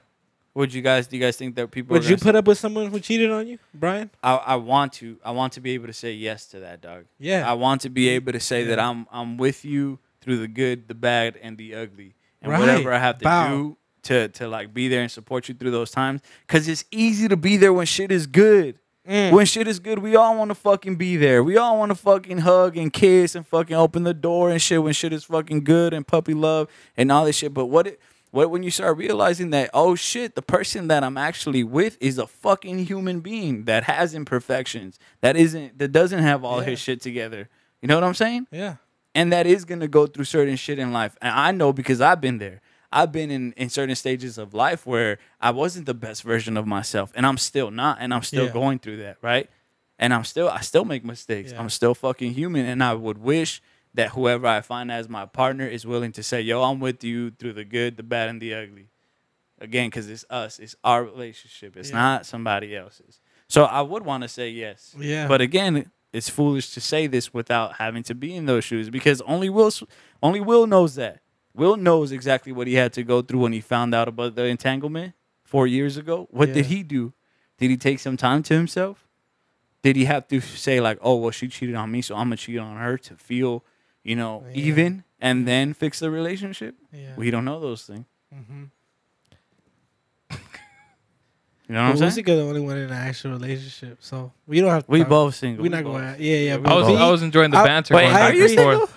[SPEAKER 1] Would you guys? Do you guys think that people? are
[SPEAKER 2] Would you
[SPEAKER 1] gonna-
[SPEAKER 2] put up with someone who cheated on you, Brian?
[SPEAKER 1] I, I want to. I want to be able to say yes to that, dog.
[SPEAKER 2] Yeah.
[SPEAKER 1] I want to be able to say that I'm I'm with you through the good, the bad, and the ugly, and
[SPEAKER 2] Right.
[SPEAKER 1] whatever I have to
[SPEAKER 2] Bow.
[SPEAKER 1] do to to like be there and support you through those times. Cause it's easy to be there when shit is good. When shit is good, we all want to fucking be there. We all want to fucking hug and kiss and fucking open the door and shit when shit is fucking good and puppy love and all this shit. But what it, what when you start realizing that oh shit, the person that I'm actually with is a fucking human being that has imperfections, that isn't that doesn't have all
[SPEAKER 2] Yeah.
[SPEAKER 1] his shit together. You know what I'm saying?
[SPEAKER 2] Yeah.
[SPEAKER 1] and that is gonna go through certain shit in life. And I know because I've been there. I've been in, in certain stages of life where I wasn't the best version of myself, and I'm still not, and I'm still
[SPEAKER 2] Yeah.
[SPEAKER 1] going through that, right? And I'm still I still make mistakes.
[SPEAKER 2] Yeah.
[SPEAKER 1] I'm still fucking human, and I would wish that whoever I find as my partner is willing to say, "Yo, I'm with you through the good, the bad, and the ugly." Again, because it's us, it's our relationship. It's
[SPEAKER 2] Yeah.
[SPEAKER 1] not somebody else's. So I would want to say yes.
[SPEAKER 2] Yeah.
[SPEAKER 1] But again, it's foolish to say this without having to be in those shoes because only Will, only Will knows that. Will knows exactly what he had to go through when he found out about the entanglement. four years ago, what did
[SPEAKER 2] Yeah.
[SPEAKER 1] he do? Did he take some time to himself? Did he have to say like, "Oh, well, she cheated on me, so I'm gonna cheat on her to feel, you know,
[SPEAKER 2] Yeah.
[SPEAKER 1] even, and then fix the relationship"?
[SPEAKER 2] Yeah.
[SPEAKER 1] We don't know those things.
[SPEAKER 2] mm-hmm.
[SPEAKER 1] You know what I'm
[SPEAKER 2] Lucy
[SPEAKER 1] saying?
[SPEAKER 2] got the only one in an actual relationship, so we don't have. To
[SPEAKER 1] We
[SPEAKER 2] talk-
[SPEAKER 1] both single.
[SPEAKER 2] We're not
[SPEAKER 1] both.
[SPEAKER 2] going. Yeah, yeah. we
[SPEAKER 3] I was
[SPEAKER 2] both-
[SPEAKER 3] I was enjoying the
[SPEAKER 2] I-
[SPEAKER 3] banter.
[SPEAKER 1] Wait,
[SPEAKER 3] going
[SPEAKER 1] how
[SPEAKER 3] back
[SPEAKER 1] are you
[SPEAKER 3] and forth.
[SPEAKER 1] single?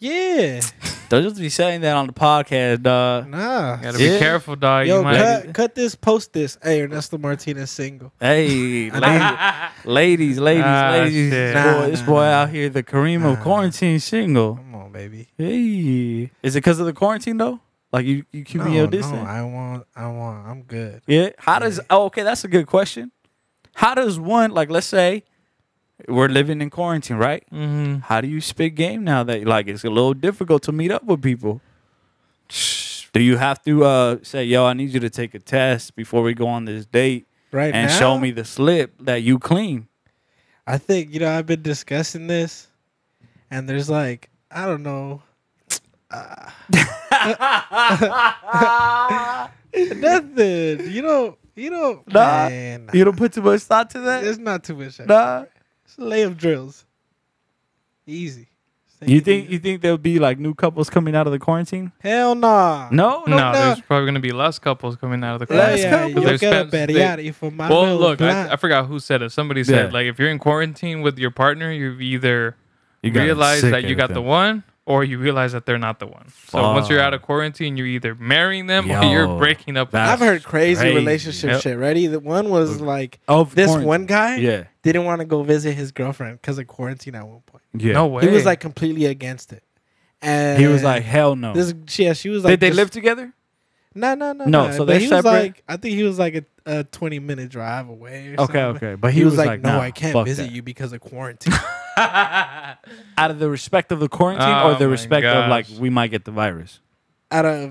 [SPEAKER 2] Yeah.
[SPEAKER 1] Don't just be saying that on the podcast, dog.
[SPEAKER 2] Nah.
[SPEAKER 3] Gotta be
[SPEAKER 1] Yeah.
[SPEAKER 3] careful, dog.
[SPEAKER 2] Yo,
[SPEAKER 3] you might.
[SPEAKER 2] cut, cut this. Post this. Hey, Ernesto Martinez single.
[SPEAKER 1] Hey, la- ladies, ladies,
[SPEAKER 3] Ah,
[SPEAKER 1] ladies. This
[SPEAKER 3] shit.
[SPEAKER 1] boy,
[SPEAKER 2] Nah,
[SPEAKER 1] this
[SPEAKER 2] nah,
[SPEAKER 1] boy
[SPEAKER 2] nah.
[SPEAKER 1] out here, the Kareem of
[SPEAKER 2] Nah.
[SPEAKER 1] quarantine single.
[SPEAKER 2] Come on, baby.
[SPEAKER 1] Hey, is it because of the quarantine though? Like you, you keeping your distance?
[SPEAKER 2] no, I want. I want. I'm good.
[SPEAKER 1] yeah. How does? Oh, okay, that's a good question. How does one like? Let's say we're living in quarantine, right?
[SPEAKER 3] hmm
[SPEAKER 1] How do you spit game now that like it's a little difficult to meet up with people? Do you have to uh, say, "Yo, I need you to take a test before we go on this date
[SPEAKER 2] Right
[SPEAKER 1] and
[SPEAKER 2] now,
[SPEAKER 1] show me the slip that you clean"?
[SPEAKER 2] I think you know I've been discussing this, and there's like I don't know. Uh, Nothing. You don't. You don't.
[SPEAKER 1] Nah,
[SPEAKER 2] man, nah.
[SPEAKER 1] You don't put too much thought to that.
[SPEAKER 2] There's not too much. effort.
[SPEAKER 1] Nah.
[SPEAKER 2] It's layup drills. Easy. Just take
[SPEAKER 1] You
[SPEAKER 2] it
[SPEAKER 1] think
[SPEAKER 2] easy.
[SPEAKER 1] you think there'll be like new couples coming out of the quarantine?
[SPEAKER 2] Hell nah.
[SPEAKER 1] No, no,
[SPEAKER 3] No,
[SPEAKER 1] no.
[SPEAKER 3] there's probably gonna be less couples coming out of the
[SPEAKER 2] Hell
[SPEAKER 1] Less
[SPEAKER 3] class.
[SPEAKER 1] Let's
[SPEAKER 2] yeah,
[SPEAKER 1] go.
[SPEAKER 2] you'll
[SPEAKER 3] They've
[SPEAKER 2] get a
[SPEAKER 3] spent- they-
[SPEAKER 2] beriate for my
[SPEAKER 3] Well,
[SPEAKER 2] little
[SPEAKER 3] look,
[SPEAKER 2] plant.
[SPEAKER 3] I, I forgot who said it. Somebody said
[SPEAKER 1] Yeah.
[SPEAKER 3] like if you're in quarantine with your partner, you either
[SPEAKER 1] You got
[SPEAKER 3] realize
[SPEAKER 1] sick
[SPEAKER 3] that you got the
[SPEAKER 1] everything.
[SPEAKER 3] one or you realize that they're not the one. So once you're out of quarantine, you're either marrying them or you're
[SPEAKER 1] Yo,
[SPEAKER 3] breaking up.
[SPEAKER 1] that-
[SPEAKER 2] I've heard crazy,
[SPEAKER 1] Crazy.
[SPEAKER 2] relationship
[SPEAKER 3] Yep.
[SPEAKER 2] shit. Ready? The one was like
[SPEAKER 1] Of
[SPEAKER 2] this
[SPEAKER 1] quarantine.
[SPEAKER 2] one guy
[SPEAKER 1] Yeah,
[SPEAKER 2] didn't want to go visit his girlfriend because of quarantine at one point.
[SPEAKER 1] yeah.
[SPEAKER 3] No way.
[SPEAKER 2] He was like completely against it, and
[SPEAKER 1] he was like, hell no.
[SPEAKER 2] "This." Yeah, she was like,
[SPEAKER 1] Did they
[SPEAKER 2] just-
[SPEAKER 1] live together?
[SPEAKER 2] No, no, no,
[SPEAKER 1] No,
[SPEAKER 2] no.
[SPEAKER 1] so
[SPEAKER 2] but
[SPEAKER 1] they're
[SPEAKER 2] he
[SPEAKER 1] separate?
[SPEAKER 2] Was like, I think he was like a, a twenty minute drive away. Or
[SPEAKER 1] Okay,
[SPEAKER 2] something.
[SPEAKER 1] okay. But
[SPEAKER 2] He, was, like, "No,
[SPEAKER 1] nah,
[SPEAKER 2] I can't
[SPEAKER 1] fuck
[SPEAKER 2] visit
[SPEAKER 1] that."
[SPEAKER 2] you because of quarantine."
[SPEAKER 1] Out of the respect of the quarantine,
[SPEAKER 3] Oh
[SPEAKER 1] or the
[SPEAKER 3] my
[SPEAKER 1] respect of like
[SPEAKER 3] gosh.
[SPEAKER 1] we might get the virus.
[SPEAKER 2] Out of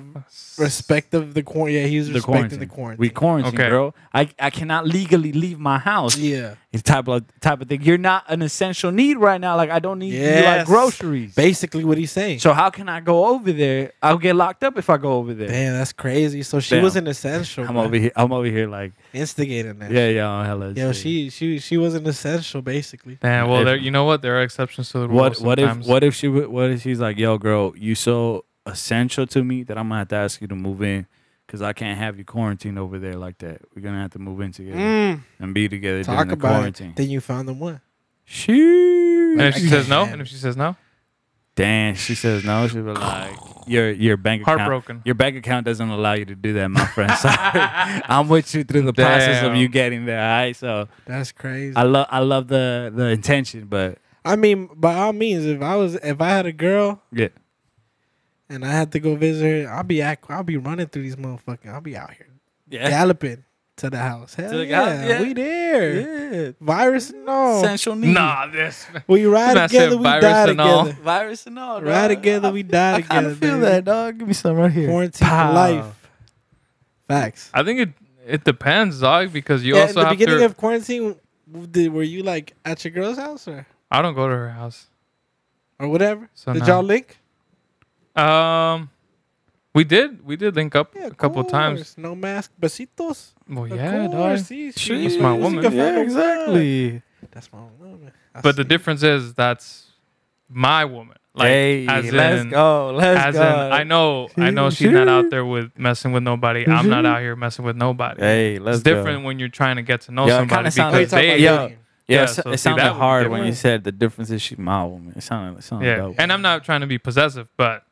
[SPEAKER 2] respect of the quarantine, yeah, he was
[SPEAKER 1] The
[SPEAKER 2] respecting
[SPEAKER 1] quarantine.
[SPEAKER 2] the quarantine.
[SPEAKER 1] We quarantine,
[SPEAKER 3] Okay.
[SPEAKER 1] bro. I, I cannot legally leave my house.
[SPEAKER 2] yeah,
[SPEAKER 1] It's type of type of thing. You're not an essential need right now. Like I don't need you like
[SPEAKER 2] Yes.
[SPEAKER 1] groceries.
[SPEAKER 2] basically what he's saying.
[SPEAKER 1] So how can I go over there? I'll get locked up if I go over there.
[SPEAKER 2] Damn, that's crazy. So she
[SPEAKER 1] Damn.
[SPEAKER 2] was an essential.
[SPEAKER 1] I'm
[SPEAKER 2] man.
[SPEAKER 1] over here. I'm over here like
[SPEAKER 2] instigating that.
[SPEAKER 1] yeah, yeah. I'm Hella
[SPEAKER 2] Yo,
[SPEAKER 1] sick.
[SPEAKER 2] she she she was an essential basically.
[SPEAKER 3] Man, well,
[SPEAKER 1] If-
[SPEAKER 3] there, you know what? There are exceptions to the rule.
[SPEAKER 1] What what if
[SPEAKER 3] sometimes.
[SPEAKER 1] what if she would- what if she's like, yo, girl, you so essential to me that I'm gonna have to ask you to move in because I can't have you quarantined over there like that. We're gonna have to move in together and be together during
[SPEAKER 2] Mm. Talk
[SPEAKER 1] the
[SPEAKER 2] about
[SPEAKER 1] quarantine.
[SPEAKER 2] it. Then you found the one.
[SPEAKER 1] She
[SPEAKER 3] And if
[SPEAKER 2] I
[SPEAKER 3] she says no,
[SPEAKER 2] can't.
[SPEAKER 3] and if she says no,
[SPEAKER 1] damn, she says no. She was like, your your bank account,
[SPEAKER 3] heartbroken.
[SPEAKER 1] your bank account doesn't allow you to do that, my friend. Sorry, I'm with you through the process of
[SPEAKER 3] Damn.
[SPEAKER 1] you getting there. All right, so
[SPEAKER 2] That's crazy.
[SPEAKER 1] I
[SPEAKER 2] I,
[SPEAKER 1] love I love the the intention, but
[SPEAKER 2] mean, by all means, if I was if I had a girl
[SPEAKER 1] yeah,
[SPEAKER 2] and I had to go visit her, I'll be act, I'll be running through these motherfucking. I'll be out here
[SPEAKER 1] yeah,
[SPEAKER 2] galloping to the house. Hell
[SPEAKER 1] the
[SPEAKER 2] yeah, Oh,
[SPEAKER 1] house, yeah.
[SPEAKER 2] we there.
[SPEAKER 1] yeah.
[SPEAKER 2] Virus no,
[SPEAKER 1] essential need.
[SPEAKER 3] Nah, this.
[SPEAKER 2] we ride
[SPEAKER 3] I said
[SPEAKER 2] together, we
[SPEAKER 3] virus
[SPEAKER 2] die
[SPEAKER 3] and all.
[SPEAKER 2] together.
[SPEAKER 1] virus and all.
[SPEAKER 2] Ride together, we die
[SPEAKER 1] I kind
[SPEAKER 2] together.
[SPEAKER 1] of feel
[SPEAKER 2] baby.
[SPEAKER 1] that, dog. Give me some right here.
[SPEAKER 2] quarantine for
[SPEAKER 1] Pow.
[SPEAKER 2] life. Facts.
[SPEAKER 3] I think it it depends, dog, because you
[SPEAKER 2] yeah,
[SPEAKER 3] also
[SPEAKER 2] in the
[SPEAKER 3] have
[SPEAKER 2] beginning
[SPEAKER 3] to.
[SPEAKER 2] of quarantine, w- did, were you like at your girl's house or
[SPEAKER 3] I don't go to her house.
[SPEAKER 2] or whatever?
[SPEAKER 3] So
[SPEAKER 2] did
[SPEAKER 3] no.
[SPEAKER 2] y'all link?
[SPEAKER 3] Um, we did we did link up a couple times.
[SPEAKER 2] No mask, besitos.
[SPEAKER 3] Well,
[SPEAKER 2] Of
[SPEAKER 3] yeah, dog.
[SPEAKER 2] course, see, she-
[SPEAKER 3] She's my
[SPEAKER 2] she
[SPEAKER 3] woman.
[SPEAKER 2] can find
[SPEAKER 1] Yeah,
[SPEAKER 2] a woman.
[SPEAKER 1] exactly.
[SPEAKER 2] That's my woman. I
[SPEAKER 3] But the
[SPEAKER 2] see.
[SPEAKER 3] difference is that's my woman. Like,
[SPEAKER 1] hey,
[SPEAKER 3] as
[SPEAKER 1] let's
[SPEAKER 3] in,
[SPEAKER 1] go. Let's
[SPEAKER 3] as
[SPEAKER 1] go.
[SPEAKER 3] in, I know, I know, she's not out there with messing with nobody. I'm not out here messing with nobody.
[SPEAKER 1] Hey, let's
[SPEAKER 3] it's different when you're trying to get to know
[SPEAKER 1] Yeah, it
[SPEAKER 3] somebody
[SPEAKER 1] kinda sounds
[SPEAKER 2] Oh, you
[SPEAKER 3] because
[SPEAKER 1] like-
[SPEAKER 2] talking
[SPEAKER 3] they,
[SPEAKER 2] about
[SPEAKER 1] yeah.
[SPEAKER 2] dating.
[SPEAKER 1] Yeah,
[SPEAKER 3] Yeah,
[SPEAKER 1] it, so,
[SPEAKER 3] so
[SPEAKER 1] it
[SPEAKER 3] see,
[SPEAKER 1] sounded
[SPEAKER 3] that would
[SPEAKER 1] hard
[SPEAKER 3] get
[SPEAKER 1] when
[SPEAKER 2] me.
[SPEAKER 1] you said the difference is she my woman. It sounded, it sounded
[SPEAKER 3] yeah.
[SPEAKER 1] dope.
[SPEAKER 3] And I'm not trying to be possessive, but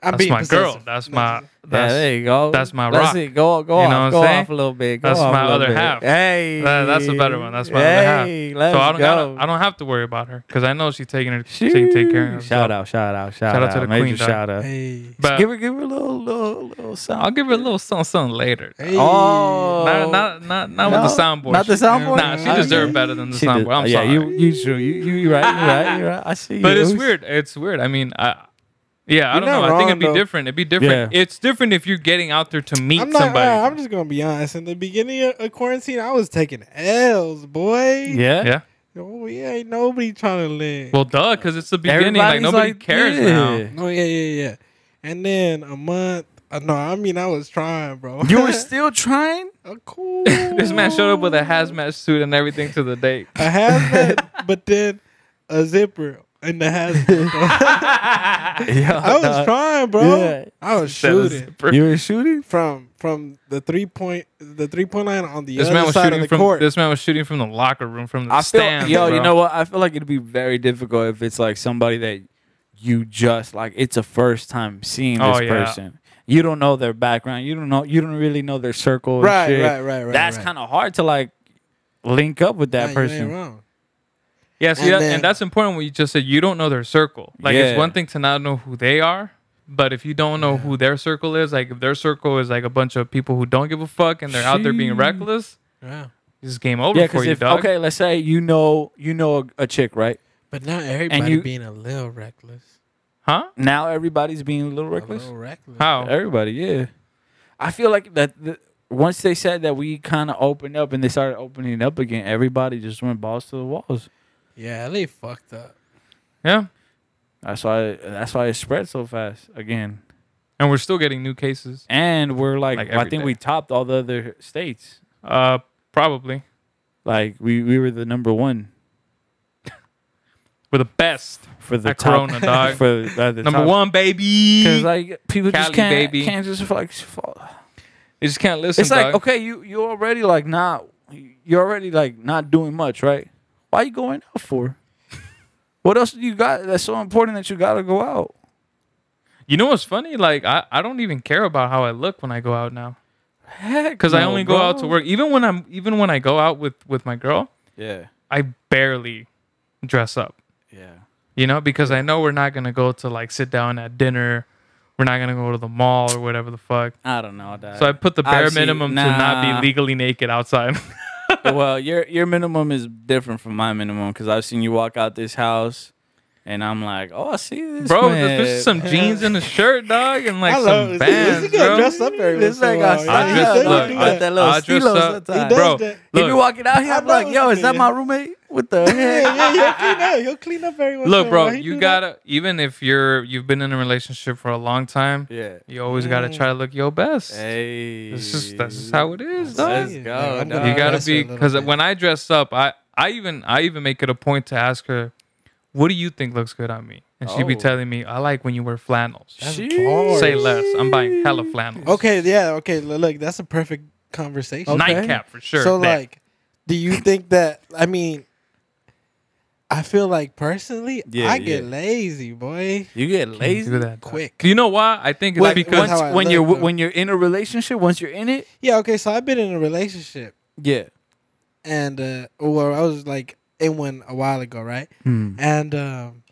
[SPEAKER 2] I'm
[SPEAKER 3] that's
[SPEAKER 2] being
[SPEAKER 3] my girl.
[SPEAKER 2] possessive.
[SPEAKER 3] That's
[SPEAKER 2] No,
[SPEAKER 3] my
[SPEAKER 1] yeah,
[SPEAKER 3] that's
[SPEAKER 1] there you go.
[SPEAKER 3] that's my
[SPEAKER 1] That's
[SPEAKER 3] rock.
[SPEAKER 1] it. Go, go
[SPEAKER 3] You
[SPEAKER 1] off.
[SPEAKER 3] know what I'm
[SPEAKER 1] go
[SPEAKER 3] saying?
[SPEAKER 1] off a little bit. Go
[SPEAKER 3] That's
[SPEAKER 1] off
[SPEAKER 3] my
[SPEAKER 1] a little
[SPEAKER 3] other
[SPEAKER 1] bit.
[SPEAKER 3] half.
[SPEAKER 1] Hey,
[SPEAKER 3] That- that's a better one. That's my other half.
[SPEAKER 1] hey, Let's
[SPEAKER 3] so I don't
[SPEAKER 1] go.
[SPEAKER 3] gotta, I don't have to worry about her because I know she's taking her she can take care of herself.
[SPEAKER 1] Shout out, shout out, shout,
[SPEAKER 3] Shout
[SPEAKER 1] out
[SPEAKER 3] out to the
[SPEAKER 1] Major
[SPEAKER 3] queen, dog.
[SPEAKER 1] Shout out.
[SPEAKER 2] Hey.
[SPEAKER 3] But
[SPEAKER 1] give her, give her a little, little, little sound.
[SPEAKER 3] I'll give her a little something, something later.
[SPEAKER 2] Hey.
[SPEAKER 1] Oh.
[SPEAKER 3] Not not not, not
[SPEAKER 1] No,
[SPEAKER 3] with the soundboard.
[SPEAKER 1] Not the
[SPEAKER 3] She-
[SPEAKER 1] soundboard.
[SPEAKER 3] Nah, she
[SPEAKER 2] Okay.
[SPEAKER 3] deserved better than the
[SPEAKER 1] She
[SPEAKER 3] soundboard. I'm
[SPEAKER 1] yeah,
[SPEAKER 3] sorry.
[SPEAKER 1] you, you true. You, you, you right. You right. You right. I see.
[SPEAKER 3] but
[SPEAKER 1] you.
[SPEAKER 3] it's weird. It's weird. I mean, I, yeah, I
[SPEAKER 2] You're
[SPEAKER 3] don't
[SPEAKER 2] not
[SPEAKER 3] know. I think it'd be
[SPEAKER 2] wrong, though.
[SPEAKER 3] different. It'd be different.
[SPEAKER 1] Yeah.
[SPEAKER 3] It's different if you're getting out there to meet
[SPEAKER 2] I'm not.
[SPEAKER 3] somebody.
[SPEAKER 2] uh, I'm just gonna be honest. In the beginning of, of quarantine, I was taking L's, boy.
[SPEAKER 1] Yeah.
[SPEAKER 3] yeah.
[SPEAKER 2] Oh yeah, ain't nobody trying to link.
[SPEAKER 3] Well, duh, because it's the beginning.
[SPEAKER 1] Everybody's
[SPEAKER 3] like nobody
[SPEAKER 1] like,
[SPEAKER 3] cares
[SPEAKER 1] yeah.
[SPEAKER 3] now.
[SPEAKER 2] oh yeah, yeah, yeah. And then a month, Uh, no, I mean I was trying, bro.
[SPEAKER 1] You were still trying?
[SPEAKER 2] Uh, cool.
[SPEAKER 3] This man showed up with a hazmat suit and everything to the date.
[SPEAKER 2] a hazmat, but then a zipper in the hazmat. bro.
[SPEAKER 1] Yeah.
[SPEAKER 2] I was trying, bro.
[SPEAKER 1] Yeah.
[SPEAKER 2] I was
[SPEAKER 3] That was
[SPEAKER 2] shooting
[SPEAKER 3] super-
[SPEAKER 1] You were shooting?
[SPEAKER 2] from from the three point the three point line on the
[SPEAKER 3] This
[SPEAKER 2] other
[SPEAKER 3] man was
[SPEAKER 2] side
[SPEAKER 3] shooting
[SPEAKER 2] of the
[SPEAKER 3] from
[SPEAKER 2] court.
[SPEAKER 3] this man was shooting from the locker room from the
[SPEAKER 1] I feel,
[SPEAKER 3] stand.
[SPEAKER 1] yo, you
[SPEAKER 3] bro.
[SPEAKER 1] know what? I feel like it'd be very difficult if it's like somebody that you just like. It's a first time seeing this
[SPEAKER 3] Oh, yeah.
[SPEAKER 1] person. You don't know their background. You don't know. You don't really know their circle. and
[SPEAKER 2] Right,
[SPEAKER 1] shit.
[SPEAKER 2] right, right, right,
[SPEAKER 1] That's
[SPEAKER 2] right.
[SPEAKER 1] kind of hard to like link up with that
[SPEAKER 2] Nah, you ain't
[SPEAKER 1] person.
[SPEAKER 2] wrong.
[SPEAKER 3] Yeah, see,
[SPEAKER 2] And
[SPEAKER 3] and, that,
[SPEAKER 2] then-
[SPEAKER 3] and that's important when you just said you don't know their circle. Like,
[SPEAKER 1] Yeah.
[SPEAKER 3] it's one thing to not know who they are, but if you don't know who their circle is, like, if their circle is like a bunch of people who don't give a fuck and they're out there being
[SPEAKER 1] Sheesh.
[SPEAKER 3] reckless,
[SPEAKER 2] Yeah.
[SPEAKER 3] this is game over
[SPEAKER 1] Yeah,
[SPEAKER 3] for
[SPEAKER 1] because
[SPEAKER 3] you,
[SPEAKER 1] if
[SPEAKER 3] dog.
[SPEAKER 1] okay, let's say you know you know a, a chick, right?
[SPEAKER 2] But not everybody
[SPEAKER 1] you-
[SPEAKER 2] being a little reckless.
[SPEAKER 3] Huh?
[SPEAKER 1] Now everybody's being a little
[SPEAKER 2] A
[SPEAKER 1] reckless.
[SPEAKER 2] little reckless.
[SPEAKER 3] How?
[SPEAKER 1] Everybody, yeah. I feel like that. The, once they said that we kind of opened up and they started opening up again, everybody just went balls to the walls.
[SPEAKER 2] Yeah, they fucked up.
[SPEAKER 3] Yeah.
[SPEAKER 1] That's why that's why it spread so fast again.
[SPEAKER 3] And we're still getting new cases.
[SPEAKER 1] And we're like,
[SPEAKER 3] Like
[SPEAKER 1] I
[SPEAKER 3] every
[SPEAKER 1] think
[SPEAKER 3] day.
[SPEAKER 1] we topped all the other states.
[SPEAKER 3] Uh, probably.
[SPEAKER 1] Like we, we were the number one
[SPEAKER 3] We're the best.
[SPEAKER 1] for the
[SPEAKER 3] At
[SPEAKER 1] top,
[SPEAKER 3] Corona, dog.
[SPEAKER 1] for the, the
[SPEAKER 3] Number one, baby.
[SPEAKER 1] Because like people just
[SPEAKER 3] Cali,
[SPEAKER 1] can't
[SPEAKER 3] baby.
[SPEAKER 1] can't just like fall.
[SPEAKER 3] you just can't listen.
[SPEAKER 1] It's like
[SPEAKER 3] dog.
[SPEAKER 1] okay, you you already like not you're already like not doing much, right? Why you going out for? what else do you got that's so important that you gotta go out?
[SPEAKER 3] You know what's funny? Like, I, I don't even care about how I look when I go out now.
[SPEAKER 1] Heck,
[SPEAKER 3] Because I
[SPEAKER 1] no,
[SPEAKER 3] only go out to
[SPEAKER 1] bro.
[SPEAKER 3] work. Even when I'm even when I go out with with my girl,
[SPEAKER 1] Yeah,
[SPEAKER 3] I barely dress up.
[SPEAKER 1] yeah.
[SPEAKER 3] you know, because I know we're not gonna go to like sit down at dinner. We're not gonna go to the mall or whatever the fuck.
[SPEAKER 1] I don't know. Dog.
[SPEAKER 3] So I put the bare
[SPEAKER 1] Obviously,
[SPEAKER 3] minimum to
[SPEAKER 1] nah.
[SPEAKER 3] not be legally naked outside.
[SPEAKER 1] well, your your minimum is different from my minimum because I've seen you walk out this house, and I'm like, oh, I see this,
[SPEAKER 3] bro,
[SPEAKER 1] man.
[SPEAKER 3] there's just some jeans and a shirt, dog, and like
[SPEAKER 2] I
[SPEAKER 3] some
[SPEAKER 2] love
[SPEAKER 3] bands,
[SPEAKER 2] Is he gonna
[SPEAKER 3] bro.
[SPEAKER 2] dress up every
[SPEAKER 1] This
[SPEAKER 2] once in a
[SPEAKER 1] nigga got
[SPEAKER 2] while?
[SPEAKER 1] style.
[SPEAKER 3] I
[SPEAKER 2] Yeah, he
[SPEAKER 3] dress
[SPEAKER 2] does
[SPEAKER 3] up.
[SPEAKER 2] do
[SPEAKER 1] I got
[SPEAKER 2] that.
[SPEAKER 1] that little
[SPEAKER 3] I dress
[SPEAKER 1] stilo
[SPEAKER 3] up.
[SPEAKER 2] He
[SPEAKER 1] sometimes.
[SPEAKER 2] does
[SPEAKER 3] Bro,
[SPEAKER 2] that.
[SPEAKER 1] He be
[SPEAKER 3] look.
[SPEAKER 1] walking out here,
[SPEAKER 2] I
[SPEAKER 1] I'm like,
[SPEAKER 2] know
[SPEAKER 1] yo,
[SPEAKER 2] this
[SPEAKER 1] is that
[SPEAKER 2] nigga.
[SPEAKER 1] my roommate? What the heck?
[SPEAKER 2] yeah, yeah, he'll clean up. He'll clean up every once in
[SPEAKER 3] Look,
[SPEAKER 2] a
[SPEAKER 3] bro,
[SPEAKER 2] while. He
[SPEAKER 3] you
[SPEAKER 2] do
[SPEAKER 3] gotta even if you're you've been in a relationship for a long time,
[SPEAKER 1] Yeah.
[SPEAKER 3] you always
[SPEAKER 2] Mm.
[SPEAKER 3] gotta try to look your best.
[SPEAKER 1] Hey.
[SPEAKER 3] It's just that's just how it is,
[SPEAKER 2] that.
[SPEAKER 3] dog.
[SPEAKER 1] Let's
[SPEAKER 2] Yeah,
[SPEAKER 1] go,
[SPEAKER 2] I'm gonna
[SPEAKER 1] dog.
[SPEAKER 3] you gotta
[SPEAKER 2] dress her a
[SPEAKER 3] be
[SPEAKER 2] little
[SPEAKER 3] because
[SPEAKER 2] bit.
[SPEAKER 3] when I dress up, I I even I even make it a point to ask her, "What do you think looks good on me?" And she'd be
[SPEAKER 1] Oh.
[SPEAKER 3] telling me, "I like when you wear flannels."
[SPEAKER 2] That's
[SPEAKER 1] Sheesh.
[SPEAKER 3] Say less. I'm buying hella flannels.
[SPEAKER 2] Okay, yeah, okay. l- Look, that's a perfect conversation.
[SPEAKER 1] Okay.
[SPEAKER 3] nightcap for sure.
[SPEAKER 2] So,
[SPEAKER 3] There.
[SPEAKER 2] like, do you think that? I mean, I feel like personally,
[SPEAKER 1] Yeah,
[SPEAKER 2] I get
[SPEAKER 1] yeah.
[SPEAKER 2] lazy, boy,
[SPEAKER 1] You get
[SPEAKER 3] Can't
[SPEAKER 1] lazy.
[SPEAKER 3] do that.
[SPEAKER 2] quick.
[SPEAKER 3] Do you know why? I think it's
[SPEAKER 1] Like,
[SPEAKER 3] because
[SPEAKER 2] how I
[SPEAKER 1] once, when
[SPEAKER 2] look,
[SPEAKER 1] you're
[SPEAKER 2] though.
[SPEAKER 1] when you're in a relationship, once you're in it,
[SPEAKER 2] Yeah, okay. So I've been in a relationship,
[SPEAKER 1] yeah.
[SPEAKER 2] and uh, well, I was like in one a while ago, right?
[SPEAKER 3] Hmm.
[SPEAKER 2] And um,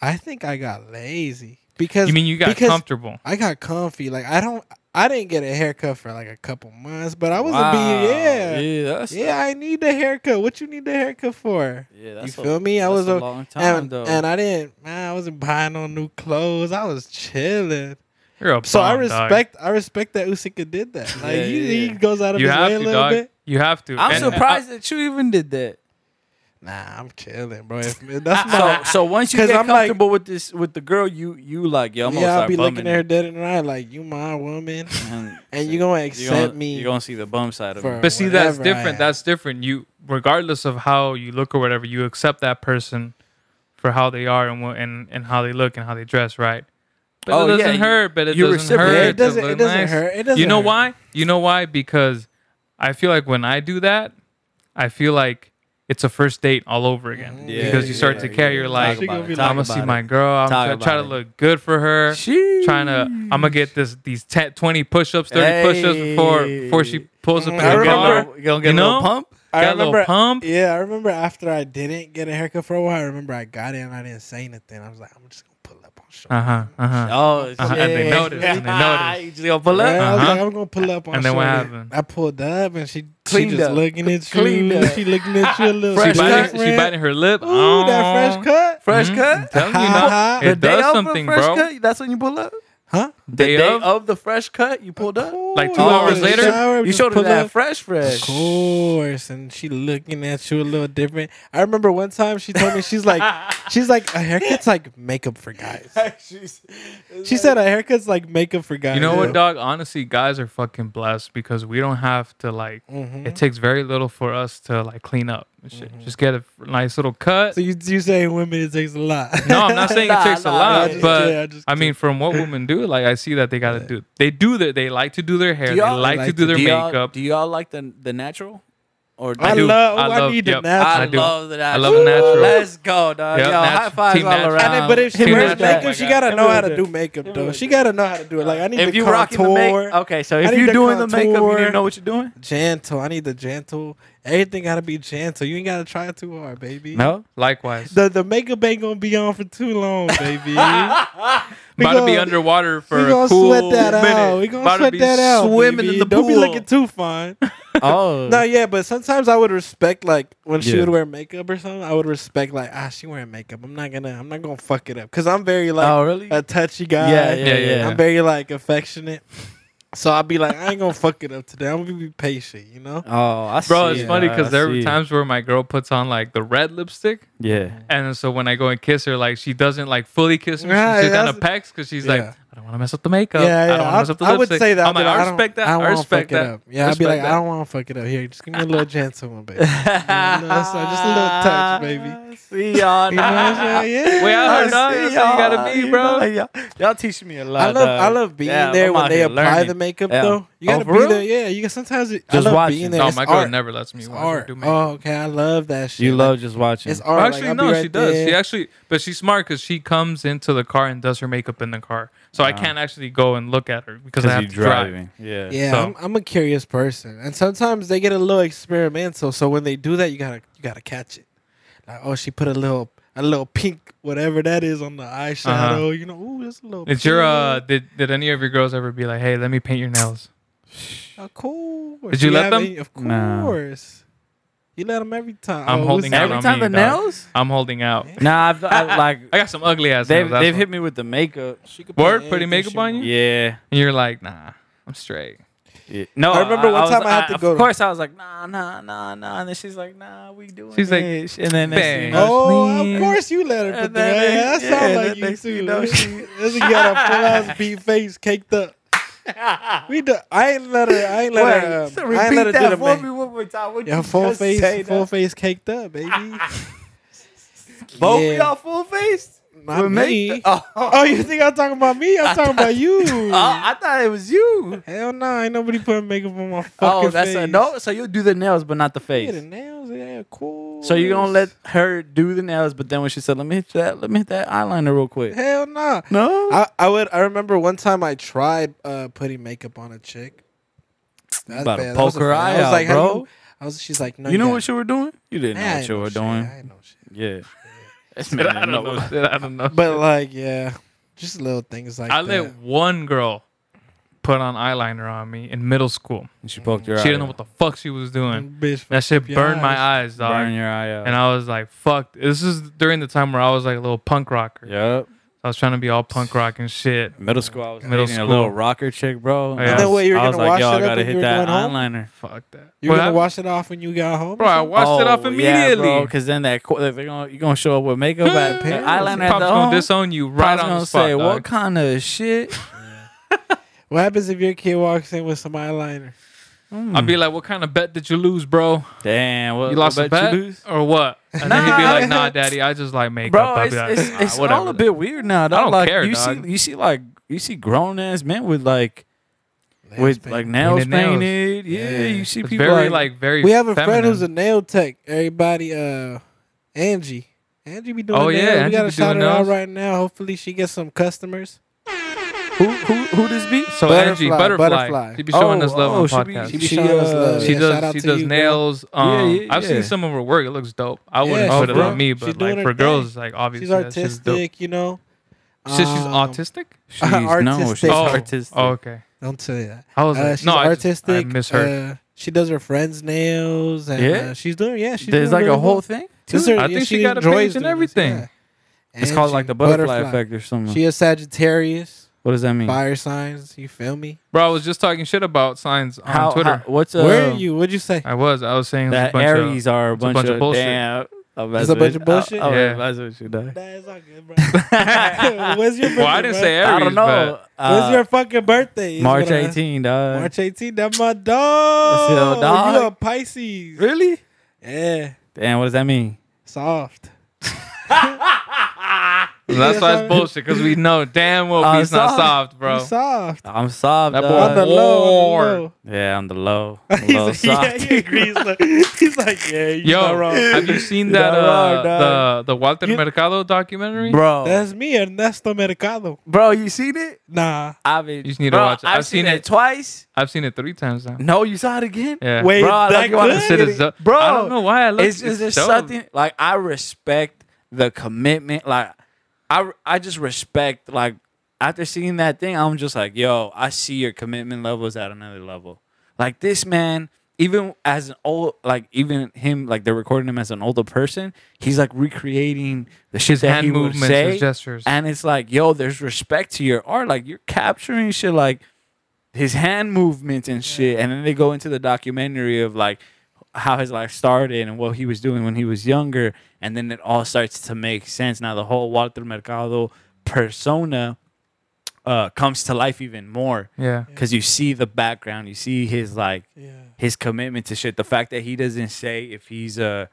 [SPEAKER 2] I think I got lazy because
[SPEAKER 3] you mean you got
[SPEAKER 2] because
[SPEAKER 3] comfortable.
[SPEAKER 2] I got comfy. Like I don't, I didn't get a haircut for like a couple months, but I was a
[SPEAKER 1] Wow.
[SPEAKER 2] be yeah. yeah.
[SPEAKER 1] Yeah, that's
[SPEAKER 2] I need the haircut. What you need the haircut for?
[SPEAKER 1] yeah, that's
[SPEAKER 2] you
[SPEAKER 1] a-
[SPEAKER 2] feel me? I
[SPEAKER 1] that's
[SPEAKER 2] was
[SPEAKER 1] a
[SPEAKER 2] a-
[SPEAKER 1] long time
[SPEAKER 2] and,
[SPEAKER 1] though.
[SPEAKER 2] and I didn't, man. I wasn't buying no new clothes. I was chilling.
[SPEAKER 3] You're a
[SPEAKER 2] So I
[SPEAKER 3] bum, dog.
[SPEAKER 2] respect, I respect that Usyk did that. Like
[SPEAKER 1] Yeah,
[SPEAKER 2] he,
[SPEAKER 1] yeah, yeah.
[SPEAKER 2] he goes out of
[SPEAKER 3] You
[SPEAKER 2] his
[SPEAKER 3] have
[SPEAKER 2] way a
[SPEAKER 3] to,
[SPEAKER 2] little
[SPEAKER 3] dog.
[SPEAKER 2] bit.
[SPEAKER 3] You have to.
[SPEAKER 1] I'm
[SPEAKER 3] And- and I-
[SPEAKER 1] surprised that you even did that.
[SPEAKER 2] Nah, I'm chilling, bro. If, if that's
[SPEAKER 1] So
[SPEAKER 2] my,
[SPEAKER 1] so once you
[SPEAKER 2] 'Cause
[SPEAKER 1] get
[SPEAKER 2] I'm like-
[SPEAKER 1] comfortable with this with the girl, you you like yo, I'm gonna
[SPEAKER 2] yeah, I'll
[SPEAKER 1] start
[SPEAKER 2] be
[SPEAKER 1] bumming.
[SPEAKER 2] looking at her dead in the eye like you my woman,
[SPEAKER 1] and,
[SPEAKER 2] and
[SPEAKER 1] you
[SPEAKER 2] you gonna
[SPEAKER 1] gonna,
[SPEAKER 2] accept me.
[SPEAKER 1] You're gonna see the bum side of
[SPEAKER 2] for-
[SPEAKER 1] me.
[SPEAKER 3] But see, that's
[SPEAKER 2] whatever I
[SPEAKER 3] different.
[SPEAKER 2] am.
[SPEAKER 3] That's different. You, regardless of how you look or whatever, you accept that person for how they are and what and, and how they look and how they dress, right? But
[SPEAKER 1] Oh, yeah,
[SPEAKER 3] it doesn't
[SPEAKER 1] you-
[SPEAKER 3] hurt. But it
[SPEAKER 1] you
[SPEAKER 3] doesn't
[SPEAKER 1] reciprocate.
[SPEAKER 3] hurt.
[SPEAKER 2] Yeah,
[SPEAKER 1] her
[SPEAKER 2] it doesn't,
[SPEAKER 3] to
[SPEAKER 2] it
[SPEAKER 3] look
[SPEAKER 2] doesn't
[SPEAKER 3] nice.
[SPEAKER 2] hurt. It doesn't.
[SPEAKER 3] You know
[SPEAKER 2] hurt.
[SPEAKER 3] why? You know why? Because I feel like when I do that, I feel like it's a first date all over
[SPEAKER 2] Mm,
[SPEAKER 3] again.
[SPEAKER 2] Yeah,
[SPEAKER 3] because you
[SPEAKER 2] yeah,
[SPEAKER 3] start to care. You're like,
[SPEAKER 2] Talk about it.
[SPEAKER 3] I'm gonna see my girl. I'm
[SPEAKER 1] Talk
[SPEAKER 3] gonna try
[SPEAKER 1] about
[SPEAKER 3] to
[SPEAKER 1] it.
[SPEAKER 3] look good for her.
[SPEAKER 1] Sheesh.
[SPEAKER 3] Trying to, I'm gonna get this these 10, 20 push-ups, 30 push-ups before before she
[SPEAKER 1] Hey.
[SPEAKER 3] pulls up.
[SPEAKER 2] Mm,
[SPEAKER 3] in
[SPEAKER 2] I
[SPEAKER 3] the
[SPEAKER 1] You gonna
[SPEAKER 3] car.
[SPEAKER 1] get a little- you gonna get
[SPEAKER 3] You
[SPEAKER 1] a little
[SPEAKER 3] know?
[SPEAKER 1] pump?
[SPEAKER 2] I
[SPEAKER 3] Got a little
[SPEAKER 2] remember.
[SPEAKER 3] pump.
[SPEAKER 2] Yeah, I remember after I didn't get a haircut for a while. I remember I got in. I didn't say anything. I was like, I'm just gonna pull up on show.
[SPEAKER 3] Uh huh. Uh huh.
[SPEAKER 1] Oh,
[SPEAKER 3] Uh-huh, and they
[SPEAKER 1] shit.
[SPEAKER 3] noticed, and they noticed.
[SPEAKER 1] You just gonna pull
[SPEAKER 2] Yeah, I
[SPEAKER 1] up?
[SPEAKER 2] was
[SPEAKER 3] Uh-huh.
[SPEAKER 2] like, I'm gonna pull up on.
[SPEAKER 3] And then what
[SPEAKER 2] shorty.
[SPEAKER 3] happened?
[SPEAKER 2] I pulled up and she
[SPEAKER 1] Cleaned
[SPEAKER 2] she just
[SPEAKER 1] up.
[SPEAKER 2] looking at you.
[SPEAKER 1] Cleaned up.
[SPEAKER 2] She looking at you a little.
[SPEAKER 1] Fresh
[SPEAKER 3] She
[SPEAKER 1] cut?
[SPEAKER 3] biting, she biting her lip.
[SPEAKER 2] Ooh, that fresh cut.
[SPEAKER 1] Fresh
[SPEAKER 3] Mhm.
[SPEAKER 1] cut?
[SPEAKER 3] Telling you,
[SPEAKER 2] Ha, ha.
[SPEAKER 3] no,
[SPEAKER 1] The
[SPEAKER 3] it
[SPEAKER 1] day
[SPEAKER 3] does
[SPEAKER 1] of a
[SPEAKER 3] something,
[SPEAKER 1] fresh
[SPEAKER 3] bro.
[SPEAKER 1] cut, that's when you pull up?
[SPEAKER 2] Huh?
[SPEAKER 1] the
[SPEAKER 3] Day
[SPEAKER 1] day
[SPEAKER 3] of?
[SPEAKER 1] of? the fresh cut, you pulled up.
[SPEAKER 3] Like two
[SPEAKER 1] Oh,
[SPEAKER 3] hours
[SPEAKER 1] you
[SPEAKER 3] later?
[SPEAKER 1] showed- you
[SPEAKER 2] just
[SPEAKER 1] showed her
[SPEAKER 2] pull
[SPEAKER 1] that
[SPEAKER 2] up.
[SPEAKER 1] fresh
[SPEAKER 2] Of
[SPEAKER 1] fresh.
[SPEAKER 2] course, and she looking at you a little different. I remember one time she told me she's like, she's like a haircut's like makeup for guys. She said a haircut's like makeup for guys.
[SPEAKER 3] You know what, dog? Honestly, guys are fucking blessed because we don't have to like.
[SPEAKER 2] Mhm.
[SPEAKER 1] Mm-hmm.
[SPEAKER 3] It takes very little for us to like clean up and shit. Just get a nice little cut.
[SPEAKER 2] So you you saying women it takes a lot?
[SPEAKER 3] no, I'm not saying
[SPEAKER 1] Nah,
[SPEAKER 3] it takes
[SPEAKER 1] nah,
[SPEAKER 3] a
[SPEAKER 1] nah,
[SPEAKER 3] lot,
[SPEAKER 1] I just
[SPEAKER 3] but
[SPEAKER 2] kid, I just
[SPEAKER 3] I, mean, from what women do, like I see that they gotta do. They do that. They like to do their hair.
[SPEAKER 1] Do
[SPEAKER 3] They
[SPEAKER 1] y'all-
[SPEAKER 3] like,
[SPEAKER 2] like
[SPEAKER 3] to do
[SPEAKER 2] to-
[SPEAKER 3] their
[SPEAKER 1] do y'all,
[SPEAKER 3] makeup.
[SPEAKER 1] do y'all like the the natural? Or
[SPEAKER 2] I,
[SPEAKER 3] do.
[SPEAKER 2] love. oh, I,
[SPEAKER 3] I love-
[SPEAKER 2] need the
[SPEAKER 3] yep.
[SPEAKER 1] I,
[SPEAKER 2] natural.
[SPEAKER 3] I do.
[SPEAKER 1] love the natural.
[SPEAKER 3] love the natural.
[SPEAKER 1] Let's go, dog.
[SPEAKER 3] Yep,
[SPEAKER 1] Yo,
[SPEAKER 3] nat-
[SPEAKER 1] high fives
[SPEAKER 3] team
[SPEAKER 1] all
[SPEAKER 3] natural.
[SPEAKER 1] around.
[SPEAKER 2] And then, but if she
[SPEAKER 3] Team
[SPEAKER 2] wears
[SPEAKER 3] natural.
[SPEAKER 2] makeup,
[SPEAKER 3] Oh my
[SPEAKER 2] she
[SPEAKER 3] God.
[SPEAKER 2] gotta know how
[SPEAKER 1] Everywhere
[SPEAKER 2] to do
[SPEAKER 1] good.
[SPEAKER 2] makeup though.
[SPEAKER 1] Everywhere
[SPEAKER 2] She gotta know how to do it. Like I need
[SPEAKER 1] if
[SPEAKER 2] the
[SPEAKER 1] you rocking the
[SPEAKER 2] contour.
[SPEAKER 1] make,
[SPEAKER 3] uh,
[SPEAKER 1] okay. So
[SPEAKER 2] I
[SPEAKER 1] if
[SPEAKER 2] need
[SPEAKER 1] you're
[SPEAKER 2] the
[SPEAKER 1] doing the makeup, you
[SPEAKER 2] contour.
[SPEAKER 1] didn't know what you're doing.
[SPEAKER 2] Gentle. I need the gentle. Everything gotta be gentle. You ain't gotta try too hard, baby.
[SPEAKER 1] No.
[SPEAKER 3] Likewise,
[SPEAKER 2] The the makeup ain't gonna be on for too long, baby. We
[SPEAKER 3] about to be
[SPEAKER 2] gonna-
[SPEAKER 3] underwater for
[SPEAKER 2] we
[SPEAKER 3] a
[SPEAKER 2] gonna
[SPEAKER 3] cool
[SPEAKER 2] sweat that
[SPEAKER 3] minute.
[SPEAKER 2] out. We gonna
[SPEAKER 3] About to
[SPEAKER 2] sweat
[SPEAKER 3] be
[SPEAKER 2] that out.
[SPEAKER 1] swimming
[SPEAKER 2] baby.
[SPEAKER 1] in the
[SPEAKER 2] Don't be
[SPEAKER 1] pool.
[SPEAKER 2] looking too fine.
[SPEAKER 1] Oh.
[SPEAKER 3] Uh,
[SPEAKER 2] no, yeah, but sometimes I would respect like when she
[SPEAKER 1] Yeah.
[SPEAKER 2] would wear makeup or something. I would respect like ah, she wearing makeup. I'm not gonna I'm not gonna fuck it up because I'm very like
[SPEAKER 1] oh really?
[SPEAKER 2] a touchy guy.
[SPEAKER 1] yeah, yeah, yeah.
[SPEAKER 3] yeah.
[SPEAKER 2] I'm very like affectionate. So I'd be like, I ain't gonna fuck it up today. I'm gonna be patient, you know.
[SPEAKER 1] Oh, I
[SPEAKER 3] Bro,
[SPEAKER 1] see.
[SPEAKER 3] it's funny because
[SPEAKER 1] I
[SPEAKER 3] there are
[SPEAKER 1] see.
[SPEAKER 3] times where my girl puts on like the red lipstick,
[SPEAKER 1] Yeah.
[SPEAKER 3] and so when I go and kiss her, like she doesn't like fully kiss me.
[SPEAKER 2] Right,
[SPEAKER 3] she just kind of
[SPEAKER 2] that's-
[SPEAKER 3] pecks because she's
[SPEAKER 2] Yeah.
[SPEAKER 3] like, I don't want to mess up the makeup.
[SPEAKER 2] Yeah,
[SPEAKER 3] I
[SPEAKER 2] yeah.
[SPEAKER 3] don't want to mess up the
[SPEAKER 2] I would
[SPEAKER 3] lipstick.
[SPEAKER 2] say that.
[SPEAKER 3] I'm
[SPEAKER 2] but I
[SPEAKER 3] like, I
[SPEAKER 2] don't-
[SPEAKER 3] respect that.
[SPEAKER 2] I,
[SPEAKER 3] I,
[SPEAKER 2] don't wanna
[SPEAKER 3] respect
[SPEAKER 2] fuck it
[SPEAKER 3] that.
[SPEAKER 2] up. Yeah, I'd be
[SPEAKER 3] Respect
[SPEAKER 2] like,
[SPEAKER 3] that.
[SPEAKER 2] I don't want to fuck it up. Here, just give me a little gentle one, baby. You know, so just a little touch, baby.
[SPEAKER 1] See y'all.
[SPEAKER 2] You know what I'm saying? Yeah.
[SPEAKER 3] We out
[SPEAKER 1] I
[SPEAKER 3] here, dog.
[SPEAKER 1] see
[SPEAKER 3] That's how you gotta be,
[SPEAKER 1] You
[SPEAKER 3] bro.
[SPEAKER 1] know, y'all, y'all teach me a lot.
[SPEAKER 2] I love
[SPEAKER 1] dog.
[SPEAKER 2] I love being
[SPEAKER 1] Yeah,
[SPEAKER 2] there
[SPEAKER 1] I'm
[SPEAKER 2] when
[SPEAKER 1] out
[SPEAKER 2] they
[SPEAKER 1] here
[SPEAKER 2] apply
[SPEAKER 1] learning.
[SPEAKER 2] the makeup
[SPEAKER 1] Yeah.
[SPEAKER 2] though. You
[SPEAKER 1] Oh,
[SPEAKER 2] gotta
[SPEAKER 1] for
[SPEAKER 2] be
[SPEAKER 1] real?
[SPEAKER 2] there. Yeah, you got sometimes it, I
[SPEAKER 1] Just
[SPEAKER 2] love
[SPEAKER 1] watching.
[SPEAKER 2] being there.
[SPEAKER 3] No,
[SPEAKER 2] it's
[SPEAKER 3] my girl
[SPEAKER 2] art.
[SPEAKER 3] never lets me
[SPEAKER 2] It's
[SPEAKER 3] watch her
[SPEAKER 2] art.
[SPEAKER 3] do makeup.
[SPEAKER 2] Oh, okay. I love that shit.
[SPEAKER 1] You
[SPEAKER 2] Like,
[SPEAKER 1] love just watching.
[SPEAKER 2] it's art.
[SPEAKER 3] actually, no, she does. She actually, but she's smart because she comes into the car and does her makeup in the car. So I
[SPEAKER 1] Wow.
[SPEAKER 3] can't actually go and look at her because I have to
[SPEAKER 1] you
[SPEAKER 3] drive.
[SPEAKER 1] driving. Yeah.
[SPEAKER 2] Yeah,
[SPEAKER 3] So-
[SPEAKER 2] I'm, I'm a curious person, and sometimes they get a little experimental. So when they do that, you gotta you gotta catch it. Like, oh, she put a little a little pink whatever that is on the eyeshadow. You know, ooh, that's a little.
[SPEAKER 3] Did Uh-huh. your uh,
[SPEAKER 2] pink.
[SPEAKER 3] did did any of your girls ever be like, hey, let me paint your nails?
[SPEAKER 2] Of course.
[SPEAKER 3] Did you let
[SPEAKER 2] have
[SPEAKER 3] them?
[SPEAKER 2] any- of
[SPEAKER 1] Nah.
[SPEAKER 2] course. You let them every time.
[SPEAKER 3] I'm
[SPEAKER 2] Oh,
[SPEAKER 3] holding
[SPEAKER 2] who's-
[SPEAKER 3] out
[SPEAKER 1] Every
[SPEAKER 3] on
[SPEAKER 1] time
[SPEAKER 3] me,
[SPEAKER 1] the
[SPEAKER 3] dog.
[SPEAKER 1] nails.
[SPEAKER 3] I'm holding out.
[SPEAKER 1] Nah, I've, I, like
[SPEAKER 3] I got some ugly ass.
[SPEAKER 1] they've
[SPEAKER 3] nails. that's
[SPEAKER 1] they've
[SPEAKER 3] why.
[SPEAKER 1] hit me with the makeup.
[SPEAKER 2] She could
[SPEAKER 3] Word?
[SPEAKER 2] put
[SPEAKER 3] Pretty
[SPEAKER 2] anything
[SPEAKER 3] makeup
[SPEAKER 2] she
[SPEAKER 3] on
[SPEAKER 2] wants.
[SPEAKER 3] you?
[SPEAKER 1] Yeah.
[SPEAKER 3] and you're like, nah, I'm straight.
[SPEAKER 1] Yeah. No,
[SPEAKER 2] I remember one
[SPEAKER 1] was-
[SPEAKER 2] time I had to go
[SPEAKER 1] Of
[SPEAKER 2] to-
[SPEAKER 1] course, I was like, nah, nah, nah, nah, and then she's like, nah, we doing.
[SPEAKER 3] She's like,
[SPEAKER 1] this. and then next thing
[SPEAKER 3] bang.
[SPEAKER 1] you know,
[SPEAKER 2] Oh,
[SPEAKER 3] Please.
[SPEAKER 2] of course you let her put
[SPEAKER 1] And
[SPEAKER 2] that.
[SPEAKER 1] then
[SPEAKER 2] Yeah, that
[SPEAKER 1] next-
[SPEAKER 2] sounds
[SPEAKER 1] yeah,
[SPEAKER 2] like
[SPEAKER 1] then
[SPEAKER 2] you
[SPEAKER 1] next
[SPEAKER 2] too.
[SPEAKER 1] thing you know, she-
[SPEAKER 2] This you got a full ass beat face caked up. We do, I ain't let her. I ain't let her.
[SPEAKER 1] wait,
[SPEAKER 2] Um,
[SPEAKER 1] so
[SPEAKER 2] I ain't
[SPEAKER 1] repeat
[SPEAKER 2] let her do the
[SPEAKER 1] that for
[SPEAKER 2] make.
[SPEAKER 1] me one more time. What
[SPEAKER 2] Yeah,
[SPEAKER 1] you
[SPEAKER 2] full
[SPEAKER 1] just say
[SPEAKER 2] face,
[SPEAKER 1] that?
[SPEAKER 2] full face caked up, baby.
[SPEAKER 1] Both
[SPEAKER 2] Yeah.
[SPEAKER 1] of y'all full face.
[SPEAKER 2] Not
[SPEAKER 1] With
[SPEAKER 2] me.
[SPEAKER 1] makeup? Oh,
[SPEAKER 2] Oh, you think I'm talking about me? I'm talking about you.
[SPEAKER 1] Oh, I thought it was you.
[SPEAKER 2] Hell no, ain't nobody putting makeup on my
[SPEAKER 1] Oh,
[SPEAKER 2] fucking
[SPEAKER 1] that's
[SPEAKER 2] face.
[SPEAKER 1] a no. So you'll do the nails, but not the
[SPEAKER 2] Yeah, the
[SPEAKER 1] face.
[SPEAKER 2] nails, yeah, cool.
[SPEAKER 1] So you're gonna let her do the nails, but then when she said, "Let me hit that, let me hit that eyeliner real quick,"
[SPEAKER 2] Hell no.
[SPEAKER 1] no.
[SPEAKER 2] I, I would. I remember one time I tried uh, putting makeup on a chick. That's
[SPEAKER 1] About to
[SPEAKER 2] bad. That
[SPEAKER 1] poke
[SPEAKER 2] was a
[SPEAKER 1] her
[SPEAKER 2] fail.
[SPEAKER 1] eye
[SPEAKER 2] I was
[SPEAKER 1] out,
[SPEAKER 2] like, how
[SPEAKER 1] bro.
[SPEAKER 2] you- I was. She's like, no.
[SPEAKER 1] you know
[SPEAKER 2] got-
[SPEAKER 1] what you were doing? You didn't
[SPEAKER 2] Nah,
[SPEAKER 1] know
[SPEAKER 2] I
[SPEAKER 1] what
[SPEAKER 2] ain't
[SPEAKER 1] you
[SPEAKER 2] no
[SPEAKER 1] were
[SPEAKER 2] shit.
[SPEAKER 1] doing.
[SPEAKER 2] I ain't no shit.
[SPEAKER 1] Yeah. That's
[SPEAKER 3] I don't know. shit. I don't know.
[SPEAKER 2] But like, yeah, just little things like
[SPEAKER 3] I
[SPEAKER 2] that.
[SPEAKER 3] let one girl put on eyeliner on me in middle school.
[SPEAKER 1] And she poked your eye.
[SPEAKER 3] She didn't know
[SPEAKER 1] out.
[SPEAKER 3] what the fuck she was doing.
[SPEAKER 2] bitch.
[SPEAKER 3] That shit
[SPEAKER 2] your
[SPEAKER 3] burned my
[SPEAKER 2] eyes.
[SPEAKER 3] eyes, dog.
[SPEAKER 1] Burn your eye out.
[SPEAKER 3] And I was like, fuck. This is during the time where I was like a little punk rocker.
[SPEAKER 1] Yep.
[SPEAKER 3] I was trying to be all punk rock and shit.
[SPEAKER 1] Middle school, I was
[SPEAKER 3] Middle
[SPEAKER 1] dating a
[SPEAKER 3] school. Oh,
[SPEAKER 1] little rocker chick, bro.
[SPEAKER 3] And then
[SPEAKER 1] I was-
[SPEAKER 2] what, you were
[SPEAKER 1] I was
[SPEAKER 2] gonna
[SPEAKER 1] like,
[SPEAKER 2] wash
[SPEAKER 1] yo,
[SPEAKER 2] it
[SPEAKER 1] I
[SPEAKER 2] up
[SPEAKER 1] gotta
[SPEAKER 2] when you
[SPEAKER 1] hit
[SPEAKER 2] were
[SPEAKER 1] that
[SPEAKER 2] going home?
[SPEAKER 1] eyeliner.
[SPEAKER 3] Fuck that.
[SPEAKER 2] You're
[SPEAKER 3] What
[SPEAKER 2] gonna
[SPEAKER 3] happened?
[SPEAKER 2] wash it off when you got home.
[SPEAKER 3] Bro, I washed it off
[SPEAKER 1] Oh,
[SPEAKER 3] immediately. Hmm.
[SPEAKER 1] yeah, bro. Because then that qu- they're gonna, you're gonna show up with makeup at the
[SPEAKER 2] Parents.
[SPEAKER 1] eyeliner at
[SPEAKER 3] Pop's
[SPEAKER 1] the
[SPEAKER 3] gonna
[SPEAKER 1] home.
[SPEAKER 3] disown you right
[SPEAKER 1] Pop's
[SPEAKER 3] on
[SPEAKER 1] gonna
[SPEAKER 3] the spot.
[SPEAKER 1] say,
[SPEAKER 3] dog.
[SPEAKER 1] "What kind of shit?"
[SPEAKER 2] What happens if your kid walks in with some eyeliner?
[SPEAKER 3] I'd be like, "What kind of bet did you lose, bro?
[SPEAKER 1] Damn, what
[SPEAKER 3] You lost
[SPEAKER 1] what
[SPEAKER 3] a bet
[SPEAKER 1] you lose?
[SPEAKER 3] or what?" And then he'd be
[SPEAKER 1] Nah.
[SPEAKER 3] like, "Nah, daddy, I just like makeup."
[SPEAKER 1] Bro,
[SPEAKER 3] I'd
[SPEAKER 1] it's,
[SPEAKER 3] be like,
[SPEAKER 1] it's,
[SPEAKER 3] "Nah,
[SPEAKER 1] it's
[SPEAKER 3] whatever."
[SPEAKER 1] all a bit weird now. dog.
[SPEAKER 3] don't
[SPEAKER 1] like,
[SPEAKER 3] care,
[SPEAKER 1] You
[SPEAKER 3] dog.
[SPEAKER 1] see, you see, like you see grown ass men with like with
[SPEAKER 2] Nails
[SPEAKER 1] like
[SPEAKER 2] painted.
[SPEAKER 1] nails
[SPEAKER 3] Painted nails.
[SPEAKER 1] painted. Yeah,
[SPEAKER 2] Yeah.
[SPEAKER 1] you see
[SPEAKER 3] It's
[SPEAKER 1] people
[SPEAKER 3] very
[SPEAKER 1] like,
[SPEAKER 3] like very.
[SPEAKER 2] we have a
[SPEAKER 3] feminine.
[SPEAKER 2] friend who's a nail tech. Everybody, uh, Angie. Angie be doing
[SPEAKER 3] Oh,
[SPEAKER 2] nails.
[SPEAKER 3] yeah,
[SPEAKER 2] we
[SPEAKER 3] Angie
[SPEAKER 2] gotta
[SPEAKER 3] be
[SPEAKER 2] shout
[SPEAKER 3] doing
[SPEAKER 2] her out
[SPEAKER 3] nails.
[SPEAKER 2] right now. Hopefully, she gets some customers.
[SPEAKER 1] who who who does be?
[SPEAKER 3] so Angie
[SPEAKER 2] Butterfly,
[SPEAKER 3] Butterfly.
[SPEAKER 2] butterfly.
[SPEAKER 3] She'd be showing us love on
[SPEAKER 1] Oh, she be-
[SPEAKER 3] podcast.
[SPEAKER 1] She,
[SPEAKER 3] She,
[SPEAKER 1] be
[SPEAKER 2] She
[SPEAKER 1] showing us
[SPEAKER 2] uh,
[SPEAKER 1] love.
[SPEAKER 2] yeah, shout
[SPEAKER 3] does
[SPEAKER 2] out
[SPEAKER 3] she
[SPEAKER 2] to
[SPEAKER 3] does
[SPEAKER 2] you, girl.
[SPEAKER 3] nails. Um,
[SPEAKER 1] Yeah, yeah,
[SPEAKER 3] I've
[SPEAKER 1] yeah.
[SPEAKER 3] seen some of her work. It looks dope. I wouldn't
[SPEAKER 2] Yeah,
[SPEAKER 3] put it
[SPEAKER 1] for
[SPEAKER 3] on
[SPEAKER 1] real.
[SPEAKER 3] me,
[SPEAKER 2] She's
[SPEAKER 3] but
[SPEAKER 2] doing
[SPEAKER 3] like
[SPEAKER 2] her
[SPEAKER 3] for
[SPEAKER 2] thing.
[SPEAKER 3] girls, like obviously
[SPEAKER 2] She's
[SPEAKER 3] that shit's dope.
[SPEAKER 2] artistic, you know.
[SPEAKER 3] She- she's
[SPEAKER 2] Um,
[SPEAKER 3] autistic.
[SPEAKER 1] She's no, she's
[SPEAKER 2] Artistic.
[SPEAKER 3] Oh,
[SPEAKER 1] artistic.
[SPEAKER 3] oh, okay.
[SPEAKER 2] Don't say that.
[SPEAKER 3] I was
[SPEAKER 2] Uh,
[SPEAKER 3] like,
[SPEAKER 2] she's
[SPEAKER 3] no, I just-
[SPEAKER 2] artistic.
[SPEAKER 3] I misheard.
[SPEAKER 2] Uh, she does her friends' nails, and
[SPEAKER 1] Yeah?
[SPEAKER 2] uh, she's doing yeah. She's
[SPEAKER 1] There's like
[SPEAKER 2] doing
[SPEAKER 1] a
[SPEAKER 2] really
[SPEAKER 1] whole
[SPEAKER 2] well.
[SPEAKER 1] thing.
[SPEAKER 2] This is
[SPEAKER 1] to it.
[SPEAKER 2] her-
[SPEAKER 3] I
[SPEAKER 2] yeah,
[SPEAKER 3] think she got a
[SPEAKER 2] enjoys
[SPEAKER 3] page and
[SPEAKER 2] doing this,
[SPEAKER 3] everything.
[SPEAKER 2] yeah.
[SPEAKER 1] It's called like
[SPEAKER 2] Angie,
[SPEAKER 1] the butterfly, effect or something.
[SPEAKER 2] She is Sagittarius.
[SPEAKER 1] What does that mean?
[SPEAKER 2] Fire signs. You feel me?
[SPEAKER 3] Bro, I was just talking shit about signs on
[SPEAKER 1] How,
[SPEAKER 3] Twitter.
[SPEAKER 1] how- what's uh,
[SPEAKER 2] Where are
[SPEAKER 3] Um,
[SPEAKER 2] you? What'd you say?
[SPEAKER 3] I was. I was saying
[SPEAKER 1] That
[SPEAKER 3] a bunch of-
[SPEAKER 1] Aries are a
[SPEAKER 3] it's
[SPEAKER 1] bunch, of,
[SPEAKER 3] bullshit.
[SPEAKER 1] damn. I
[SPEAKER 2] It's a
[SPEAKER 1] mess
[SPEAKER 2] bunch
[SPEAKER 1] with-
[SPEAKER 2] of bullshit?
[SPEAKER 1] I, I,
[SPEAKER 3] Yeah.
[SPEAKER 1] mess with you, dog.
[SPEAKER 2] That is all good, bro. When's your birthday?
[SPEAKER 3] well, I didn't
[SPEAKER 2] bro?
[SPEAKER 3] say Aries.
[SPEAKER 1] I don't know.
[SPEAKER 2] When's
[SPEAKER 1] Uh,
[SPEAKER 2] your fucking birthday? is
[SPEAKER 1] March
[SPEAKER 2] what I-
[SPEAKER 1] 18, dog.
[SPEAKER 2] March 18th. That's my dog.
[SPEAKER 1] your dog.
[SPEAKER 2] You a Pisces.
[SPEAKER 1] Really?
[SPEAKER 2] Yeah.
[SPEAKER 1] Damn, what does that mean?
[SPEAKER 2] Soft.
[SPEAKER 3] But that's why it's bullshit because we know damn well
[SPEAKER 1] Uh,
[SPEAKER 3] he's not
[SPEAKER 1] soft.
[SPEAKER 3] soft, bro.
[SPEAKER 2] You soft.
[SPEAKER 1] I'm soft,
[SPEAKER 3] That boy-
[SPEAKER 2] on
[SPEAKER 1] dog.
[SPEAKER 2] the low. On
[SPEAKER 3] War.
[SPEAKER 2] the low.
[SPEAKER 1] Yeah, I'm the low. I'm
[SPEAKER 2] He's
[SPEAKER 1] low
[SPEAKER 2] like,
[SPEAKER 1] soft.
[SPEAKER 2] Yeah, he agrees. Like, he's like, yeah, you
[SPEAKER 3] Yo,
[SPEAKER 2] not wrong.
[SPEAKER 3] have you seen
[SPEAKER 1] You're
[SPEAKER 3] that
[SPEAKER 1] not
[SPEAKER 3] uh,
[SPEAKER 1] wrong, dog.
[SPEAKER 3] the the Walter
[SPEAKER 2] You-
[SPEAKER 3] Mercado documentary?
[SPEAKER 1] Bro,
[SPEAKER 2] That's me, Ernesto Mercado.
[SPEAKER 1] bro, you seen it?
[SPEAKER 2] Nah.
[SPEAKER 1] I mean,
[SPEAKER 3] just need to
[SPEAKER 1] bro,
[SPEAKER 3] watch it.
[SPEAKER 1] I've,
[SPEAKER 3] I've
[SPEAKER 1] seen,
[SPEAKER 3] seen
[SPEAKER 1] it,
[SPEAKER 3] it.
[SPEAKER 1] twice.
[SPEAKER 3] I've seen it three times now.
[SPEAKER 1] No, you saw it again.
[SPEAKER 3] Yeah,
[SPEAKER 2] Wait,
[SPEAKER 1] Bro, I
[SPEAKER 2] that
[SPEAKER 1] like you wanna
[SPEAKER 2] good?
[SPEAKER 1] sit
[SPEAKER 3] Shit is dope.
[SPEAKER 1] Bro,
[SPEAKER 3] I don't know why I like
[SPEAKER 1] it's just there's
[SPEAKER 3] dope.
[SPEAKER 1] something like I respect the commitment. Like I I just respect like after seeing that thing, I'm just like, yo, I see your commitment levels at another level. Like this man, even as an old like even him like they're recording him as an older person, he's like recreating the shit
[SPEAKER 3] His
[SPEAKER 1] that
[SPEAKER 3] hand
[SPEAKER 1] he would
[SPEAKER 3] movements,
[SPEAKER 1] say,
[SPEAKER 3] his gestures.
[SPEAKER 1] and it's like, yo, there's respect to your art. Like you're capturing shit like his hand movements and shit. And then they go into the documentary of like how his life started and what he was doing when he was younger. And then it all starts to make sense. Now the whole Walter Mercado persona uh, comes to life even more
[SPEAKER 3] Yeah,
[SPEAKER 1] because you see the background, you see his like
[SPEAKER 2] Yeah.
[SPEAKER 1] his commitment to shit. The fact that he doesn't say if he's a,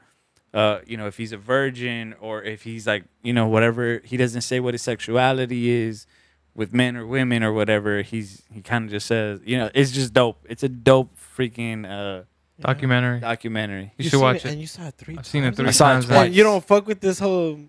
[SPEAKER 1] uh, you know, if he's a virgin or if he's like, you know, whatever. He doesn't say what his sexuality is with men or women or whatever. He's he kind of just says, you know, it's just dope. It's a dope freaking uh,
[SPEAKER 3] documentary.
[SPEAKER 1] documentary.
[SPEAKER 3] You should
[SPEAKER 2] seen
[SPEAKER 3] watch it.
[SPEAKER 2] And you saw it three
[SPEAKER 3] I've seen it
[SPEAKER 2] times?
[SPEAKER 3] three
[SPEAKER 1] I saw it
[SPEAKER 3] times.
[SPEAKER 1] twice.
[SPEAKER 3] now.
[SPEAKER 2] And you don't fuck with this whole.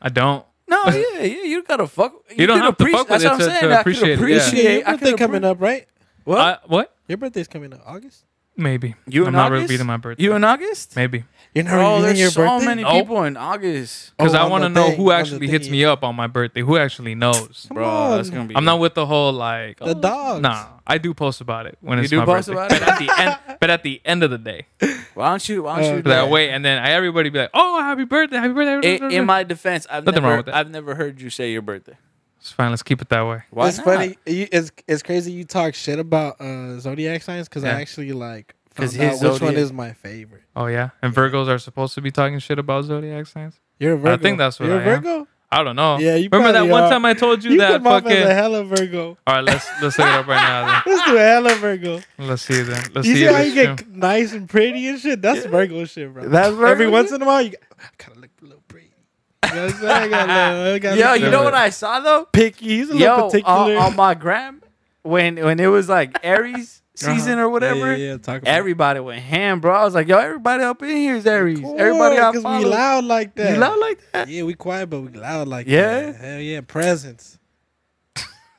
[SPEAKER 3] I don't.
[SPEAKER 1] No, yeah, yeah, you gotta fuck.
[SPEAKER 3] You don't
[SPEAKER 1] can
[SPEAKER 3] have to
[SPEAKER 1] appreci-
[SPEAKER 3] fuck with
[SPEAKER 1] that's
[SPEAKER 3] it
[SPEAKER 1] what I'm
[SPEAKER 3] to-
[SPEAKER 1] saying.
[SPEAKER 3] to
[SPEAKER 1] I could
[SPEAKER 3] appreciate it, yeah.
[SPEAKER 1] appreciate.
[SPEAKER 2] Shit, your
[SPEAKER 1] I could
[SPEAKER 2] birthday coming
[SPEAKER 1] appre-
[SPEAKER 2] up, right?
[SPEAKER 1] What?
[SPEAKER 3] I- What?
[SPEAKER 2] Your birthday's coming up, August.
[SPEAKER 3] Maybe.
[SPEAKER 1] You
[SPEAKER 3] I'm
[SPEAKER 1] in
[SPEAKER 3] not
[SPEAKER 1] August?
[SPEAKER 3] repeating my birthday.
[SPEAKER 1] you in August?
[SPEAKER 3] Maybe.
[SPEAKER 2] You're not
[SPEAKER 1] Oh,
[SPEAKER 2] revealing
[SPEAKER 1] there's
[SPEAKER 2] your
[SPEAKER 1] so
[SPEAKER 2] birthday.
[SPEAKER 1] many
[SPEAKER 3] Nope.
[SPEAKER 1] people in August.
[SPEAKER 3] Because
[SPEAKER 2] Oh,
[SPEAKER 3] I
[SPEAKER 2] on
[SPEAKER 3] want to
[SPEAKER 2] the
[SPEAKER 3] know
[SPEAKER 2] thing,
[SPEAKER 3] who
[SPEAKER 2] on the
[SPEAKER 3] actually hits
[SPEAKER 2] thing.
[SPEAKER 3] me up on my birthday. Who actually knows?
[SPEAKER 2] Come
[SPEAKER 1] Bro, that's
[SPEAKER 2] on.
[SPEAKER 1] gonna be.
[SPEAKER 3] I'm not with the whole like
[SPEAKER 2] The dogs.
[SPEAKER 3] Nah, I do post about it when
[SPEAKER 1] You
[SPEAKER 3] it's
[SPEAKER 1] do
[SPEAKER 3] my
[SPEAKER 1] post about
[SPEAKER 3] birthday.
[SPEAKER 1] it?
[SPEAKER 3] But at the end, but at the end of the day,
[SPEAKER 1] Why don't you? Why don't
[SPEAKER 2] Uh,
[SPEAKER 1] you?
[SPEAKER 2] But
[SPEAKER 1] do
[SPEAKER 3] that way, and then I, everybody be like, "Oh, happy birthday, happy birthday!" happy
[SPEAKER 1] in,
[SPEAKER 3] birthday."
[SPEAKER 1] in my defense, I've
[SPEAKER 3] Nothing
[SPEAKER 1] never,
[SPEAKER 3] wrong with that.
[SPEAKER 1] I've never heard you say your birthday.
[SPEAKER 3] it's fine. Let's keep it that way.
[SPEAKER 1] Why
[SPEAKER 2] it's funny. You, it's it's crazy. You talk shit about uh, zodiac signs because
[SPEAKER 3] Yeah.
[SPEAKER 2] I actually like
[SPEAKER 1] 'Cause
[SPEAKER 2] found out
[SPEAKER 1] his
[SPEAKER 2] which one
[SPEAKER 1] zodiac-
[SPEAKER 2] is my favorite.
[SPEAKER 3] Oh yeah, and Virgos are supposed to be talking shit about zodiac signs.
[SPEAKER 2] You're a Virgo.
[SPEAKER 3] think that's what
[SPEAKER 2] You're
[SPEAKER 3] I
[SPEAKER 2] a
[SPEAKER 3] am.
[SPEAKER 2] Virgo.
[SPEAKER 3] I don't know.
[SPEAKER 2] Yeah, you
[SPEAKER 3] remember that
[SPEAKER 2] probably
[SPEAKER 3] one
[SPEAKER 2] are.
[SPEAKER 3] time I told you,
[SPEAKER 2] You
[SPEAKER 3] that
[SPEAKER 2] come off as a
[SPEAKER 3] fucking.
[SPEAKER 2] hella Virgo.
[SPEAKER 3] All right, let's let's look it up right now.
[SPEAKER 2] Let's do a hella Virgo.
[SPEAKER 3] Then. Let's see then. Let's
[SPEAKER 2] You
[SPEAKER 3] see.
[SPEAKER 2] see
[SPEAKER 3] if
[SPEAKER 2] how
[SPEAKER 3] it's
[SPEAKER 2] you get
[SPEAKER 3] true.
[SPEAKER 2] nice and pretty and shit? That's Virgo shit, bro.
[SPEAKER 1] That's Virgo
[SPEAKER 2] Every
[SPEAKER 1] shit?
[SPEAKER 2] once in a while, you got, I kind of look a little pretty. You know what I'm saying? I got a little, I got a
[SPEAKER 1] Yo,
[SPEAKER 2] little
[SPEAKER 1] you know what I saw though?
[SPEAKER 2] picky. He's a
[SPEAKER 1] Yo,
[SPEAKER 2] little
[SPEAKER 1] on,
[SPEAKER 2] particular.
[SPEAKER 3] uh, um,
[SPEAKER 1] on my gram, when when it was like Aries
[SPEAKER 3] Uh-huh.
[SPEAKER 1] season or
[SPEAKER 2] Yeah,
[SPEAKER 1] whatever,
[SPEAKER 2] yeah, yeah, talk about it.
[SPEAKER 1] everybody went ham, bro. I was like, yo, everybody up in here is Aries. everybody
[SPEAKER 2] Cool,
[SPEAKER 1] I
[SPEAKER 2] 'cause
[SPEAKER 1] follow,
[SPEAKER 2] we loud like that.
[SPEAKER 1] you loud like that?
[SPEAKER 2] Yeah, we quiet, but we loud like
[SPEAKER 1] Yeah?
[SPEAKER 2] that. Hell yeah, presence.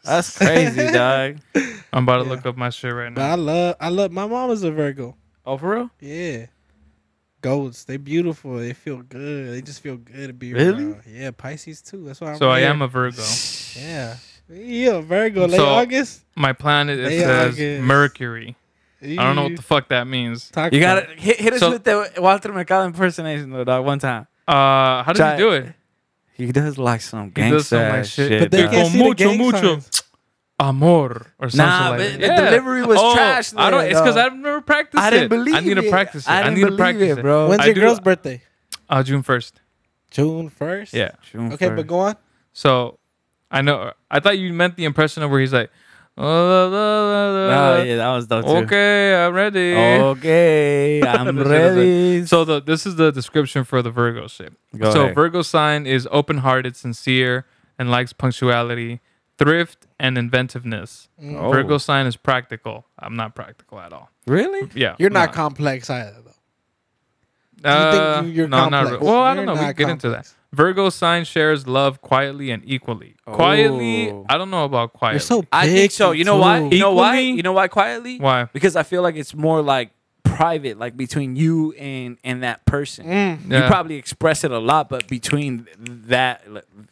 [SPEAKER 1] That's crazy, dog.
[SPEAKER 3] I'm about to
[SPEAKER 2] Yeah.
[SPEAKER 3] look up my shit right
[SPEAKER 2] But
[SPEAKER 3] now.
[SPEAKER 2] I love, I love. My mom is a Virgo.
[SPEAKER 1] Oh, for real?
[SPEAKER 2] Yeah. Goats, they beautiful. They feel good. They just feel good to be
[SPEAKER 1] Really?
[SPEAKER 2] around. Yeah, Pisces too. That's why I'm
[SPEAKER 3] So I
[SPEAKER 2] here.
[SPEAKER 3] am a Virgo.
[SPEAKER 2] Yeah. Yeah, Virgo, late
[SPEAKER 3] So-
[SPEAKER 2] August.
[SPEAKER 3] My planet it
[SPEAKER 2] They are
[SPEAKER 3] says
[SPEAKER 2] good.
[SPEAKER 3] Mercury. I don't know what the fuck that means.
[SPEAKER 1] You gotta hit, hit us
[SPEAKER 3] So-
[SPEAKER 1] with the Walter Mercado impersonation though, dog. One time,
[SPEAKER 3] Uh, how did
[SPEAKER 1] Try-
[SPEAKER 3] you do it?
[SPEAKER 1] he does like some
[SPEAKER 3] He does
[SPEAKER 1] gangster
[SPEAKER 3] some, like,
[SPEAKER 1] ass
[SPEAKER 3] shit.
[SPEAKER 1] shit.
[SPEAKER 3] But
[SPEAKER 2] But they
[SPEAKER 1] dog.
[SPEAKER 2] can't see
[SPEAKER 3] Mucho,
[SPEAKER 2] the gang
[SPEAKER 3] mucho.
[SPEAKER 2] signs.
[SPEAKER 3] Amor or something
[SPEAKER 1] Nah,
[SPEAKER 3] like
[SPEAKER 1] but
[SPEAKER 3] that. Oh,
[SPEAKER 1] the delivery was trash
[SPEAKER 3] I don't.
[SPEAKER 1] there,
[SPEAKER 3] It's because
[SPEAKER 1] though.
[SPEAKER 3] I've never practiced
[SPEAKER 1] I
[SPEAKER 3] it.
[SPEAKER 1] didn't believe
[SPEAKER 3] I need to
[SPEAKER 1] it.
[SPEAKER 3] practice it.
[SPEAKER 1] I
[SPEAKER 3] I,
[SPEAKER 1] didn't
[SPEAKER 3] need to
[SPEAKER 1] believe
[SPEAKER 3] practice
[SPEAKER 1] it,
[SPEAKER 3] it,
[SPEAKER 1] bro.
[SPEAKER 2] When's
[SPEAKER 3] I
[SPEAKER 2] your
[SPEAKER 3] do-
[SPEAKER 2] girl's birthday?
[SPEAKER 3] Uh, June first.
[SPEAKER 2] June first.
[SPEAKER 3] Yeah.
[SPEAKER 1] June
[SPEAKER 2] Okay,
[SPEAKER 1] 1st.
[SPEAKER 2] but go on.
[SPEAKER 3] So I know. I thought you meant the impression of where he's like, "Oh, la, la, la, la,
[SPEAKER 1] Oh yeah, that was dope too.
[SPEAKER 3] uh, okay, I'm ready.
[SPEAKER 1] Okay, I'm
[SPEAKER 3] That's what it
[SPEAKER 1] ready.
[SPEAKER 3] So the this is the description for the Virgo ship.
[SPEAKER 1] Go
[SPEAKER 3] so
[SPEAKER 1] ahead.
[SPEAKER 3] Virgo sign is open-hearted, sincere, and likes punctuality, thrift, and inventiveness.
[SPEAKER 1] Oh.
[SPEAKER 3] Virgo sign is practical. I'm not practical at all.
[SPEAKER 1] really?
[SPEAKER 3] Yeah,
[SPEAKER 2] You're
[SPEAKER 3] I'm
[SPEAKER 2] not complex either, though. you think
[SPEAKER 3] Uh,
[SPEAKER 2] you- you're
[SPEAKER 3] no, not
[SPEAKER 2] complex?
[SPEAKER 3] re- well,
[SPEAKER 2] You're
[SPEAKER 3] I don't know. We
[SPEAKER 2] not
[SPEAKER 3] get into that.
[SPEAKER 2] complex.
[SPEAKER 3] Virgo sign shares love quietly and equally. Quietly,
[SPEAKER 1] Oh.
[SPEAKER 3] I don't know about quietly.
[SPEAKER 2] You're so. Picky
[SPEAKER 1] I think so. You know why?
[SPEAKER 2] too.
[SPEAKER 1] You know why?
[SPEAKER 3] Equally?
[SPEAKER 1] You know why? Quietly.
[SPEAKER 3] Why?
[SPEAKER 1] Because I feel like it's more like private, like between you and and that person.
[SPEAKER 2] Mm.
[SPEAKER 3] Yeah.
[SPEAKER 1] You probably express it a lot, but between that,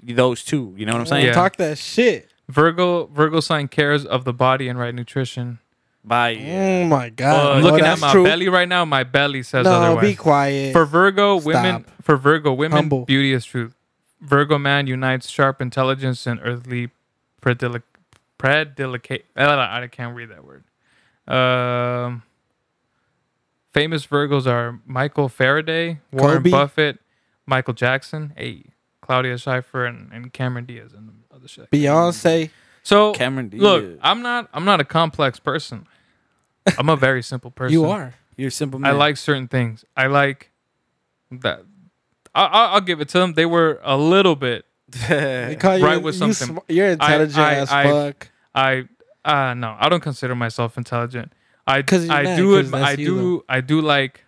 [SPEAKER 1] those two, you know what I'm saying?
[SPEAKER 3] Yeah.
[SPEAKER 2] Talk that shit.
[SPEAKER 3] Virgo Virgo sign cares of the body and right nutrition.
[SPEAKER 1] By
[SPEAKER 2] Oh my
[SPEAKER 3] Uh,
[SPEAKER 2] god.
[SPEAKER 3] I'm
[SPEAKER 2] No,
[SPEAKER 3] looking at
[SPEAKER 2] that's
[SPEAKER 3] my
[SPEAKER 2] true.
[SPEAKER 3] belly right now, my belly says
[SPEAKER 2] No,
[SPEAKER 3] otherwise.
[SPEAKER 2] be quiet.
[SPEAKER 3] For Virgo women,
[SPEAKER 2] Stop.
[SPEAKER 3] for Virgo women,
[SPEAKER 2] Humble.
[SPEAKER 3] beauty is truth. Virgo man unites sharp intelligence and earthly predile- predilecate. I can't read that word. Um, famous Virgos are Michael Faraday, Warren
[SPEAKER 2] Kobe.
[SPEAKER 3] Buffett, Michael Jackson, hey, Claudia Schiffer, and, and Cameron Diaz, and other shit.
[SPEAKER 2] Beyonce.
[SPEAKER 3] So
[SPEAKER 1] Cameron Diaz.
[SPEAKER 3] look, I'm not I'm not a complex person. I'm a very simple person.
[SPEAKER 2] You are.
[SPEAKER 1] You're a simple.
[SPEAKER 3] I
[SPEAKER 1] Man.
[SPEAKER 3] like certain things. I like that. I, I, I'll give it to them. They were a little bit.
[SPEAKER 2] They call you,
[SPEAKER 3] Right with
[SPEAKER 2] you
[SPEAKER 3] something.
[SPEAKER 2] sm- you're intelligent
[SPEAKER 3] I-
[SPEAKER 2] as
[SPEAKER 3] I-
[SPEAKER 2] fuck.
[SPEAKER 3] I uh no, I don't consider myself intelligent. I
[SPEAKER 2] 'Cause you're
[SPEAKER 3] I
[SPEAKER 2] mad,
[SPEAKER 3] do
[SPEAKER 2] 'cause
[SPEAKER 3] admi-
[SPEAKER 2] that's
[SPEAKER 3] I
[SPEAKER 2] you,
[SPEAKER 3] do I do like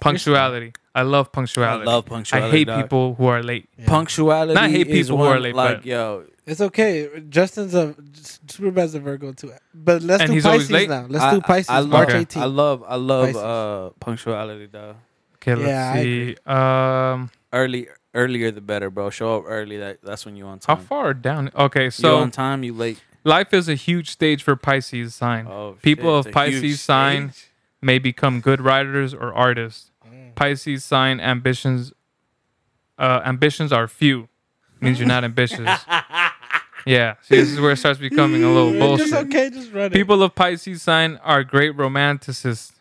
[SPEAKER 3] punctuality. I love
[SPEAKER 1] I
[SPEAKER 3] punctuality. I,
[SPEAKER 1] love punctuality.
[SPEAKER 3] hate
[SPEAKER 1] dog.
[SPEAKER 3] people who are late.
[SPEAKER 2] Yeah.
[SPEAKER 1] Punctuality.
[SPEAKER 3] Not hate
[SPEAKER 1] is
[SPEAKER 3] people who are
[SPEAKER 1] one,
[SPEAKER 3] late,
[SPEAKER 1] Like
[SPEAKER 3] but-
[SPEAKER 1] yo,
[SPEAKER 2] It's okay. Justin's a Superbad's a Virgo too. But let's
[SPEAKER 3] And
[SPEAKER 2] do
[SPEAKER 3] he's always
[SPEAKER 2] Pisces
[SPEAKER 3] late?
[SPEAKER 2] now. Let's
[SPEAKER 1] I-
[SPEAKER 2] do Pisces.
[SPEAKER 1] I, I
[SPEAKER 2] March
[SPEAKER 1] love,
[SPEAKER 3] Okay.
[SPEAKER 2] 18th.
[SPEAKER 1] I love. I love
[SPEAKER 2] Pisces.
[SPEAKER 1] uh, punctuality, dog.
[SPEAKER 3] Okay, let's
[SPEAKER 2] Yeah, I
[SPEAKER 3] see. Um
[SPEAKER 1] Early, earlier the better, bro. Show up early. That that's when you on
[SPEAKER 3] how
[SPEAKER 1] time.
[SPEAKER 3] far down? Okay,
[SPEAKER 1] you
[SPEAKER 3] so
[SPEAKER 1] on time, you late.
[SPEAKER 3] life is a huge stage for Pisces sign.
[SPEAKER 1] Oh,
[SPEAKER 3] People
[SPEAKER 1] shit,
[SPEAKER 3] of
[SPEAKER 1] it's a huge
[SPEAKER 3] Pisces sign
[SPEAKER 1] stage.
[SPEAKER 3] may become good writers or artists.
[SPEAKER 2] Mm.
[SPEAKER 3] Pisces sign ambitions uh ambitions are few. Means you're not ambitious. yeah. See, this is where it starts becoming a little
[SPEAKER 2] Just
[SPEAKER 3] bullshit.
[SPEAKER 2] okay. Just run it.
[SPEAKER 3] People of Pisces sign are great romanticists.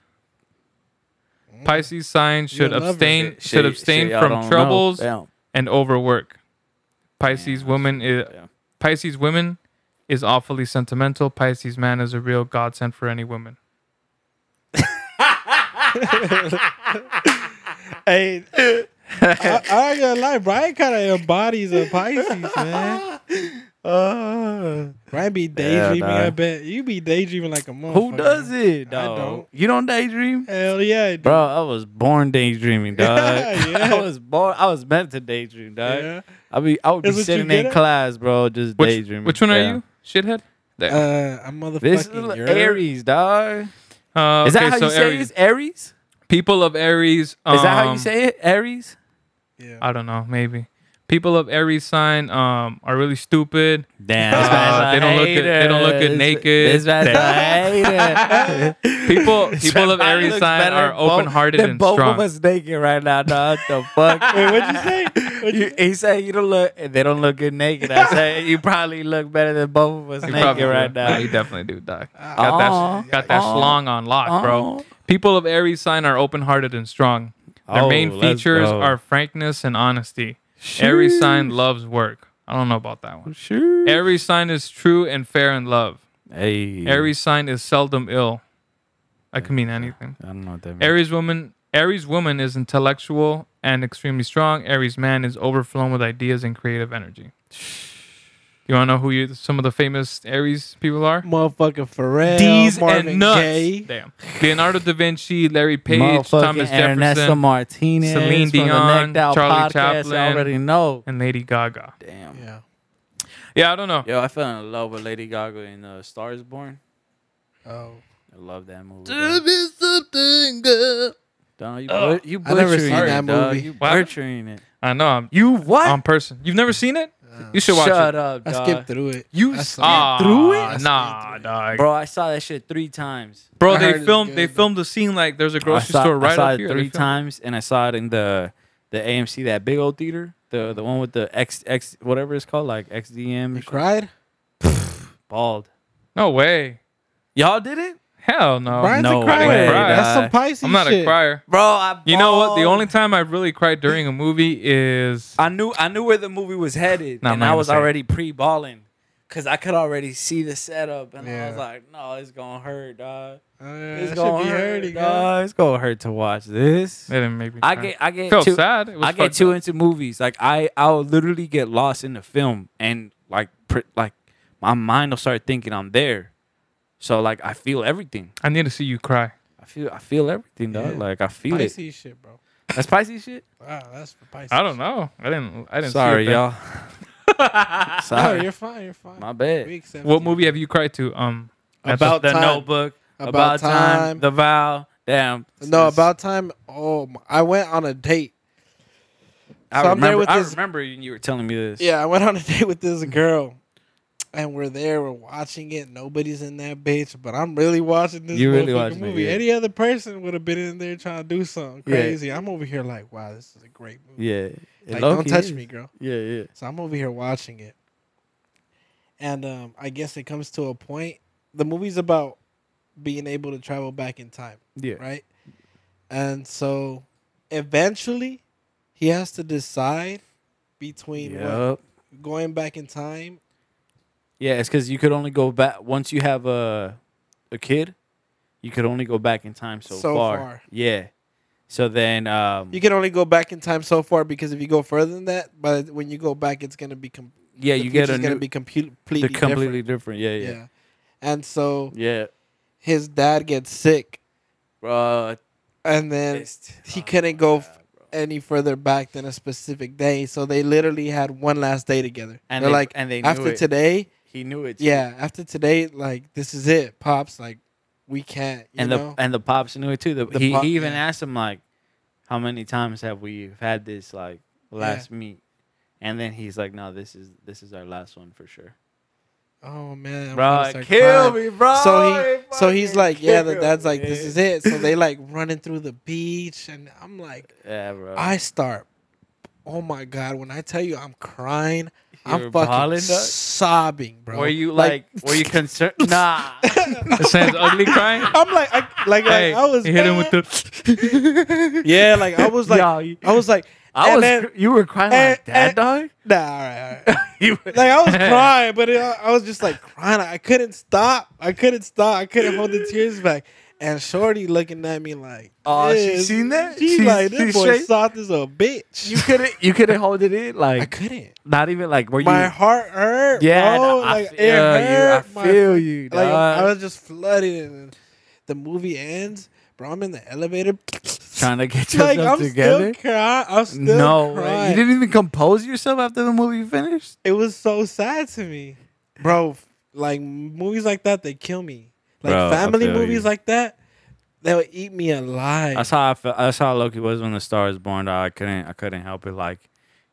[SPEAKER 2] Mm.
[SPEAKER 3] Pisces sign should
[SPEAKER 2] You'll love it.
[SPEAKER 3] abstain
[SPEAKER 1] Shit,
[SPEAKER 3] should
[SPEAKER 1] shit,
[SPEAKER 3] abstain
[SPEAKER 1] y'all don't
[SPEAKER 3] from
[SPEAKER 1] know.
[SPEAKER 3] troubles
[SPEAKER 1] Damn.
[SPEAKER 3] and overwork. Pisces
[SPEAKER 1] Damn,
[SPEAKER 3] woman is
[SPEAKER 1] that's- yeah.
[SPEAKER 3] Pisces women is awfully sentimental. Pisces man is a real godsend for any woman.
[SPEAKER 2] Hey, I, I ain't gonna lie. Brian kind of embodies a Pisces man. Uh, Brian be daydreaming. I
[SPEAKER 1] dog.
[SPEAKER 2] bet you be daydreaming like a motherfucker.
[SPEAKER 1] Who does it?
[SPEAKER 2] I
[SPEAKER 1] dog?
[SPEAKER 2] don't.
[SPEAKER 1] You don't daydream,
[SPEAKER 2] Hell yeah, I do.
[SPEAKER 1] bro. I was born daydreaming, dog.
[SPEAKER 2] Yeah.
[SPEAKER 1] I was born. I was meant to daydream, dog.
[SPEAKER 2] Yeah.
[SPEAKER 1] I be. I would be
[SPEAKER 2] That's what you
[SPEAKER 1] sitting
[SPEAKER 2] good
[SPEAKER 1] in
[SPEAKER 2] at?
[SPEAKER 1] class, bro, just
[SPEAKER 3] Which,
[SPEAKER 1] daydreaming.
[SPEAKER 3] which one are
[SPEAKER 1] Yeah.
[SPEAKER 3] you? Shithead? There.
[SPEAKER 2] Uh, I'm motherfucking
[SPEAKER 1] This is
[SPEAKER 2] Europe.
[SPEAKER 1] Aries, dog.
[SPEAKER 3] Uh,
[SPEAKER 1] Is
[SPEAKER 3] okay,
[SPEAKER 1] that how
[SPEAKER 3] so
[SPEAKER 1] you say it?
[SPEAKER 3] Aries.
[SPEAKER 1] Is Aries?
[SPEAKER 3] People of Aries. Um,
[SPEAKER 1] Is that how you say it? Aries?
[SPEAKER 2] Yeah.
[SPEAKER 3] I don't know. Maybe people of Aries sign um are really stupid.
[SPEAKER 1] Damn,
[SPEAKER 3] Uh, they don't look good- they don't look good naked.
[SPEAKER 1] This man's a hater.
[SPEAKER 3] People people of
[SPEAKER 1] Somebody
[SPEAKER 3] Aries
[SPEAKER 1] looks
[SPEAKER 3] sign
[SPEAKER 1] better
[SPEAKER 3] are
[SPEAKER 1] than both-
[SPEAKER 3] open hearted
[SPEAKER 1] than
[SPEAKER 3] and
[SPEAKER 1] both
[SPEAKER 3] strong.
[SPEAKER 1] of us naked right now, dog. What the fuck?
[SPEAKER 2] Wait, what'd you say? What'd you
[SPEAKER 1] You- he said you don't look. They don't look good naked. I said you probably look better than both of us
[SPEAKER 3] You
[SPEAKER 1] naked
[SPEAKER 3] probably
[SPEAKER 1] right
[SPEAKER 3] do.
[SPEAKER 1] now.
[SPEAKER 3] No, you definitely do, Doc. Got that,
[SPEAKER 1] Aw.
[SPEAKER 3] got that
[SPEAKER 1] Aw.
[SPEAKER 3] schlong on lock, bro.
[SPEAKER 1] Aw.
[SPEAKER 3] People of Aries sign are open hearted and strong. Their
[SPEAKER 1] Oh,
[SPEAKER 3] main
[SPEAKER 1] let's
[SPEAKER 3] features
[SPEAKER 1] go.
[SPEAKER 3] are frankness and honesty. Aries sign loves work. I don't know about that one.
[SPEAKER 1] Sure.
[SPEAKER 3] Aries sign is true and fair in love.
[SPEAKER 1] Hey.
[SPEAKER 3] Aries sign is seldom ill. That could mean anything.
[SPEAKER 1] I don't know what that means.
[SPEAKER 3] Aries woman Aries woman is intellectual and extremely strong. Aries man is overflowing with ideas and creative energy. You want to know who you, some of the famous Aries people are?
[SPEAKER 2] Motherfucking Pharrell,
[SPEAKER 3] D's
[SPEAKER 2] Marvin
[SPEAKER 3] and nuts.
[SPEAKER 2] Gaye.
[SPEAKER 3] Damn. Leonardo da Vinci, Larry Page,
[SPEAKER 1] Motherfucking
[SPEAKER 3] Thomas
[SPEAKER 1] Ernesto
[SPEAKER 3] Jefferson,
[SPEAKER 1] Martinez,
[SPEAKER 3] Celine
[SPEAKER 1] from the
[SPEAKER 3] Dion,
[SPEAKER 1] Necked Out
[SPEAKER 3] Charlie
[SPEAKER 1] podcast.
[SPEAKER 3] Chaplin.
[SPEAKER 1] I already know.
[SPEAKER 3] and Lady Gaga.
[SPEAKER 1] Damn.
[SPEAKER 2] Yeah.
[SPEAKER 3] Yeah, I don't know.
[SPEAKER 1] Yo, I fell in love with Lady Gaga in uh, *Star Is Born*.
[SPEAKER 2] Oh.
[SPEAKER 1] I love that movie.
[SPEAKER 3] Do
[SPEAKER 1] dog.
[SPEAKER 3] me something good.
[SPEAKER 1] Dog, you,
[SPEAKER 3] Ugh.
[SPEAKER 1] but- you
[SPEAKER 2] I never
[SPEAKER 1] butchering
[SPEAKER 2] seen
[SPEAKER 1] it,
[SPEAKER 2] that
[SPEAKER 1] dog.
[SPEAKER 2] movie.
[SPEAKER 1] You
[SPEAKER 3] Oh. What?
[SPEAKER 1] butchering it.
[SPEAKER 3] I know. I'm
[SPEAKER 1] You what?
[SPEAKER 3] on person. You've never seen it?
[SPEAKER 2] Uh,
[SPEAKER 3] You should watch
[SPEAKER 1] Shut
[SPEAKER 3] it.
[SPEAKER 1] up,
[SPEAKER 2] I
[SPEAKER 1] dog.
[SPEAKER 2] skipped through it.
[SPEAKER 1] You
[SPEAKER 2] I
[SPEAKER 1] skipped
[SPEAKER 2] saw
[SPEAKER 1] through it?
[SPEAKER 3] Ah,
[SPEAKER 2] I
[SPEAKER 3] Nah,
[SPEAKER 2] skipped through
[SPEAKER 3] dog. Bro,
[SPEAKER 1] Bro, I saw that shit three times.
[SPEAKER 2] I heard
[SPEAKER 3] they
[SPEAKER 2] it's
[SPEAKER 3] filmed they
[SPEAKER 2] good.
[SPEAKER 3] filmed the scene like there's a grocery
[SPEAKER 1] I saw,
[SPEAKER 3] store right
[SPEAKER 1] I saw
[SPEAKER 3] up
[SPEAKER 1] it
[SPEAKER 3] here. They
[SPEAKER 1] three
[SPEAKER 3] filmed-
[SPEAKER 1] times, and I saw it in the the AMC, that big old theater, the the one with the X X whatever it's called, like XDM.
[SPEAKER 2] You
[SPEAKER 1] and shit.
[SPEAKER 2] cried?
[SPEAKER 1] Bald.
[SPEAKER 3] No way.
[SPEAKER 1] Y'all did it,
[SPEAKER 3] Hell Oh, no.
[SPEAKER 2] Brian's
[SPEAKER 1] no
[SPEAKER 2] a crier.
[SPEAKER 3] way,
[SPEAKER 2] That's
[SPEAKER 1] dog.
[SPEAKER 2] some Pisces
[SPEAKER 3] I'm not
[SPEAKER 2] shit.
[SPEAKER 3] a crier.
[SPEAKER 1] bro. I
[SPEAKER 3] You know what? The
[SPEAKER 1] bald.
[SPEAKER 3] only time I really cried during a movie is
[SPEAKER 1] I knew I knew where the movie was headed,
[SPEAKER 3] Nah, I'm
[SPEAKER 1] and
[SPEAKER 3] not
[SPEAKER 1] I
[SPEAKER 3] gonna
[SPEAKER 1] was
[SPEAKER 3] say it.
[SPEAKER 1] already pre-balling because I could already see the setup, and I
[SPEAKER 2] Yeah.
[SPEAKER 1] was like, "No, it's gonna hurt, dog.
[SPEAKER 2] Uh, that
[SPEAKER 1] It's
[SPEAKER 2] should
[SPEAKER 1] gonna
[SPEAKER 2] be
[SPEAKER 1] hurt,
[SPEAKER 2] hurting, huh?
[SPEAKER 1] dog. It's gonna hurt to watch this."
[SPEAKER 3] it didn't make me
[SPEAKER 1] I
[SPEAKER 3] cry.
[SPEAKER 1] get I get
[SPEAKER 3] felt
[SPEAKER 1] too,
[SPEAKER 3] sad. It was
[SPEAKER 1] I get
[SPEAKER 3] fucked
[SPEAKER 1] too
[SPEAKER 3] up.
[SPEAKER 1] into movies. Like I I'll literally get lost in the film, and like pr- like my mind will start thinking I'm there. So like I feel everything.
[SPEAKER 3] I need to see you cry.
[SPEAKER 1] I feel I feel everything, dog.
[SPEAKER 2] Yeah.
[SPEAKER 1] Like I feel
[SPEAKER 2] Pisces shit, bro.
[SPEAKER 1] it. That's spicy shit.
[SPEAKER 2] Wow, that's for Pisces.
[SPEAKER 3] I don't know. I didn't. I didn't.
[SPEAKER 1] Sorry,
[SPEAKER 3] see it then.
[SPEAKER 1] y'all.
[SPEAKER 2] No,
[SPEAKER 1] Sorry,
[SPEAKER 2] you're fine. You're fine.
[SPEAKER 1] my bad.
[SPEAKER 2] We accept
[SPEAKER 3] What
[SPEAKER 2] you.
[SPEAKER 3] movie have you cried to? Um, at
[SPEAKER 2] About
[SPEAKER 1] the
[SPEAKER 2] Time.
[SPEAKER 1] Notebook.
[SPEAKER 2] About,
[SPEAKER 1] About, time,
[SPEAKER 2] time.
[SPEAKER 1] The Vow. Damn.
[SPEAKER 2] no, about time. Oh, my- I went on a date.
[SPEAKER 1] I
[SPEAKER 2] so I'm
[SPEAKER 1] remember.
[SPEAKER 2] there with
[SPEAKER 1] I
[SPEAKER 2] this-
[SPEAKER 1] remember you, you were telling me this.
[SPEAKER 2] Yeah, I went on a date with this girl, and we're there. We're watching it. Nobody's in that bitch, but I'm really watching this
[SPEAKER 1] You really
[SPEAKER 2] motherfucking
[SPEAKER 1] watching it,
[SPEAKER 2] movie.
[SPEAKER 1] yeah.
[SPEAKER 2] Any other person would have been in there trying to do something
[SPEAKER 1] Yeah.
[SPEAKER 2] crazy. I'm over here like, wow, this is a great movie.
[SPEAKER 1] Yeah. It
[SPEAKER 2] Like,
[SPEAKER 1] low-key
[SPEAKER 2] don't touch
[SPEAKER 1] is.
[SPEAKER 2] me, girl.
[SPEAKER 1] Yeah, yeah.
[SPEAKER 2] So I'm over here watching it. and um, I guess it comes to a point. The movie's about being able to travel back in time,
[SPEAKER 1] Yeah.
[SPEAKER 2] right? And so, eventually, he has to decide between what-
[SPEAKER 1] Yep.
[SPEAKER 2] going back in time.
[SPEAKER 1] Yeah, it's because you could only go back once you have a a kid. You could only go back in time so,
[SPEAKER 2] So
[SPEAKER 1] far.
[SPEAKER 2] far.
[SPEAKER 1] Yeah. So then, um,
[SPEAKER 2] You can only go back in time so far because if you go further than that, but when you go back, it's gonna be com-
[SPEAKER 1] yeah,
[SPEAKER 2] the
[SPEAKER 1] you get a
[SPEAKER 2] future's
[SPEAKER 1] new,
[SPEAKER 2] gonna be compu- completely
[SPEAKER 1] they're
[SPEAKER 2] different.
[SPEAKER 1] completely different.
[SPEAKER 2] yeah.
[SPEAKER 1] Yeah, yeah,
[SPEAKER 2] And so
[SPEAKER 1] yeah.
[SPEAKER 2] his dad gets sick,
[SPEAKER 1] Uh,
[SPEAKER 2] and then he couldn't go f- any further back than a specific day. So they literally had one last day together.
[SPEAKER 1] And
[SPEAKER 2] And they're
[SPEAKER 1] they-
[SPEAKER 2] like,
[SPEAKER 1] and they knew
[SPEAKER 2] after
[SPEAKER 1] it.
[SPEAKER 2] today,
[SPEAKER 1] he knew it.
[SPEAKER 2] yeah, after today, like this is it, pops. Like we can't, you
[SPEAKER 1] and the
[SPEAKER 2] know.
[SPEAKER 1] and the pops knew it too. The,
[SPEAKER 2] The
[SPEAKER 1] he,
[SPEAKER 2] pop-
[SPEAKER 1] he even
[SPEAKER 2] yeah.
[SPEAKER 1] asked him like, "How many times have we had this like last meet?" And then he's like, "No, this is this is our last one for sure."
[SPEAKER 2] oh man, I'm gonna
[SPEAKER 1] Bro,
[SPEAKER 2] start
[SPEAKER 1] kill
[SPEAKER 2] crying.
[SPEAKER 1] me, bro.
[SPEAKER 2] So he, so he's
[SPEAKER 1] Fucking
[SPEAKER 2] like, yeah, the
[SPEAKER 1] kill
[SPEAKER 2] dad's like, this
[SPEAKER 1] me.
[SPEAKER 2] is it. So they like running through the beach, and I'm like,
[SPEAKER 1] Yeah, bro.
[SPEAKER 2] I start. Oh my god! When I tell you I'm crying,
[SPEAKER 1] You're
[SPEAKER 2] I'm
[SPEAKER 1] bawling,
[SPEAKER 2] fucking
[SPEAKER 1] dog?
[SPEAKER 2] sobbing, bro.
[SPEAKER 1] Were you like, were you concerned? nah.
[SPEAKER 3] It sounds ugly crying.
[SPEAKER 2] I'm like, I, like, like,
[SPEAKER 3] Hey,
[SPEAKER 2] I was
[SPEAKER 3] you hit him with
[SPEAKER 2] mad.
[SPEAKER 3] the.
[SPEAKER 2] yeah, like I was like,
[SPEAKER 1] Yo, you-
[SPEAKER 2] I was like,
[SPEAKER 1] I
[SPEAKER 2] and
[SPEAKER 1] was.
[SPEAKER 2] then-
[SPEAKER 1] you were crying
[SPEAKER 2] and-
[SPEAKER 1] like that,
[SPEAKER 2] and-
[SPEAKER 1] dog.
[SPEAKER 2] nah, all right, all right.
[SPEAKER 1] You were-
[SPEAKER 2] Like I was crying, but it, I was just like crying. I couldn't stop. I couldn't stop. I couldn't hold the tears back. And Shorty looking at me like,
[SPEAKER 1] Aw, she
[SPEAKER 2] this-
[SPEAKER 1] seen that?
[SPEAKER 2] She,
[SPEAKER 1] She-
[SPEAKER 2] like
[SPEAKER 1] she
[SPEAKER 2] this boy
[SPEAKER 1] straight-
[SPEAKER 2] soft as a bitch.
[SPEAKER 1] you couldn't. You couldn't hold it in.
[SPEAKER 2] I
[SPEAKER 1] Like
[SPEAKER 2] couldn't.
[SPEAKER 1] not even like. Were
[SPEAKER 2] My
[SPEAKER 1] you?
[SPEAKER 2] heart hurt.
[SPEAKER 1] Yeah,
[SPEAKER 2] bro.
[SPEAKER 1] no, I
[SPEAKER 2] like,
[SPEAKER 1] feel you. I
[SPEAKER 2] it hurt. my
[SPEAKER 1] feel you,
[SPEAKER 2] Like,
[SPEAKER 1] dog.
[SPEAKER 2] I was just flooded, and the movie ends. Bro, I'm in the elevator.
[SPEAKER 1] Trying to get yourself
[SPEAKER 2] like I'm
[SPEAKER 1] together.
[SPEAKER 2] still crying. I'm still
[SPEAKER 1] no, way.
[SPEAKER 2] crying.
[SPEAKER 1] you didn't even compose yourself after the movie finished.
[SPEAKER 2] it was so sad to me, bro. f- Like movies like that, they kill me. Like
[SPEAKER 1] Bro, I
[SPEAKER 2] family
[SPEAKER 1] feel
[SPEAKER 2] movies
[SPEAKER 1] you.
[SPEAKER 2] like that, they would eat me alive.
[SPEAKER 1] That's how I felt. That's how Loki was when the star is born. Dog. I couldn't. I couldn't help it. Like,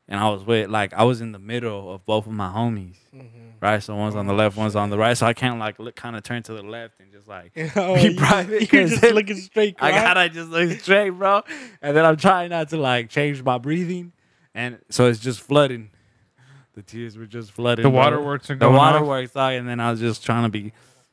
[SPEAKER 1] and I was with like I was in the middle of both of my homies.
[SPEAKER 2] Mm-hmm.
[SPEAKER 1] Right, so one's
[SPEAKER 2] Oh,
[SPEAKER 1] on the left, one's on the right. So I can't like look, kind of turn to the left and just like
[SPEAKER 2] You know,
[SPEAKER 1] be
[SPEAKER 2] you
[SPEAKER 1] private,
[SPEAKER 2] Just, you're
[SPEAKER 1] 'cause
[SPEAKER 2] just
[SPEAKER 1] then
[SPEAKER 2] looking straight.
[SPEAKER 1] I
[SPEAKER 2] crying.
[SPEAKER 1] gotta just look straight, bro. And then I'm trying not to like change my breathing, and so it's just flooding. The tears were just flooding.
[SPEAKER 3] The
[SPEAKER 1] bro.
[SPEAKER 3] waterworks are
[SPEAKER 1] The
[SPEAKER 3] going off.
[SPEAKER 1] waterworks, like, and then I was just trying to be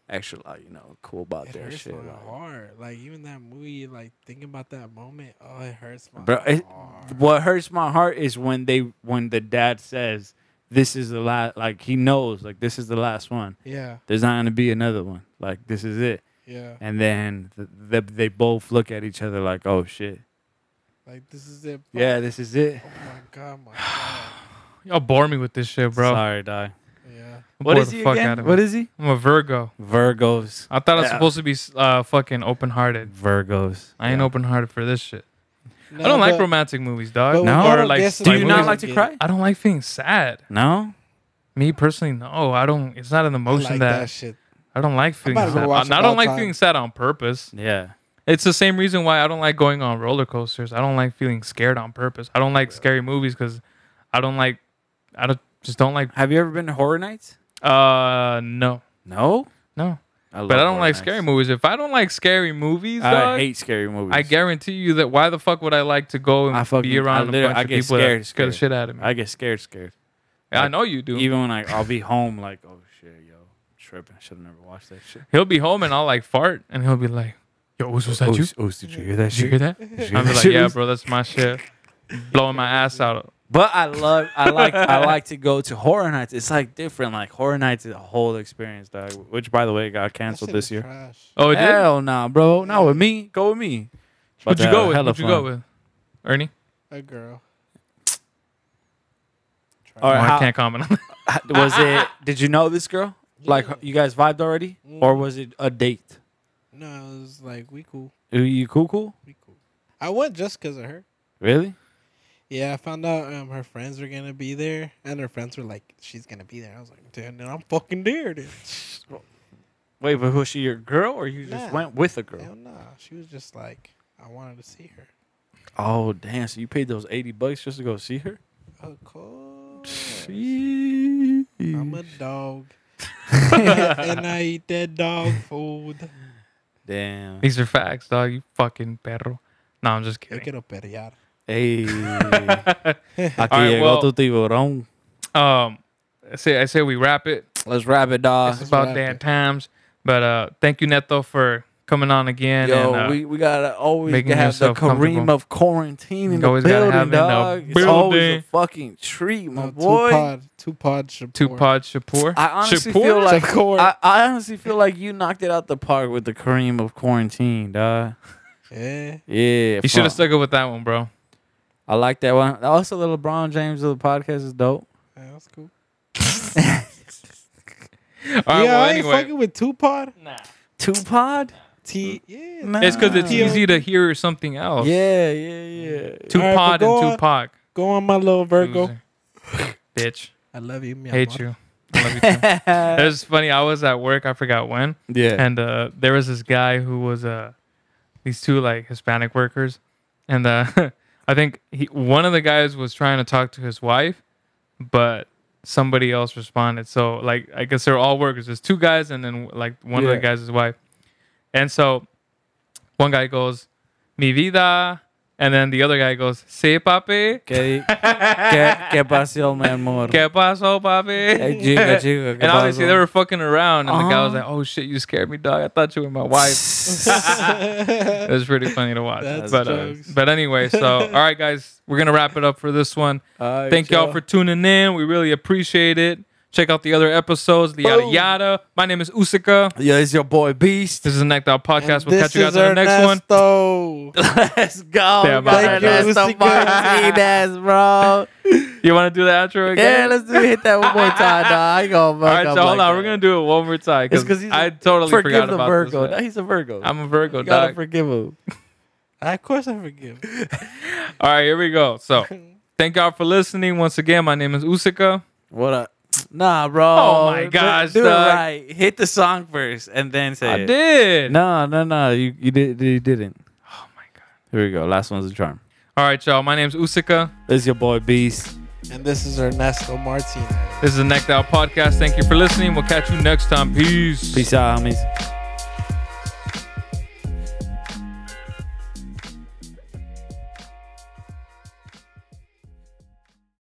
[SPEAKER 1] extra, like you know, cool about
[SPEAKER 2] It
[SPEAKER 1] that
[SPEAKER 2] hurts
[SPEAKER 1] shit.
[SPEAKER 2] my
[SPEAKER 1] like.
[SPEAKER 2] heart. Like even that movie, like thinking about that moment, oh, it hurts my
[SPEAKER 1] Bro, it,
[SPEAKER 2] heart.
[SPEAKER 1] what hurts my heart is when they when the dad says, "This is the last." Like he knows, like this is the last one.
[SPEAKER 2] Yeah,
[SPEAKER 1] There's not gonna be another one. Like this is it.
[SPEAKER 2] yeah.
[SPEAKER 1] And then th- they they both look at each other like, "Oh shit,
[SPEAKER 2] Like this is it. bro.
[SPEAKER 1] yeah, this is it."
[SPEAKER 2] Oh my god, my god.
[SPEAKER 3] Y'all bore me with this shit, bro.
[SPEAKER 1] Sorry, die.
[SPEAKER 2] Yeah.
[SPEAKER 1] What
[SPEAKER 3] Bore
[SPEAKER 1] is
[SPEAKER 3] the
[SPEAKER 1] he
[SPEAKER 3] fuck
[SPEAKER 1] again?
[SPEAKER 3] out of me.
[SPEAKER 1] What is he?
[SPEAKER 3] I'm a Virgo.
[SPEAKER 1] Virgos.
[SPEAKER 3] I thought I was
[SPEAKER 1] Yeah.
[SPEAKER 3] supposed to be uh, fucking open hearted.
[SPEAKER 1] Virgos.
[SPEAKER 3] I ain't
[SPEAKER 1] Yeah.
[SPEAKER 3] open hearted for this shit.
[SPEAKER 2] No,
[SPEAKER 3] I don't like
[SPEAKER 2] but-
[SPEAKER 3] romantic movies, dog.
[SPEAKER 2] but
[SPEAKER 1] No?
[SPEAKER 2] we
[SPEAKER 1] Or
[SPEAKER 2] don't
[SPEAKER 3] like-
[SPEAKER 2] guess
[SPEAKER 3] do
[SPEAKER 2] it,
[SPEAKER 3] you
[SPEAKER 2] we
[SPEAKER 3] not
[SPEAKER 2] don't
[SPEAKER 1] like to
[SPEAKER 2] get it.
[SPEAKER 1] cry?
[SPEAKER 3] I don't like being sad.
[SPEAKER 1] No.
[SPEAKER 3] Me personally, no. I don't. It's not an
[SPEAKER 2] I
[SPEAKER 3] emotion
[SPEAKER 2] like
[SPEAKER 3] that,
[SPEAKER 2] that shit.
[SPEAKER 3] I don't like feeling
[SPEAKER 2] about to go
[SPEAKER 3] sad. I,
[SPEAKER 2] watch
[SPEAKER 3] I don't
[SPEAKER 2] About
[SPEAKER 3] like
[SPEAKER 2] Time.
[SPEAKER 3] feeling sad on purpose.
[SPEAKER 1] Yeah.
[SPEAKER 3] It's the same reason why I don't like going on roller coasters. I don't like feeling scared on purpose. I don't like scary movies because I don't like. I don't just don't like.
[SPEAKER 1] Have you ever been to horror nights?
[SPEAKER 3] Uh, no,
[SPEAKER 1] No.
[SPEAKER 3] no.
[SPEAKER 1] I love
[SPEAKER 3] But I don't
[SPEAKER 1] horror
[SPEAKER 3] like
[SPEAKER 1] nights.
[SPEAKER 3] scary movies. If I don't like scary movies,
[SPEAKER 1] I
[SPEAKER 3] dog,
[SPEAKER 1] hate scary movies.
[SPEAKER 3] I guarantee you that why the fuck would I like to go and
[SPEAKER 1] I fucking-
[SPEAKER 3] be
[SPEAKER 1] I
[SPEAKER 3] around a
[SPEAKER 1] literally-
[SPEAKER 3] bunch
[SPEAKER 1] I
[SPEAKER 3] of
[SPEAKER 1] get
[SPEAKER 3] people
[SPEAKER 1] scared,
[SPEAKER 3] that scare the
[SPEAKER 1] scared.
[SPEAKER 3] shit out of me? I,
[SPEAKER 1] I get scared, scared.
[SPEAKER 3] know you do.
[SPEAKER 1] Even when I, I'll be home, like, oh shit, yo, tripping. Should have never watched that shit.
[SPEAKER 3] he'll be home and I'll like fart and he'll be like, "Yo, was, was that you?
[SPEAKER 1] Oos, Oos, did you hear Oh, that
[SPEAKER 3] Did
[SPEAKER 1] shit?
[SPEAKER 3] you hear that?"
[SPEAKER 1] Did you
[SPEAKER 3] I'm
[SPEAKER 1] hear
[SPEAKER 3] like,
[SPEAKER 1] that
[SPEAKER 3] "Yeah,
[SPEAKER 1] shit, Oos?"
[SPEAKER 3] bro, that's my shit." Blowing my ass out.
[SPEAKER 1] But I love, I like, I like to go to horror nights. It's like different. Like horror nights is a whole experience, dog. Which, by the way, got
[SPEAKER 2] That
[SPEAKER 1] canceled
[SPEAKER 2] shit
[SPEAKER 1] this
[SPEAKER 2] is
[SPEAKER 1] year.
[SPEAKER 2] trash.
[SPEAKER 3] Oh, it did?
[SPEAKER 1] Hell nah, bro. Not with me. Go with me.
[SPEAKER 3] What'd
[SPEAKER 1] But,
[SPEAKER 3] you
[SPEAKER 1] uh,
[SPEAKER 3] go with?
[SPEAKER 1] hella
[SPEAKER 3] What'd you
[SPEAKER 1] fun.
[SPEAKER 3] go with? Ernie?
[SPEAKER 2] A girl.
[SPEAKER 1] All right,
[SPEAKER 3] Oh,
[SPEAKER 1] how-
[SPEAKER 3] I can't comment on that.
[SPEAKER 1] was it? Did you know this girl? Like
[SPEAKER 2] Yeah.
[SPEAKER 1] you guys vibed already, or was it a date?
[SPEAKER 2] No, it was like we cool,
[SPEAKER 1] Are you cool, cool?
[SPEAKER 2] we cool. I went just because of her.
[SPEAKER 1] Really?
[SPEAKER 2] Yeah, I found out um, her friends were gonna be there, and her friends were like, "She's gonna be there." I was like, "Dude, then I'm fucking there, dude."
[SPEAKER 1] Wait, but was she your girl, or you just
[SPEAKER 2] Nah.
[SPEAKER 1] went with a girl?
[SPEAKER 2] Hell nah. She was just like, "I wanted to see her."
[SPEAKER 1] Oh damn! So you paid those eighty bucks just to go see her?
[SPEAKER 2] Of course, I'm a
[SPEAKER 1] Damn.
[SPEAKER 2] dog, and I eat that dog food.
[SPEAKER 3] These are facts, dog. You fucking perro. No, I'm just
[SPEAKER 2] Yo quiero
[SPEAKER 3] kidding.
[SPEAKER 2] pelear.
[SPEAKER 1] Hey. Aquí
[SPEAKER 3] All right,
[SPEAKER 1] llegó tu
[SPEAKER 3] well-
[SPEAKER 1] tiburón.
[SPEAKER 3] Um, I say I say we wrap it.
[SPEAKER 1] Let's wrap it, dog.
[SPEAKER 3] it's about
[SPEAKER 2] what
[SPEAKER 3] that times. But uh, thank you, Neto, for coming on again.
[SPEAKER 1] Yo,
[SPEAKER 3] and, uh,
[SPEAKER 1] we, we gotta always
[SPEAKER 3] making
[SPEAKER 1] have the
[SPEAKER 3] yourself
[SPEAKER 1] Kareem
[SPEAKER 3] comfortable.
[SPEAKER 1] of quarantine in
[SPEAKER 3] You
[SPEAKER 1] the
[SPEAKER 3] always gotta
[SPEAKER 1] building,
[SPEAKER 3] have it in the
[SPEAKER 1] dog. It's
[SPEAKER 3] building.
[SPEAKER 1] always a fucking treat, my
[SPEAKER 2] No,
[SPEAKER 1] boy.
[SPEAKER 2] Two-pod, two-pod Shakur.
[SPEAKER 3] Tupad Shapoor.
[SPEAKER 1] I honestly
[SPEAKER 3] Shapoor?
[SPEAKER 1] feel like
[SPEAKER 2] Shakur.
[SPEAKER 1] I, I honestly feel like you knocked it out the park with the Kareem of quarantine, dog.
[SPEAKER 2] Yeah.
[SPEAKER 1] Yeah,
[SPEAKER 3] you should
[SPEAKER 1] fuck.
[SPEAKER 3] have stuck it with that one, bro.
[SPEAKER 1] I like that one. Also, the LeBron James of the podcast is dope.
[SPEAKER 2] Yeah, that's cool.
[SPEAKER 3] All
[SPEAKER 2] yeah,
[SPEAKER 3] right, well,
[SPEAKER 2] I ain't
[SPEAKER 3] anyway.
[SPEAKER 2] fucking with two-pod.
[SPEAKER 1] Two pod.
[SPEAKER 2] T. Yeah.
[SPEAKER 1] Nah.
[SPEAKER 3] It's because it's
[SPEAKER 1] Yeah.
[SPEAKER 3] easy to hear something else.
[SPEAKER 1] Yeah, yeah, yeah.
[SPEAKER 3] Oh. Tupac
[SPEAKER 2] Alright, but go
[SPEAKER 3] and
[SPEAKER 2] on.
[SPEAKER 3] Tupac.
[SPEAKER 2] Go on, my little Virgo.
[SPEAKER 3] Loser. Bitch.
[SPEAKER 2] I love you. mi
[SPEAKER 3] Hate
[SPEAKER 2] amor.
[SPEAKER 3] you. I love you too. it was funny. I was at work. I forgot when.
[SPEAKER 1] yeah.
[SPEAKER 3] and uh, there was this guy who was uh, these two like Hispanic workers, and uh, I think he, one of the guys was trying to talk to his wife, but somebody else responded. So like I guess they're all workers. There's two guys and then like one of
[SPEAKER 1] Yeah.
[SPEAKER 3] the guys is his wife, and so one guy goes, "Mi vida," and then the other guy goes, "Sí, papi."
[SPEAKER 1] Que, que, que pasó, mi amor?
[SPEAKER 3] ¿Qué pasó, papi?
[SPEAKER 1] Hey, chica, chica, ¿qué
[SPEAKER 3] and obviously
[SPEAKER 1] pasó?
[SPEAKER 3] they were fucking around, and the guy was
[SPEAKER 1] Uh-huh.
[SPEAKER 3] like, "Oh shit, you scared me, dog. I thought you were my wife." it was pretty funny to watch.
[SPEAKER 2] That's
[SPEAKER 3] but uh,
[SPEAKER 2] jokes.
[SPEAKER 3] but anyway, so all right, guys, we're gonna wrap it up for this one.
[SPEAKER 1] Alright,
[SPEAKER 3] Thank y'all
[SPEAKER 1] yo.
[SPEAKER 3] for tuning in. We really appreciate it. Check out the other episodes, the yada
[SPEAKER 1] Boom.
[SPEAKER 3] yada. My name is Usika.
[SPEAKER 1] Yeah, it's your boy Beast.
[SPEAKER 3] This is the Necked Out Podcast. we'll
[SPEAKER 2] This
[SPEAKER 3] catch you guys
[SPEAKER 2] is
[SPEAKER 3] on the next one.
[SPEAKER 2] Ernesto.
[SPEAKER 1] Let's go.
[SPEAKER 3] Yeah,
[SPEAKER 1] We got
[SPEAKER 3] thank you,
[SPEAKER 1] Ernesto
[SPEAKER 2] Lucy
[SPEAKER 1] Martinez, bro.
[SPEAKER 3] You want to do the outro again?
[SPEAKER 1] Yeah, let's do hit that one more time, dog. I ain't gonna
[SPEAKER 3] all
[SPEAKER 1] fuck
[SPEAKER 3] right, so
[SPEAKER 1] up
[SPEAKER 3] hold
[SPEAKER 1] like
[SPEAKER 3] on.
[SPEAKER 1] that.
[SPEAKER 3] We're gonna do it one more time
[SPEAKER 1] It's 'cause
[SPEAKER 3] because
[SPEAKER 1] he's a-
[SPEAKER 3] I totally
[SPEAKER 1] forgive
[SPEAKER 3] forgot
[SPEAKER 1] the
[SPEAKER 3] about
[SPEAKER 1] Virgo.
[SPEAKER 3] this.
[SPEAKER 1] No,
[SPEAKER 3] one.
[SPEAKER 1] he's a Virgo.
[SPEAKER 3] I'm a Virgo,
[SPEAKER 1] you gotta
[SPEAKER 3] dog.
[SPEAKER 1] forgive him.
[SPEAKER 2] of course, I forgive.
[SPEAKER 3] All right, here we go. So, thank y'all for listening once again. My name is Usika.
[SPEAKER 1] What up? Nah, bro.
[SPEAKER 3] Oh my
[SPEAKER 1] Do-
[SPEAKER 3] gosh,
[SPEAKER 1] do, it
[SPEAKER 3] dog.
[SPEAKER 1] right. Hit the song first and then say
[SPEAKER 3] I
[SPEAKER 1] it.
[SPEAKER 3] did.
[SPEAKER 1] No, no, no. You you did you didn't.
[SPEAKER 3] Oh my god.
[SPEAKER 1] Here we go. Last one's a charm.
[SPEAKER 3] All right, y'all. My name's Usika.
[SPEAKER 1] This is your boy Beast.
[SPEAKER 2] and this is Ernesto Martinez.
[SPEAKER 3] This is the Necked Out Podcast. Thank you for listening. We'll catch you next time. Peace.
[SPEAKER 1] Peace out, homies.